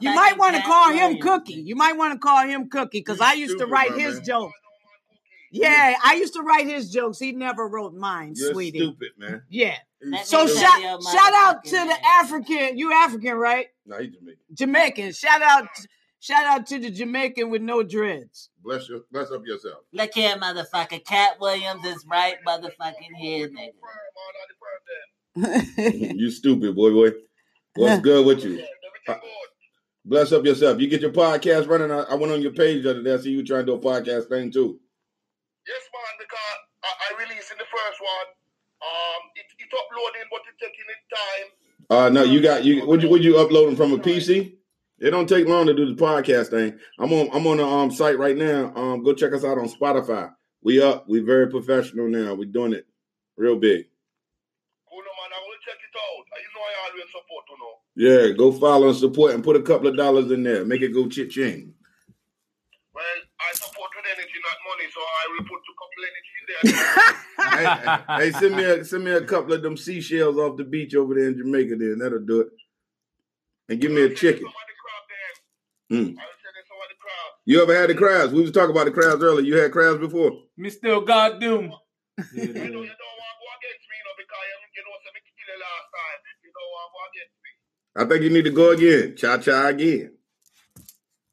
Speaker 6: You might want to call him Cookie. You might want to call him Cookie because
Speaker 1: You
Speaker 6: I used to
Speaker 1: stupid,
Speaker 6: write
Speaker 1: my
Speaker 6: his
Speaker 1: man.
Speaker 6: joke. Yeah, I used to write his jokes. He never wrote mine,
Speaker 1: You're
Speaker 6: sweetie.
Speaker 1: stupid, man.
Speaker 6: Yeah.
Speaker 1: You're
Speaker 6: So
Speaker 1: stupid.
Speaker 6: shout shout out to the African. You African, right?
Speaker 1: Nah, he Jamaican.
Speaker 6: Jamaican. Shout out shout out to the Jamaican with no dreads.
Speaker 1: Bless you. Bless up yourself. <laughs>
Speaker 4: Look here, motherfucker. Cat Williams is right motherfucking here, nigga.
Speaker 1: Uh, you stupid boy, boy.
Speaker 6: <laughs>
Speaker 1: What's good with you? Bless up yourself. You get your podcast running. I, I went on your page the other day. I see you trying to do a podcast thing too.
Speaker 5: Yes, man, because I, I released in the first one. Um, it, it uploading, but it's taking its time.
Speaker 1: Uh no, you got you. Would you would you upload them from a PC? It don't take long to do the podcast thing. I'm on I'm on the um site right now. Um, go check us out on Spotify. We up. We very professional now. We doing it real big.
Speaker 5: Cool, Oh, man, I will check it out. You know I always support, you know.
Speaker 1: Yeah, go follow and support and put a couple of dollars in there. Make it go chit ching.
Speaker 5: Well, I support with energy, not money, so I will put a couple energy in there.
Speaker 1: hey, hey, send me a, send me a couple of them seashells off the beach over there in Jamaica. Then that'll do it. And give me a chicken.
Speaker 5: Somebody crab there.
Speaker 1: Mm.
Speaker 5: I will check it somebody crab.
Speaker 1: You ever had the crabs? We was talking about the crabs earlier. You had crabs before.
Speaker 2: Mr. God Doom.
Speaker 5: You know you don't want to go against me, you know, because you know, so me kill you last time. You You know, I walk in.
Speaker 1: I think you need to go again. Cha cha again.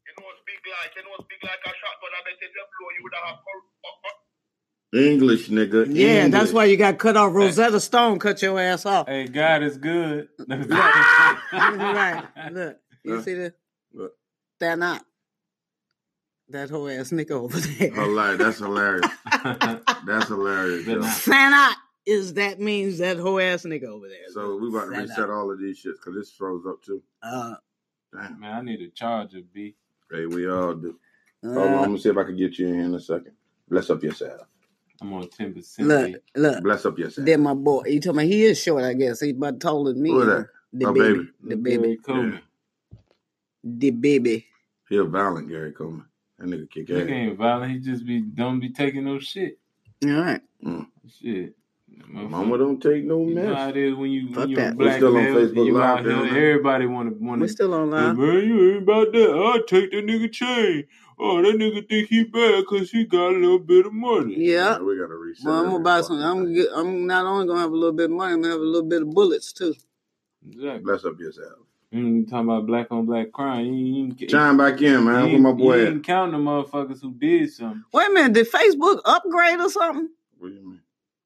Speaker 5: You know it's big like, you know it's big like a shotgun. I bet if you blow, you would have col- uh, uh,
Speaker 1: English, nigga.
Speaker 6: Yeah, that's
Speaker 1: English.
Speaker 6: why you got cut off. Rosetta Stone cut your ass <laughs> off.
Speaker 2: Hey, God is good.
Speaker 6: <laughs> right. Look, you
Speaker 1: Huh?
Speaker 6: see the
Speaker 1: What?
Speaker 6: that not that whole ass nigga over there.
Speaker 1: Hilarious. That's hilarious.
Speaker 2: <laughs>
Speaker 1: That's hilarious. yo.
Speaker 6: Sanat is that means that whole ass nigga over there.
Speaker 1: So we about to
Speaker 6: Sanat.
Speaker 1: reset all of these shits because this froze up too.
Speaker 6: Uh,
Speaker 1: Damn.
Speaker 2: Man, I need a charger, B.
Speaker 1: Hey, we all do. Hold on, I'm
Speaker 6: uh,
Speaker 1: gonna see if I can get you in here in a second. Bless up yourself.
Speaker 2: I'm on 10%.
Speaker 6: look,
Speaker 2: B.
Speaker 6: look.
Speaker 1: Bless up yourself.
Speaker 6: Then my boy, you told me he is short. I guess he about taller than me.
Speaker 1: Who that?
Speaker 6: The
Speaker 1: My
Speaker 6: baby,
Speaker 1: baby.
Speaker 6: the baby,
Speaker 2: Gary Coleman.
Speaker 6: the baby.
Speaker 1: He a violent Gary Coleman. That nigga kick
Speaker 2: Nigga
Speaker 1: ass.
Speaker 2: ain't violent. He just be don't be taking no shit.
Speaker 6: All right,
Speaker 2: Shit.
Speaker 1: Mama don't take no
Speaker 2: You know how
Speaker 1: mess.
Speaker 2: it is when you
Speaker 6: Fuck
Speaker 2: when you're
Speaker 6: that.
Speaker 1: We're
Speaker 2: black
Speaker 1: still on
Speaker 2: male and
Speaker 1: Facebook
Speaker 2: you
Speaker 1: Live,
Speaker 2: out here.
Speaker 1: damn it.
Speaker 2: Everybody want to want
Speaker 6: we
Speaker 2: to.
Speaker 6: still
Speaker 1: Mm-hmm.
Speaker 6: online.
Speaker 2: man, you ain't about that. I'll take that nigga chain. Oh, that nigga think he bad because he got a little bit of money.
Speaker 6: Yeah.
Speaker 1: Yeah, we gotta reset.
Speaker 6: Well, I'm
Speaker 1: every
Speaker 6: gonna buy some.
Speaker 1: fucking
Speaker 6: I'm
Speaker 1: thing.
Speaker 6: gonna get, I'm not only gonna have a little bit of money, I'm gonna have a little bit of bullets too.
Speaker 2: Exactly.
Speaker 1: Bless up yourself.
Speaker 2: You ain't talking about black on black crime. You ain't, you ain't,
Speaker 1: Chime back in,
Speaker 2: you
Speaker 1: man. Where
Speaker 2: ain't,
Speaker 1: my
Speaker 2: you
Speaker 1: boy at?
Speaker 2: ain't counting the motherfuckers who did something.
Speaker 6: Wait a minute, did Facebook upgrade or something?
Speaker 1: What do you mean?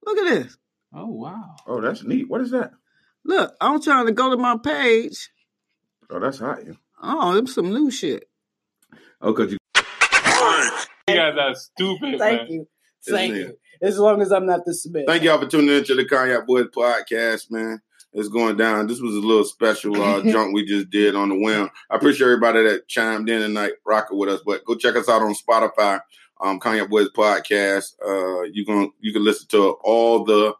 Speaker 6: Look at this.
Speaker 2: Oh wow.
Speaker 1: Oh, that's neat. What is that?
Speaker 6: Look, I'm trying to go to my page.
Speaker 1: Oh, that's hot. Yeah.
Speaker 6: Oh, there's some new shit.
Speaker 1: Oh, cause you.
Speaker 2: You guys are stupid, man.
Speaker 3: Thank you.
Speaker 1: It's
Speaker 3: Thank
Speaker 1: me.
Speaker 3: you. As long as I'm not the Smith.
Speaker 1: Thank y'all for tuning into the Kanye Boys podcast, man. It's going down. This was a little special uh, junk we just did on the whim. I appreciate everybody that chimed in tonight, rocking with us. But go check us out on Spotify, um, Kanye Boys podcast. Uh, you going you can listen to all the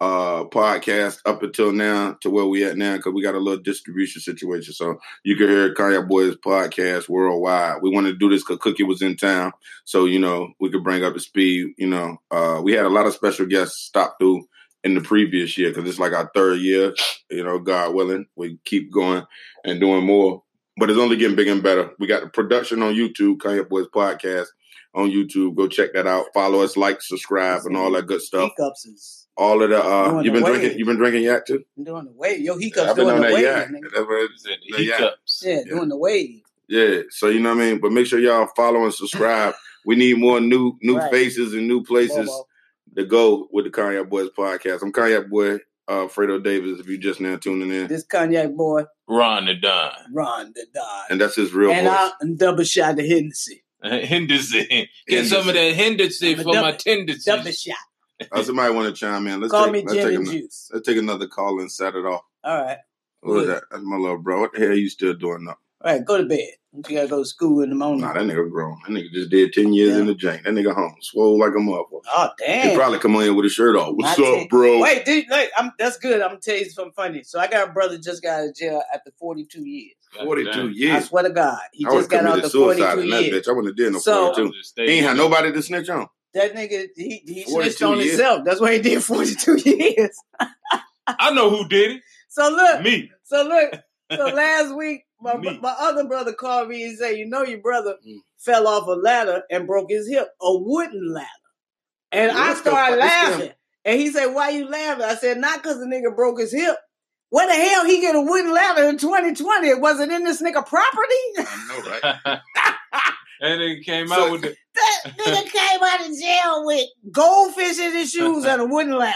Speaker 1: uh, podcasts up until now to where we at now because we got a little distribution situation. So you can hear Kanye Boys podcast worldwide. We wanted to do this because Cookie was in town so you know we could bring up the speed. You know, uh, we had a lot of special guests stop through in the previous year because it's like our third year. You know, God willing, we keep going and doing more, but it's only getting bigger and better. We got the production on YouTube, Kanye Boys Podcast on YouTube. Go check that out. Follow us, like, subscribe, and all that good stuff.
Speaker 3: Hiccups is
Speaker 1: All of the uh,
Speaker 3: Doing
Speaker 1: you've been
Speaker 3: the
Speaker 1: drinking.
Speaker 3: wave.
Speaker 1: You've been drinking yak too.
Speaker 3: doing the wave. Yo, hiccups
Speaker 1: I've been
Speaker 3: doing
Speaker 1: on
Speaker 3: the
Speaker 1: that
Speaker 3: wave.
Speaker 1: yak.
Speaker 3: nigga.
Speaker 1: That's what it is. The yak.
Speaker 3: Yeah,
Speaker 1: Yeah.
Speaker 3: doing the wave.
Speaker 1: Yeah, so you know what I mean. But make sure y'all follow and
Speaker 3: <laughs>
Speaker 1: subscribe. We need more new new
Speaker 3: Right.
Speaker 1: faces and new places
Speaker 3: Bobo.
Speaker 1: to go with the Kanye Boys podcast. I'm Kanye Boy uh, Fredo Davis. If you just now tuning in,
Speaker 3: This cognac boy,
Speaker 2: Ron the Don. <laughs>
Speaker 3: Ron the Don.
Speaker 1: and that's his real
Speaker 3: And uh,
Speaker 1: voice.
Speaker 3: I'm double shot of Hennessy.
Speaker 2: Henderson. Get some
Speaker 1: Henderson.
Speaker 2: of that Henderson
Speaker 3: I'm a
Speaker 2: for my
Speaker 3: double-
Speaker 2: tendencies.
Speaker 3: Double shot.
Speaker 1: Uh, somebody want to chime in? Let's
Speaker 3: Call
Speaker 1: take
Speaker 3: me
Speaker 1: let's
Speaker 3: Jim
Speaker 1: take
Speaker 3: and
Speaker 1: another,
Speaker 3: Juice.
Speaker 1: let's take another call and set it off.
Speaker 3: All right.
Speaker 1: What was
Speaker 3: Yeah.
Speaker 1: that? That's my little bro. What the hell you still doing up?
Speaker 3: All right, go to bed. You gotta go to school in the morning.
Speaker 1: Nah, that nigga grown. That nigga just did ten years
Speaker 3: Yeah.
Speaker 1: in the jank. That nigga home, swole like a motherfucker.
Speaker 3: Oh
Speaker 1: He
Speaker 3: damn.
Speaker 1: probably come on in with his shirt off. What's
Speaker 3: My
Speaker 1: up,
Speaker 3: ten-
Speaker 1: bro?
Speaker 3: Wait, dude, like, I'm, that's good. I'm gonna tell you something funny. So I got a brother just got out of jail after 42 years.
Speaker 1: Forty-two
Speaker 3: I
Speaker 1: years.
Speaker 3: swear to God, he
Speaker 1: I would have
Speaker 3: just got out
Speaker 1: committed
Speaker 3: the
Speaker 1: suicide
Speaker 3: 42
Speaker 1: in that
Speaker 3: years.
Speaker 1: bitch. I wouldn't have did no
Speaker 3: So-
Speaker 1: 42. He ain't had nobody to snitch on.
Speaker 3: That nigga, he,
Speaker 1: 42
Speaker 3: he snitched on
Speaker 1: years.
Speaker 3: himself. That's why he did 42 <laughs> years.
Speaker 2: I know who did
Speaker 3: So
Speaker 2: it.
Speaker 3: look,
Speaker 2: Me. <laughs>
Speaker 3: so look,
Speaker 1: <laughs>
Speaker 3: so last week my
Speaker 2: Me.
Speaker 3: my other brother called me and said, you know, your brother
Speaker 1: Mm.
Speaker 3: fell off a ladder and broke his hip, a wooden ladder, and
Speaker 1: Yeah,
Speaker 3: I
Speaker 1: that's the
Speaker 3: started
Speaker 1: fu- it's them-
Speaker 3: laughing. And he said, why you laughing? I said, not because the nigga broke his hip. Where the hell he get a wooden ladder in 2020? It wasn't in this nigga
Speaker 1: <laughs>
Speaker 3: property.
Speaker 1: I know, right?
Speaker 2: and it came
Speaker 1: So-
Speaker 2: out with the
Speaker 3: that nigga came out of jail with goldfish in his shoes and a wooden ladder.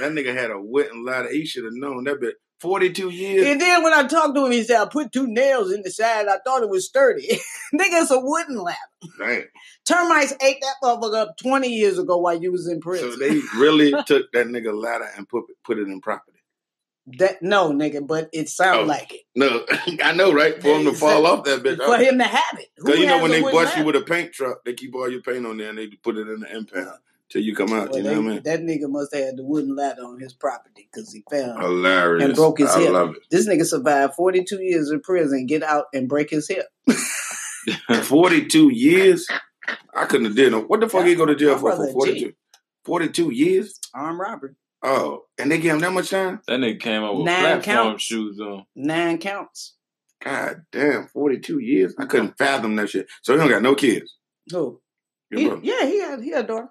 Speaker 1: That nigga had a wooden ladder. He should have known that bit. 42 years.
Speaker 3: And then when I talked to him, he said, I put two nails in the side. I thought it was sturdy. <laughs> Nigga, it's a wooden ladder.
Speaker 1: Damn.
Speaker 3: Termites ate that motherfucker up 20 years ago while you was in prison.
Speaker 1: So they really took that nigga ladder and put put it in property.
Speaker 3: that no, nigga, but it sound
Speaker 1: Oh.
Speaker 3: like it.
Speaker 1: No, <laughs> I know, right? For him to fall off that bitch.
Speaker 3: For him to have it. Who
Speaker 1: Because you know
Speaker 3: has
Speaker 1: when
Speaker 3: a
Speaker 1: they
Speaker 3: wooden
Speaker 1: bust you
Speaker 3: ladder?
Speaker 1: with a paint truck, they keep all your paint on there and they put it in the impound till you come out.
Speaker 3: Well,
Speaker 1: you know
Speaker 3: they-
Speaker 1: what I mean?
Speaker 3: That nigga must have had the wooden ladder on his property because he fell
Speaker 1: Oh. Hilarious.
Speaker 3: and broke his
Speaker 1: I
Speaker 3: hip.
Speaker 1: love
Speaker 3: This nigga survived 42 years in prison, get out and break his hip.
Speaker 1: it. 42 years? I couldn't have did no. What the fuck
Speaker 3: Yeah.
Speaker 1: he go to jail
Speaker 3: My
Speaker 1: for for
Speaker 3: brother a G.
Speaker 1: 42? 42 years?
Speaker 3: Armed robbery.
Speaker 1: Oh, and they give him that much time?
Speaker 2: that nigga came out with
Speaker 3: Nine
Speaker 2: platform
Speaker 3: counts.
Speaker 2: shoes on.
Speaker 3: Nine counts.
Speaker 1: God damn, 42 years. I couldn't fathom that shit. So he don't got no kids.
Speaker 3: Who?
Speaker 1: Your
Speaker 3: He-
Speaker 1: brother.
Speaker 3: yeah, he had he had a daughter.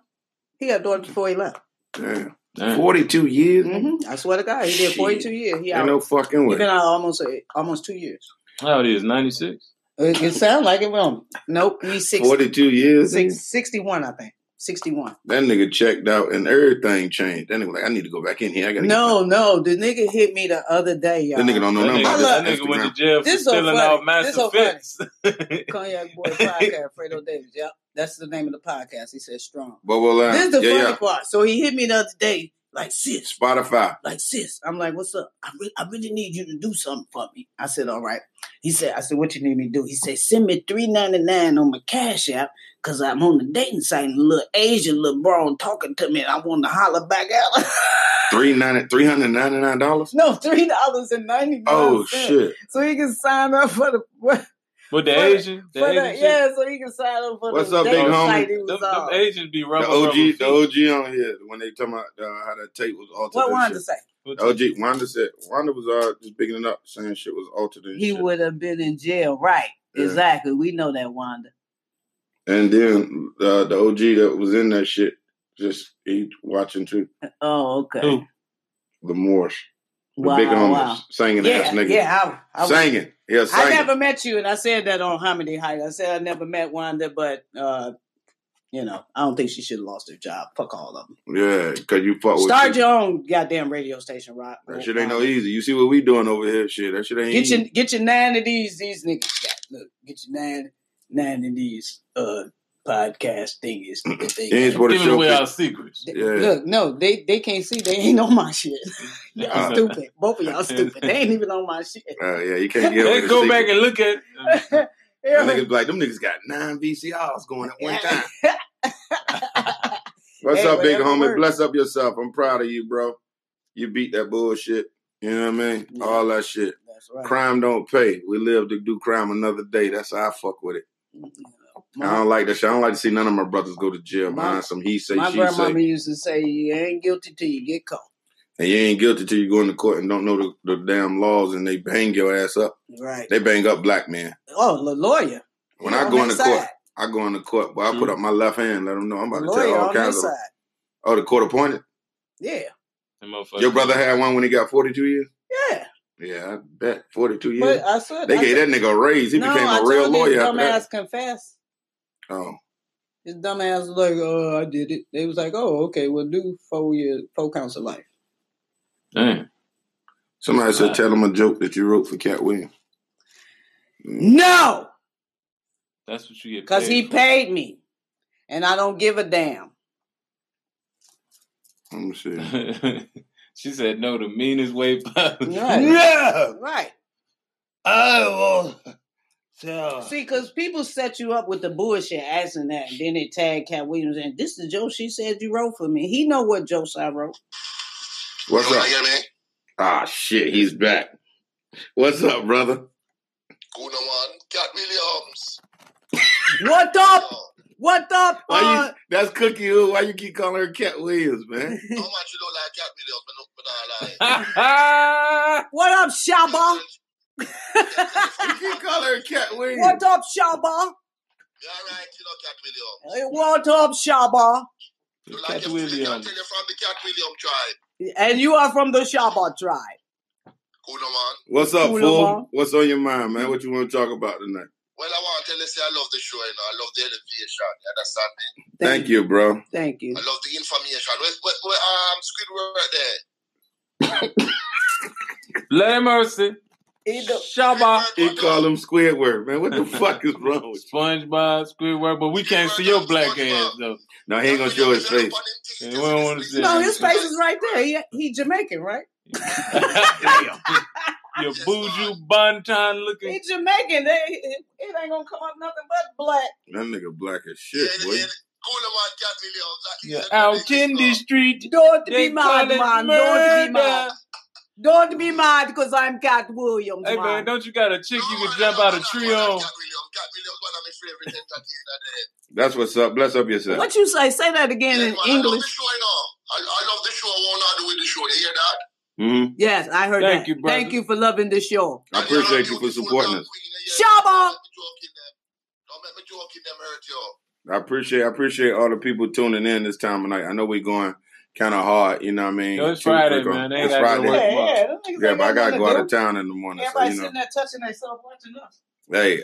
Speaker 3: He had a daughter before he left.
Speaker 1: Damn.
Speaker 2: Damn.
Speaker 1: 42 years? man?
Speaker 3: hmm I swear to God, he did 42 years. He
Speaker 1: Ain't
Speaker 3: out.
Speaker 1: no fucking
Speaker 3: he
Speaker 1: way.
Speaker 3: been out almost eh, almost two years.
Speaker 2: How old is 96?
Speaker 3: It, it sounds like it won't. Nope, he's 60,
Speaker 1: 42 years?
Speaker 3: six, 61, I think. 61.
Speaker 1: That nigga checked out and everything changed. That nigga like, I need to go back in here. I gotta
Speaker 3: No, no, the nigga hit me the other day,
Speaker 1: get <laughs> back.
Speaker 3: y'all.
Speaker 1: That nigga don't know
Speaker 2: That
Speaker 1: nothing
Speaker 2: nigga,
Speaker 1: about
Speaker 2: that
Speaker 1: this
Speaker 2: nigga went to
Speaker 1: Instagram.
Speaker 2: jail for
Speaker 3: This so
Speaker 2: stealing
Speaker 3: funny.
Speaker 2: out
Speaker 3: This
Speaker 2: massive
Speaker 3: so funny.
Speaker 2: fits. <laughs>
Speaker 1: <laughs>
Speaker 3: Cognac Boy Podcast, Fredo Davis. Yep, that's the name of the podcast. He said strong.
Speaker 1: Bobo Lounge.
Speaker 3: This is the
Speaker 1: Uh, yeah,
Speaker 3: funny
Speaker 1: yeah.
Speaker 3: part. So he hit me the other day, like sis,
Speaker 1: Spotify.
Speaker 3: like sis. I'm like, what's up? I, re- I really need you to do something for me. I said, all right. He said, I said, what you need me to do? He said, send me three ninety nine on my cash app because I'm on the dating site. And a little Asian little bro talking to me, and I want to holler back out.
Speaker 1: Three ninety three hundred ninety nine dollars.
Speaker 3: <laughs> no, three dollars and ninety nine.
Speaker 1: Oh shit.
Speaker 3: So he can sign up for the. For
Speaker 2: With the
Speaker 3: For-
Speaker 2: Asian? The
Speaker 3: the,
Speaker 2: Asian chick?
Speaker 3: yeah, so he can sign up for
Speaker 1: What's
Speaker 3: the
Speaker 1: up, big
Speaker 3: dating
Speaker 1: homie?
Speaker 3: site he
Speaker 2: Them,
Speaker 3: was uh,
Speaker 2: them
Speaker 3: on.
Speaker 2: Asians be
Speaker 1: The
Speaker 2: rubber
Speaker 1: OG
Speaker 2: rubber feet.
Speaker 1: the OG on here when they talking about uh, how that tape was altered.
Speaker 3: What
Speaker 1: and
Speaker 3: Wanda
Speaker 1: shit.
Speaker 3: say?
Speaker 2: What
Speaker 1: The OG Wanda said Wanda was uh just picking it up, saying shit was altered and
Speaker 3: He
Speaker 1: shit.
Speaker 3: would have been in jail, right?
Speaker 1: Yeah.
Speaker 3: Exactly. We know that Wanda.
Speaker 1: And then uh, the OG that was in that shit just he watching too.
Speaker 3: Oh, okay.
Speaker 2: Who?
Speaker 1: The Morse. The
Speaker 3: Wow,
Speaker 1: big homies
Speaker 3: wow.
Speaker 1: singing ass
Speaker 3: Yeah,
Speaker 1: nigga.
Speaker 3: yeah. I, I,
Speaker 1: singing. Yeah,
Speaker 3: I
Speaker 1: singing.
Speaker 3: never met you, and I said that on Homedy Heights. I said I never met Wanda, but uh, you know, I don't think she should have lost her job. Fuck all of them.
Speaker 1: Yeah, because you fuck with
Speaker 3: Start
Speaker 1: shit.
Speaker 3: your own goddamn radio station, Rob.
Speaker 1: That shit ain't no easy. You see what we doing over here? Shit, that shit ain't
Speaker 3: Get
Speaker 1: easy.
Speaker 3: your get your nine of these these niggas got. Look, get your nine nine of these uh podcast
Speaker 1: <clears throat>
Speaker 3: thingies. that they
Speaker 1: It ain't supposed
Speaker 3: got.
Speaker 1: to
Speaker 2: Giving
Speaker 1: show
Speaker 2: away
Speaker 1: pic-
Speaker 2: our secrets.
Speaker 3: They-
Speaker 1: Yeah.
Speaker 3: Look, no, they they can't see. They ain't on my <laughs> shit. y'all
Speaker 2: Uh,
Speaker 3: stupid. Both of
Speaker 1: <laughs>
Speaker 3: y'all stupid. They ain't even on my shit.
Speaker 1: Uh, yeah,
Speaker 3: <laughs>
Speaker 1: you can't give away
Speaker 2: They
Speaker 1: the
Speaker 2: go
Speaker 1: secret.
Speaker 2: back and look at it.
Speaker 1: Them
Speaker 3: Yeah.
Speaker 1: niggas be like, them niggas got nine VCRs going at one
Speaker 3: <laughs>
Speaker 1: time. What's
Speaker 3: Hey,
Speaker 1: up, big
Speaker 3: whatever
Speaker 1: homie?
Speaker 3: works.
Speaker 1: Bless up yourself. I'm proud of you, bro. You beat that bullshit. You know what I mean?
Speaker 3: Yeah.
Speaker 1: All that shit.
Speaker 3: That's right.
Speaker 1: Crime don't pay. We live to do crime another day. That's how I fuck with it. I
Speaker 3: My,
Speaker 1: don't like that shit. I don't like to see none of my brothers go to jail.
Speaker 3: My-
Speaker 1: Mine, some he say,
Speaker 3: my
Speaker 1: she
Speaker 3: grandmama
Speaker 1: say.
Speaker 3: used to say, "You ain't guilty till you get caught."
Speaker 1: And you ain't guilty till you go into court and don't know the, the damn laws and they bang your ass up.
Speaker 3: Right.
Speaker 1: They bang up black men.
Speaker 3: Oh, the lawyer.
Speaker 1: When
Speaker 3: He
Speaker 1: I
Speaker 3: on
Speaker 1: go
Speaker 3: their
Speaker 1: into
Speaker 3: side.
Speaker 1: court, I go into court, but I put
Speaker 2: Mhm.
Speaker 1: up my left hand, let them know I'm
Speaker 3: the
Speaker 1: about to tell
Speaker 3: Mm. lawyer
Speaker 1: all
Speaker 3: on their
Speaker 1: kinds of.
Speaker 3: side.
Speaker 1: Oh, the court appointed.
Speaker 3: Yeah,
Speaker 1: Your brother had one when he got 42 years.
Speaker 3: yeah.
Speaker 1: Yeah, I bet 42 years.
Speaker 3: But I said
Speaker 1: they
Speaker 3: I
Speaker 1: gave
Speaker 3: said-
Speaker 1: that nigga a raise. He
Speaker 3: no,
Speaker 1: became
Speaker 3: I
Speaker 1: a real
Speaker 3: told his
Speaker 1: lawyer after that.
Speaker 3: dumbass confess.
Speaker 1: Oh,
Speaker 3: His dumbass was like, "Oh, I did it." They was like, "Oh, okay, we'll do four years, four counts of life."
Speaker 2: Damn.
Speaker 1: somebody said
Speaker 2: Wow.
Speaker 1: tell him a joke that you wrote for Cat Williams.
Speaker 3: No,
Speaker 2: That's what you get paid.
Speaker 3: because he
Speaker 2: for.
Speaker 3: paid me, and I don't give a damn.
Speaker 1: Let me see.
Speaker 2: <laughs> she said no the meanest way <laughs> possible.
Speaker 3: Right.
Speaker 1: Uh.
Speaker 2: No,
Speaker 3: Right.
Speaker 2: I will <laughs> tell.
Speaker 3: See, because people set you up with the bullshit asking that, and then they tag Cat Williams and this is Joe. She said you wrote for me. He know what jokes I wrote.
Speaker 1: What's
Speaker 5: Yo,
Speaker 1: up?
Speaker 5: how y'all doing?
Speaker 1: Ah, shit, he's back. What's up, brother?
Speaker 5: Good man. Cat Williams.
Speaker 3: What up? What up?
Speaker 1: Why
Speaker 3: Uh,
Speaker 1: you? That's Cookie. Who? Why you keep calling her Cat Williams, man?
Speaker 5: Yo, How much you don't like Cat Williams? But no, but I lie.
Speaker 3: what up, Shaba?
Speaker 1: you keep calling her Cat Williams.
Speaker 3: <laughs> What up, Shaba?
Speaker 5: You alright, you know Cat Williams.
Speaker 3: Hey, What up, Shaba?
Speaker 5: You like
Speaker 2: Cat
Speaker 5: your food, you
Speaker 2: Williams.
Speaker 5: tell you from the Cat Williams tribe.
Speaker 3: And you are from the Shaba tribe.
Speaker 5: Good man.
Speaker 1: What's up,
Speaker 3: Cool, Lamar.
Speaker 1: fool? What's on your mind, man? What you want to talk about tonight?
Speaker 5: Well, I want to tell you, say, I love the show, you know. I love the elevation. You understand me?
Speaker 1: Thank you, bro.
Speaker 3: Thank you.
Speaker 5: I love the information. Where, where, where um, Squidward there?
Speaker 2: Lay mercy.
Speaker 3: Either-
Speaker 2: Shabba.
Speaker 1: He call him Squidward, man.
Speaker 3: <laughs>
Speaker 1: What the fuck is wrong with you?
Speaker 2: SpongeBob, Squidward, but we can't see your black ass though.
Speaker 1: No, he ain't gonna show his face.
Speaker 2: Yeah, we don't wanna see
Speaker 3: No, his face is right there. He, he Jamaican, right?
Speaker 2: Damn. <laughs> Your buju bonton looking
Speaker 3: He Jamaican. They, it it ain't gonna come up nothing but black.
Speaker 1: That nigga black as
Speaker 5: Yeah,
Speaker 1: shit,
Speaker 5: yeah,
Speaker 1: boy.
Speaker 5: yeah. Cool man, Cat Williams. That is
Speaker 2: You're
Speaker 5: a
Speaker 2: out
Speaker 5: big
Speaker 2: in the
Speaker 5: star.
Speaker 2: street.
Speaker 3: Don't
Speaker 2: They
Speaker 3: be mad,
Speaker 2: call it
Speaker 3: man. Don't be mad.
Speaker 2: murder.
Speaker 3: Don't be mad because I'm Cat Williams,
Speaker 2: Hey man,
Speaker 3: man.
Speaker 2: don't you got a chick
Speaker 5: No,
Speaker 2: you can
Speaker 5: I
Speaker 2: jump
Speaker 5: love-
Speaker 2: out
Speaker 5: I
Speaker 2: a
Speaker 5: love-
Speaker 2: tree
Speaker 5: I
Speaker 3: oh.
Speaker 5: love
Speaker 2: on?
Speaker 5: Cat Williams. Cat Williams, one of my favorite entertainers there.
Speaker 1: That's what's up. Bless up yourself.
Speaker 3: What you say? Say that
Speaker 5: Yeah,
Speaker 3: again in
Speaker 5: man, I love the
Speaker 3: English.
Speaker 5: show, you know. I, I love the show. I want to do with the show. You hear that?
Speaker 1: hmm
Speaker 3: Yes, I heard
Speaker 2: Thank
Speaker 3: that.
Speaker 2: you, brother.
Speaker 3: Thank you for loving the show.
Speaker 1: I
Speaker 5: And you're a
Speaker 1: appreciate you for
Speaker 5: beautiful
Speaker 1: supporting
Speaker 5: black
Speaker 1: us.
Speaker 5: queen, yeah.
Speaker 3: Shabba!
Speaker 5: Don't make me joke in them. Don't make me joke in them hurt you.
Speaker 1: I appreciate I appreciate all the people tuning in this time of night. I know we going kind of hard. You know what I mean?
Speaker 2: No, it's
Speaker 1: Two, three
Speaker 2: Friday,
Speaker 1: cars.
Speaker 2: man. They
Speaker 1: It's
Speaker 2: gotta go to
Speaker 1: Friday.
Speaker 2: work.
Speaker 3: yeah, them niggas ain't
Speaker 1: Yeah, but I
Speaker 3: got
Speaker 1: gotta
Speaker 3: nothing
Speaker 1: go out
Speaker 3: to
Speaker 1: of town in the morning.
Speaker 3: do.
Speaker 1: So
Speaker 3: Everybody
Speaker 1: you know,
Speaker 3: sitting there touching themselves watching us.
Speaker 1: hey,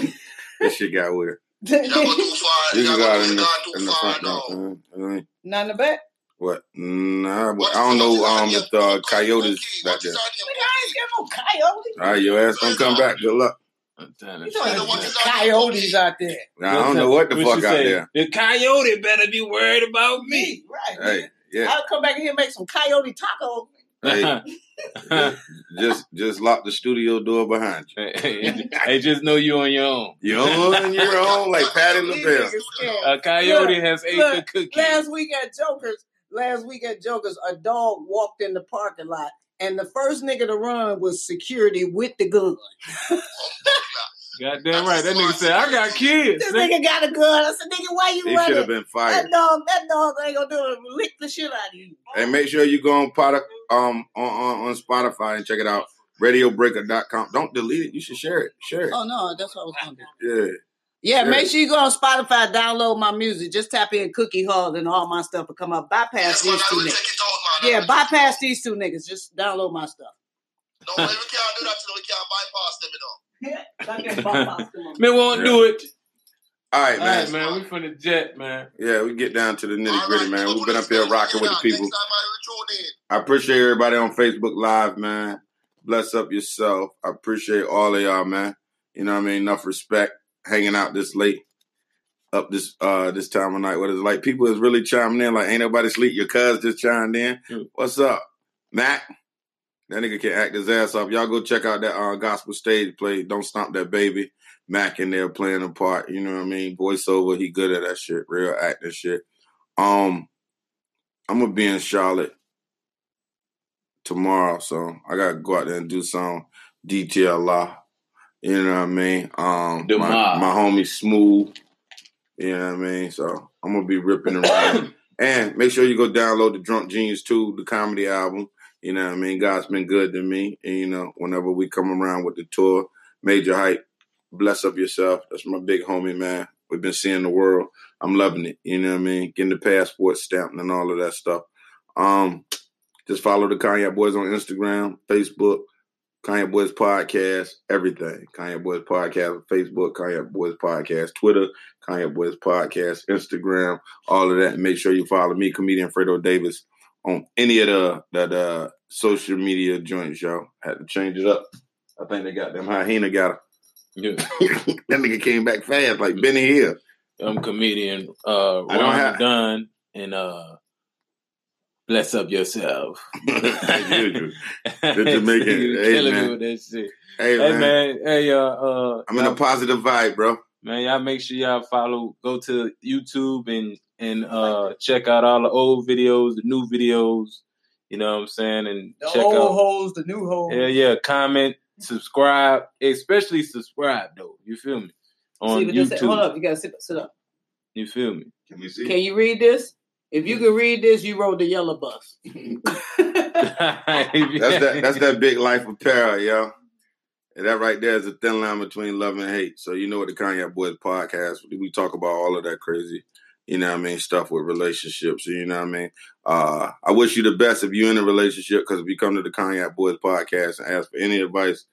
Speaker 1: I, <laughs> this shit got weird.
Speaker 5: Y'all
Speaker 1: <laughs>
Speaker 5: go too far.
Speaker 1: You
Speaker 5: Y'all
Speaker 1: just got
Speaker 5: go
Speaker 1: in the,
Speaker 5: too, gone too
Speaker 1: in the
Speaker 5: far.
Speaker 1: front door.
Speaker 5: No.
Speaker 1: uh, uh,
Speaker 3: <laughs> Not in the back.
Speaker 1: What? Nah,
Speaker 5: Watch
Speaker 1: I don't
Speaker 5: this
Speaker 1: know um,
Speaker 5: audio
Speaker 1: if the uh,
Speaker 5: book.
Speaker 1: coyotes back
Speaker 5: Watch
Speaker 1: there.
Speaker 3: Nigga,
Speaker 5: this audio
Speaker 3: I ain't scared of no coyote.
Speaker 1: All right, your ass don't come back. Good luck.
Speaker 2: I'm trying to
Speaker 3: You
Speaker 5: Nigga,
Speaker 3: know
Speaker 5: what
Speaker 2: tell
Speaker 3: there's
Speaker 5: is up?
Speaker 3: coyotes out there.
Speaker 1: Nah, I don't know what the fuck
Speaker 2: you
Speaker 1: out
Speaker 2: say,
Speaker 1: there.
Speaker 2: The coyote better be worried about me.
Speaker 3: Right.
Speaker 1: Hey,
Speaker 3: nigga.
Speaker 1: yeah,
Speaker 3: I'll come back in here and make some coyote tacos.
Speaker 2: <laughs>
Speaker 1: hey, just, just just lock the studio door behind
Speaker 3: <laughs>
Speaker 1: you.
Speaker 2: they just know you on your own.
Speaker 1: You on your own, like Patty
Speaker 3: These
Speaker 1: LaBelle.
Speaker 3: niggas scared.
Speaker 2: A coyote has ate the
Speaker 3: look,
Speaker 2: cookie.
Speaker 3: Last week at Joker's, last week at Joker's, a dog walked in the parking lot, and the first nigga to run was security with the gun.
Speaker 2: Goddamn right. That nigga said, I got kids.
Speaker 3: This nigga got a gun. I said, nigga, why you
Speaker 1: He should have
Speaker 3: running?
Speaker 1: been
Speaker 3: That
Speaker 1: fired.
Speaker 3: dog, that dog ain't gonna do it. Lick the shit out of you.
Speaker 1: And make sure you go on product um on, on, on Spotify and check it out. Radiobreaker.com. Don't delete it. You should share it. Share it.
Speaker 3: Oh no, that's what I was gonna do.
Speaker 1: Yeah.
Speaker 3: Yeah,
Speaker 1: Sure.
Speaker 3: make sure you go on Spotify, download my music. Just tap in Cookie Hall and all my stuff will come up. Bypass
Speaker 5: That's why
Speaker 3: these
Speaker 5: I
Speaker 3: two
Speaker 5: look at
Speaker 3: niggas.
Speaker 5: it all, man.
Speaker 3: Yeah, bypass these two niggas. Just download my stuff.
Speaker 5: Don't let me y'all do that to the y'all bypass them at all.
Speaker 2: Man, won't do it.
Speaker 1: All right,
Speaker 2: All
Speaker 1: man.
Speaker 2: right, man. We finna jet, man.
Speaker 1: Yeah, we get down to the nitty
Speaker 5: All
Speaker 1: gritty,
Speaker 5: right,
Speaker 1: man.
Speaker 5: people,
Speaker 1: We've been
Speaker 5: this
Speaker 1: up here
Speaker 5: is
Speaker 1: rocking with the
Speaker 5: out.
Speaker 1: people.
Speaker 5: Next time I tune in.
Speaker 1: I appreciate everybody on Facebook Live, man. Bless up yourself. I appreciate all of y'all, man. You know what I mean? Enough respect hanging out this late, up this uh this time of night. What is it like? People is really chiming in, like, ain't nobody sleep. Your cuz just chimed in.
Speaker 2: Hmm.
Speaker 1: What's up? Matt? That nigga can act his ass off. Y'all go check out that uh, gospel stage play, Don't Stomp That Baby. Mac in there playing a part. You know what I mean? Voiceover, he good at that shit. Real acting shit. Um, I'm gonna be in Charlotte tomorrow, so I gotta go out there and do some detail law. You know what I mean? Um, my,
Speaker 2: Tomorrow.
Speaker 1: my homie Smooth. You know what I mean? So I'm gonna be ripping and riding. and make sure you go download the Drunk Genius 2, the comedy album. You know what I mean? God's been good to me. And you know, whenever we come around with the tour, major hype, bless up yourself. That's my big homie, man. We've been seeing the world. I'm loving it. You know what I mean? Getting the passport stamped and all of that stuff. Um, just follow the Kanye Boys on Instagram, Facebook, Kanye Boys Podcast, everything. Kanye Boys Podcast, Facebook, Kanye Boys Podcast, Twitter, Kanye Boys Podcast, Instagram, all of that. And make sure you follow me, comedian Fredo Davis, on any of the the, the social media joints, y'all. Had to change it up. I think they got them hyena got him.
Speaker 2: Yeah.
Speaker 1: <laughs> that nigga came back fast, like Benny Hill.
Speaker 2: I'm comedian uh
Speaker 1: I don't
Speaker 2: Ron
Speaker 1: have-
Speaker 2: Dunn and uh Bless Up Yourself.
Speaker 1: <laughs> As usual.
Speaker 2: <laughs> You
Speaker 1: Jamaican. Hey,
Speaker 2: killing
Speaker 1: man.
Speaker 2: me with that shit.
Speaker 1: <laughs> Hey,
Speaker 2: Hey
Speaker 1: man.
Speaker 2: man, hey uh uh
Speaker 1: I'm in a
Speaker 2: y'all-
Speaker 1: positive vibe, bro.
Speaker 2: man, y'all make sure y'all follow go to YouTube and and uh check out all the old videos, the new videos, you know what I'm saying? And
Speaker 3: The
Speaker 2: check
Speaker 3: old
Speaker 2: out
Speaker 3: holes, the new holes.
Speaker 2: Yeah, yeah. Comment, subscribe, especially subscribe though. You feel me? On
Speaker 3: See, but this- hold
Speaker 2: YouTube.
Speaker 3: up, you gotta sit, sit up.
Speaker 2: You feel
Speaker 3: <laughs>
Speaker 2: me? <laughs>
Speaker 1: Can we see?
Speaker 3: Can you read this? If you can read this, you rode the yellow bus. <laughs>
Speaker 1: That's that. That's
Speaker 3: <laughs>
Speaker 1: that big life apparel, yo. And that right there is a thin line between love and hate. So you know what the Kanye Boys podcast, we talk about all of that crazy, you know what I mean, stuff with relationships. You know what I mean. Uh, I wish you the best if you're in a relationship because if you come to the Kanye Boys podcast and ask for any advice,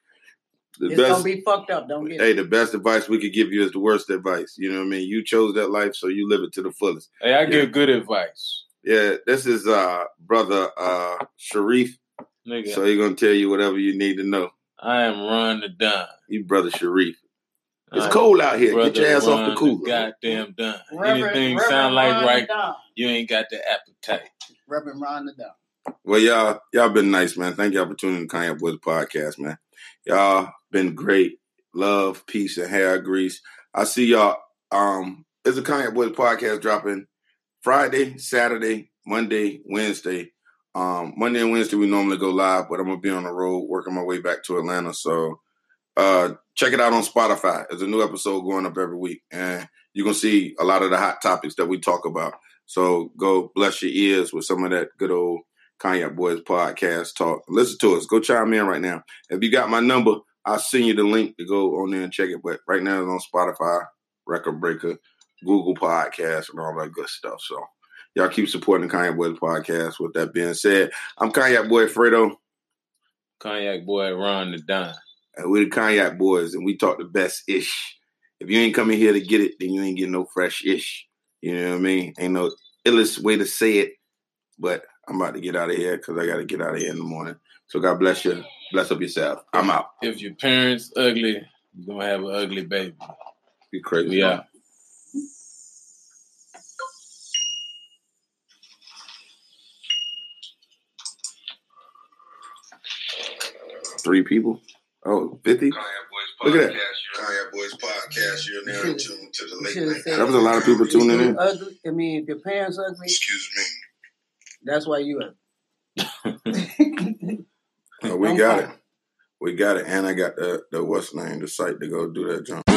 Speaker 1: the
Speaker 3: it's
Speaker 1: best
Speaker 3: gonna be fucked up. Don't get
Speaker 1: hey, the best advice we could give you is the worst advice. You know what I mean. You chose that life, so you live it to the fullest.
Speaker 2: hey, I
Speaker 1: Yeah.
Speaker 2: give good advice.
Speaker 1: Yeah, this is uh brother uh Sharif.
Speaker 2: Nigga,
Speaker 1: So he's gonna tell you whatever you need to know.
Speaker 2: I am Ron the Don.
Speaker 1: You brother Sharif. It's
Speaker 2: I am
Speaker 1: cold out here. Get
Speaker 2: brother
Speaker 1: your ass off
Speaker 2: Ron
Speaker 1: the cooler.
Speaker 2: Goddamn Don.
Speaker 3: Reverend-
Speaker 2: Anything
Speaker 3: Reverend
Speaker 2: sound like
Speaker 3: Ron
Speaker 2: right,
Speaker 3: Down.
Speaker 2: you ain't got the appetite.
Speaker 3: Reverend Ron the Down.
Speaker 1: Well, y'all, y'all been nice, man. Thank y'all for tuning in to Kanye Boys Podcast, man. Y'all been great. Love, peace, and hair grease. I see y'all. Um, it's a Kanye Boys Podcast dropping Friday, Saturday, Monday, Wednesday. Um, Monday and Wednesday we normally go live, but I'm gonna be on the road working my way back to Atlanta. So uh check it out on Spotify. There's a new episode going up every week, and you're gonna see a lot of the hot topics that we talk about. So go bless your ears with some of that good old Kanye Boys podcast talk. Listen to us. Go chime in right now. If you got my number, I'll send you the link to go on there and check it. But right now it's on Spotify, Record Breaker, Google Podcasts, and all that good stuff. So Y'all keep supporting the Kanye Boys podcast. With that being said, I'm Kanye Boy Fredo,
Speaker 2: Cognac boy Ron the Don.
Speaker 1: and we're the Kanye Boys, and we talk the best ish. If you ain't coming here to get it, then you ain't getting no fresh ish. You know what I mean? Ain't no illest way to say it, but I'm about to get out of here because I got to get out of here in the morning. So God bless you. Bless up yourself. I'm out.
Speaker 2: If your parents ugly, you're gonna have an ugly baby.
Speaker 1: Be crazy.
Speaker 2: We out.
Speaker 1: Three people. Oh, 50?
Speaker 5: Boys
Speaker 1: Look at that.
Speaker 5: Kanye Boys podcast. You're now in tune to the late
Speaker 3: Should've
Speaker 5: night.
Speaker 3: said-
Speaker 1: That was a lot of people tuning in.
Speaker 3: Ugly. I mean, if your parents ugly,
Speaker 5: Excuse me.
Speaker 3: that's why you ugly.
Speaker 1: Oh, we
Speaker 3: I'm
Speaker 1: got
Speaker 3: fine.
Speaker 1: Oh, it. We got it. And I got the, the what's name, the site to go do that, John.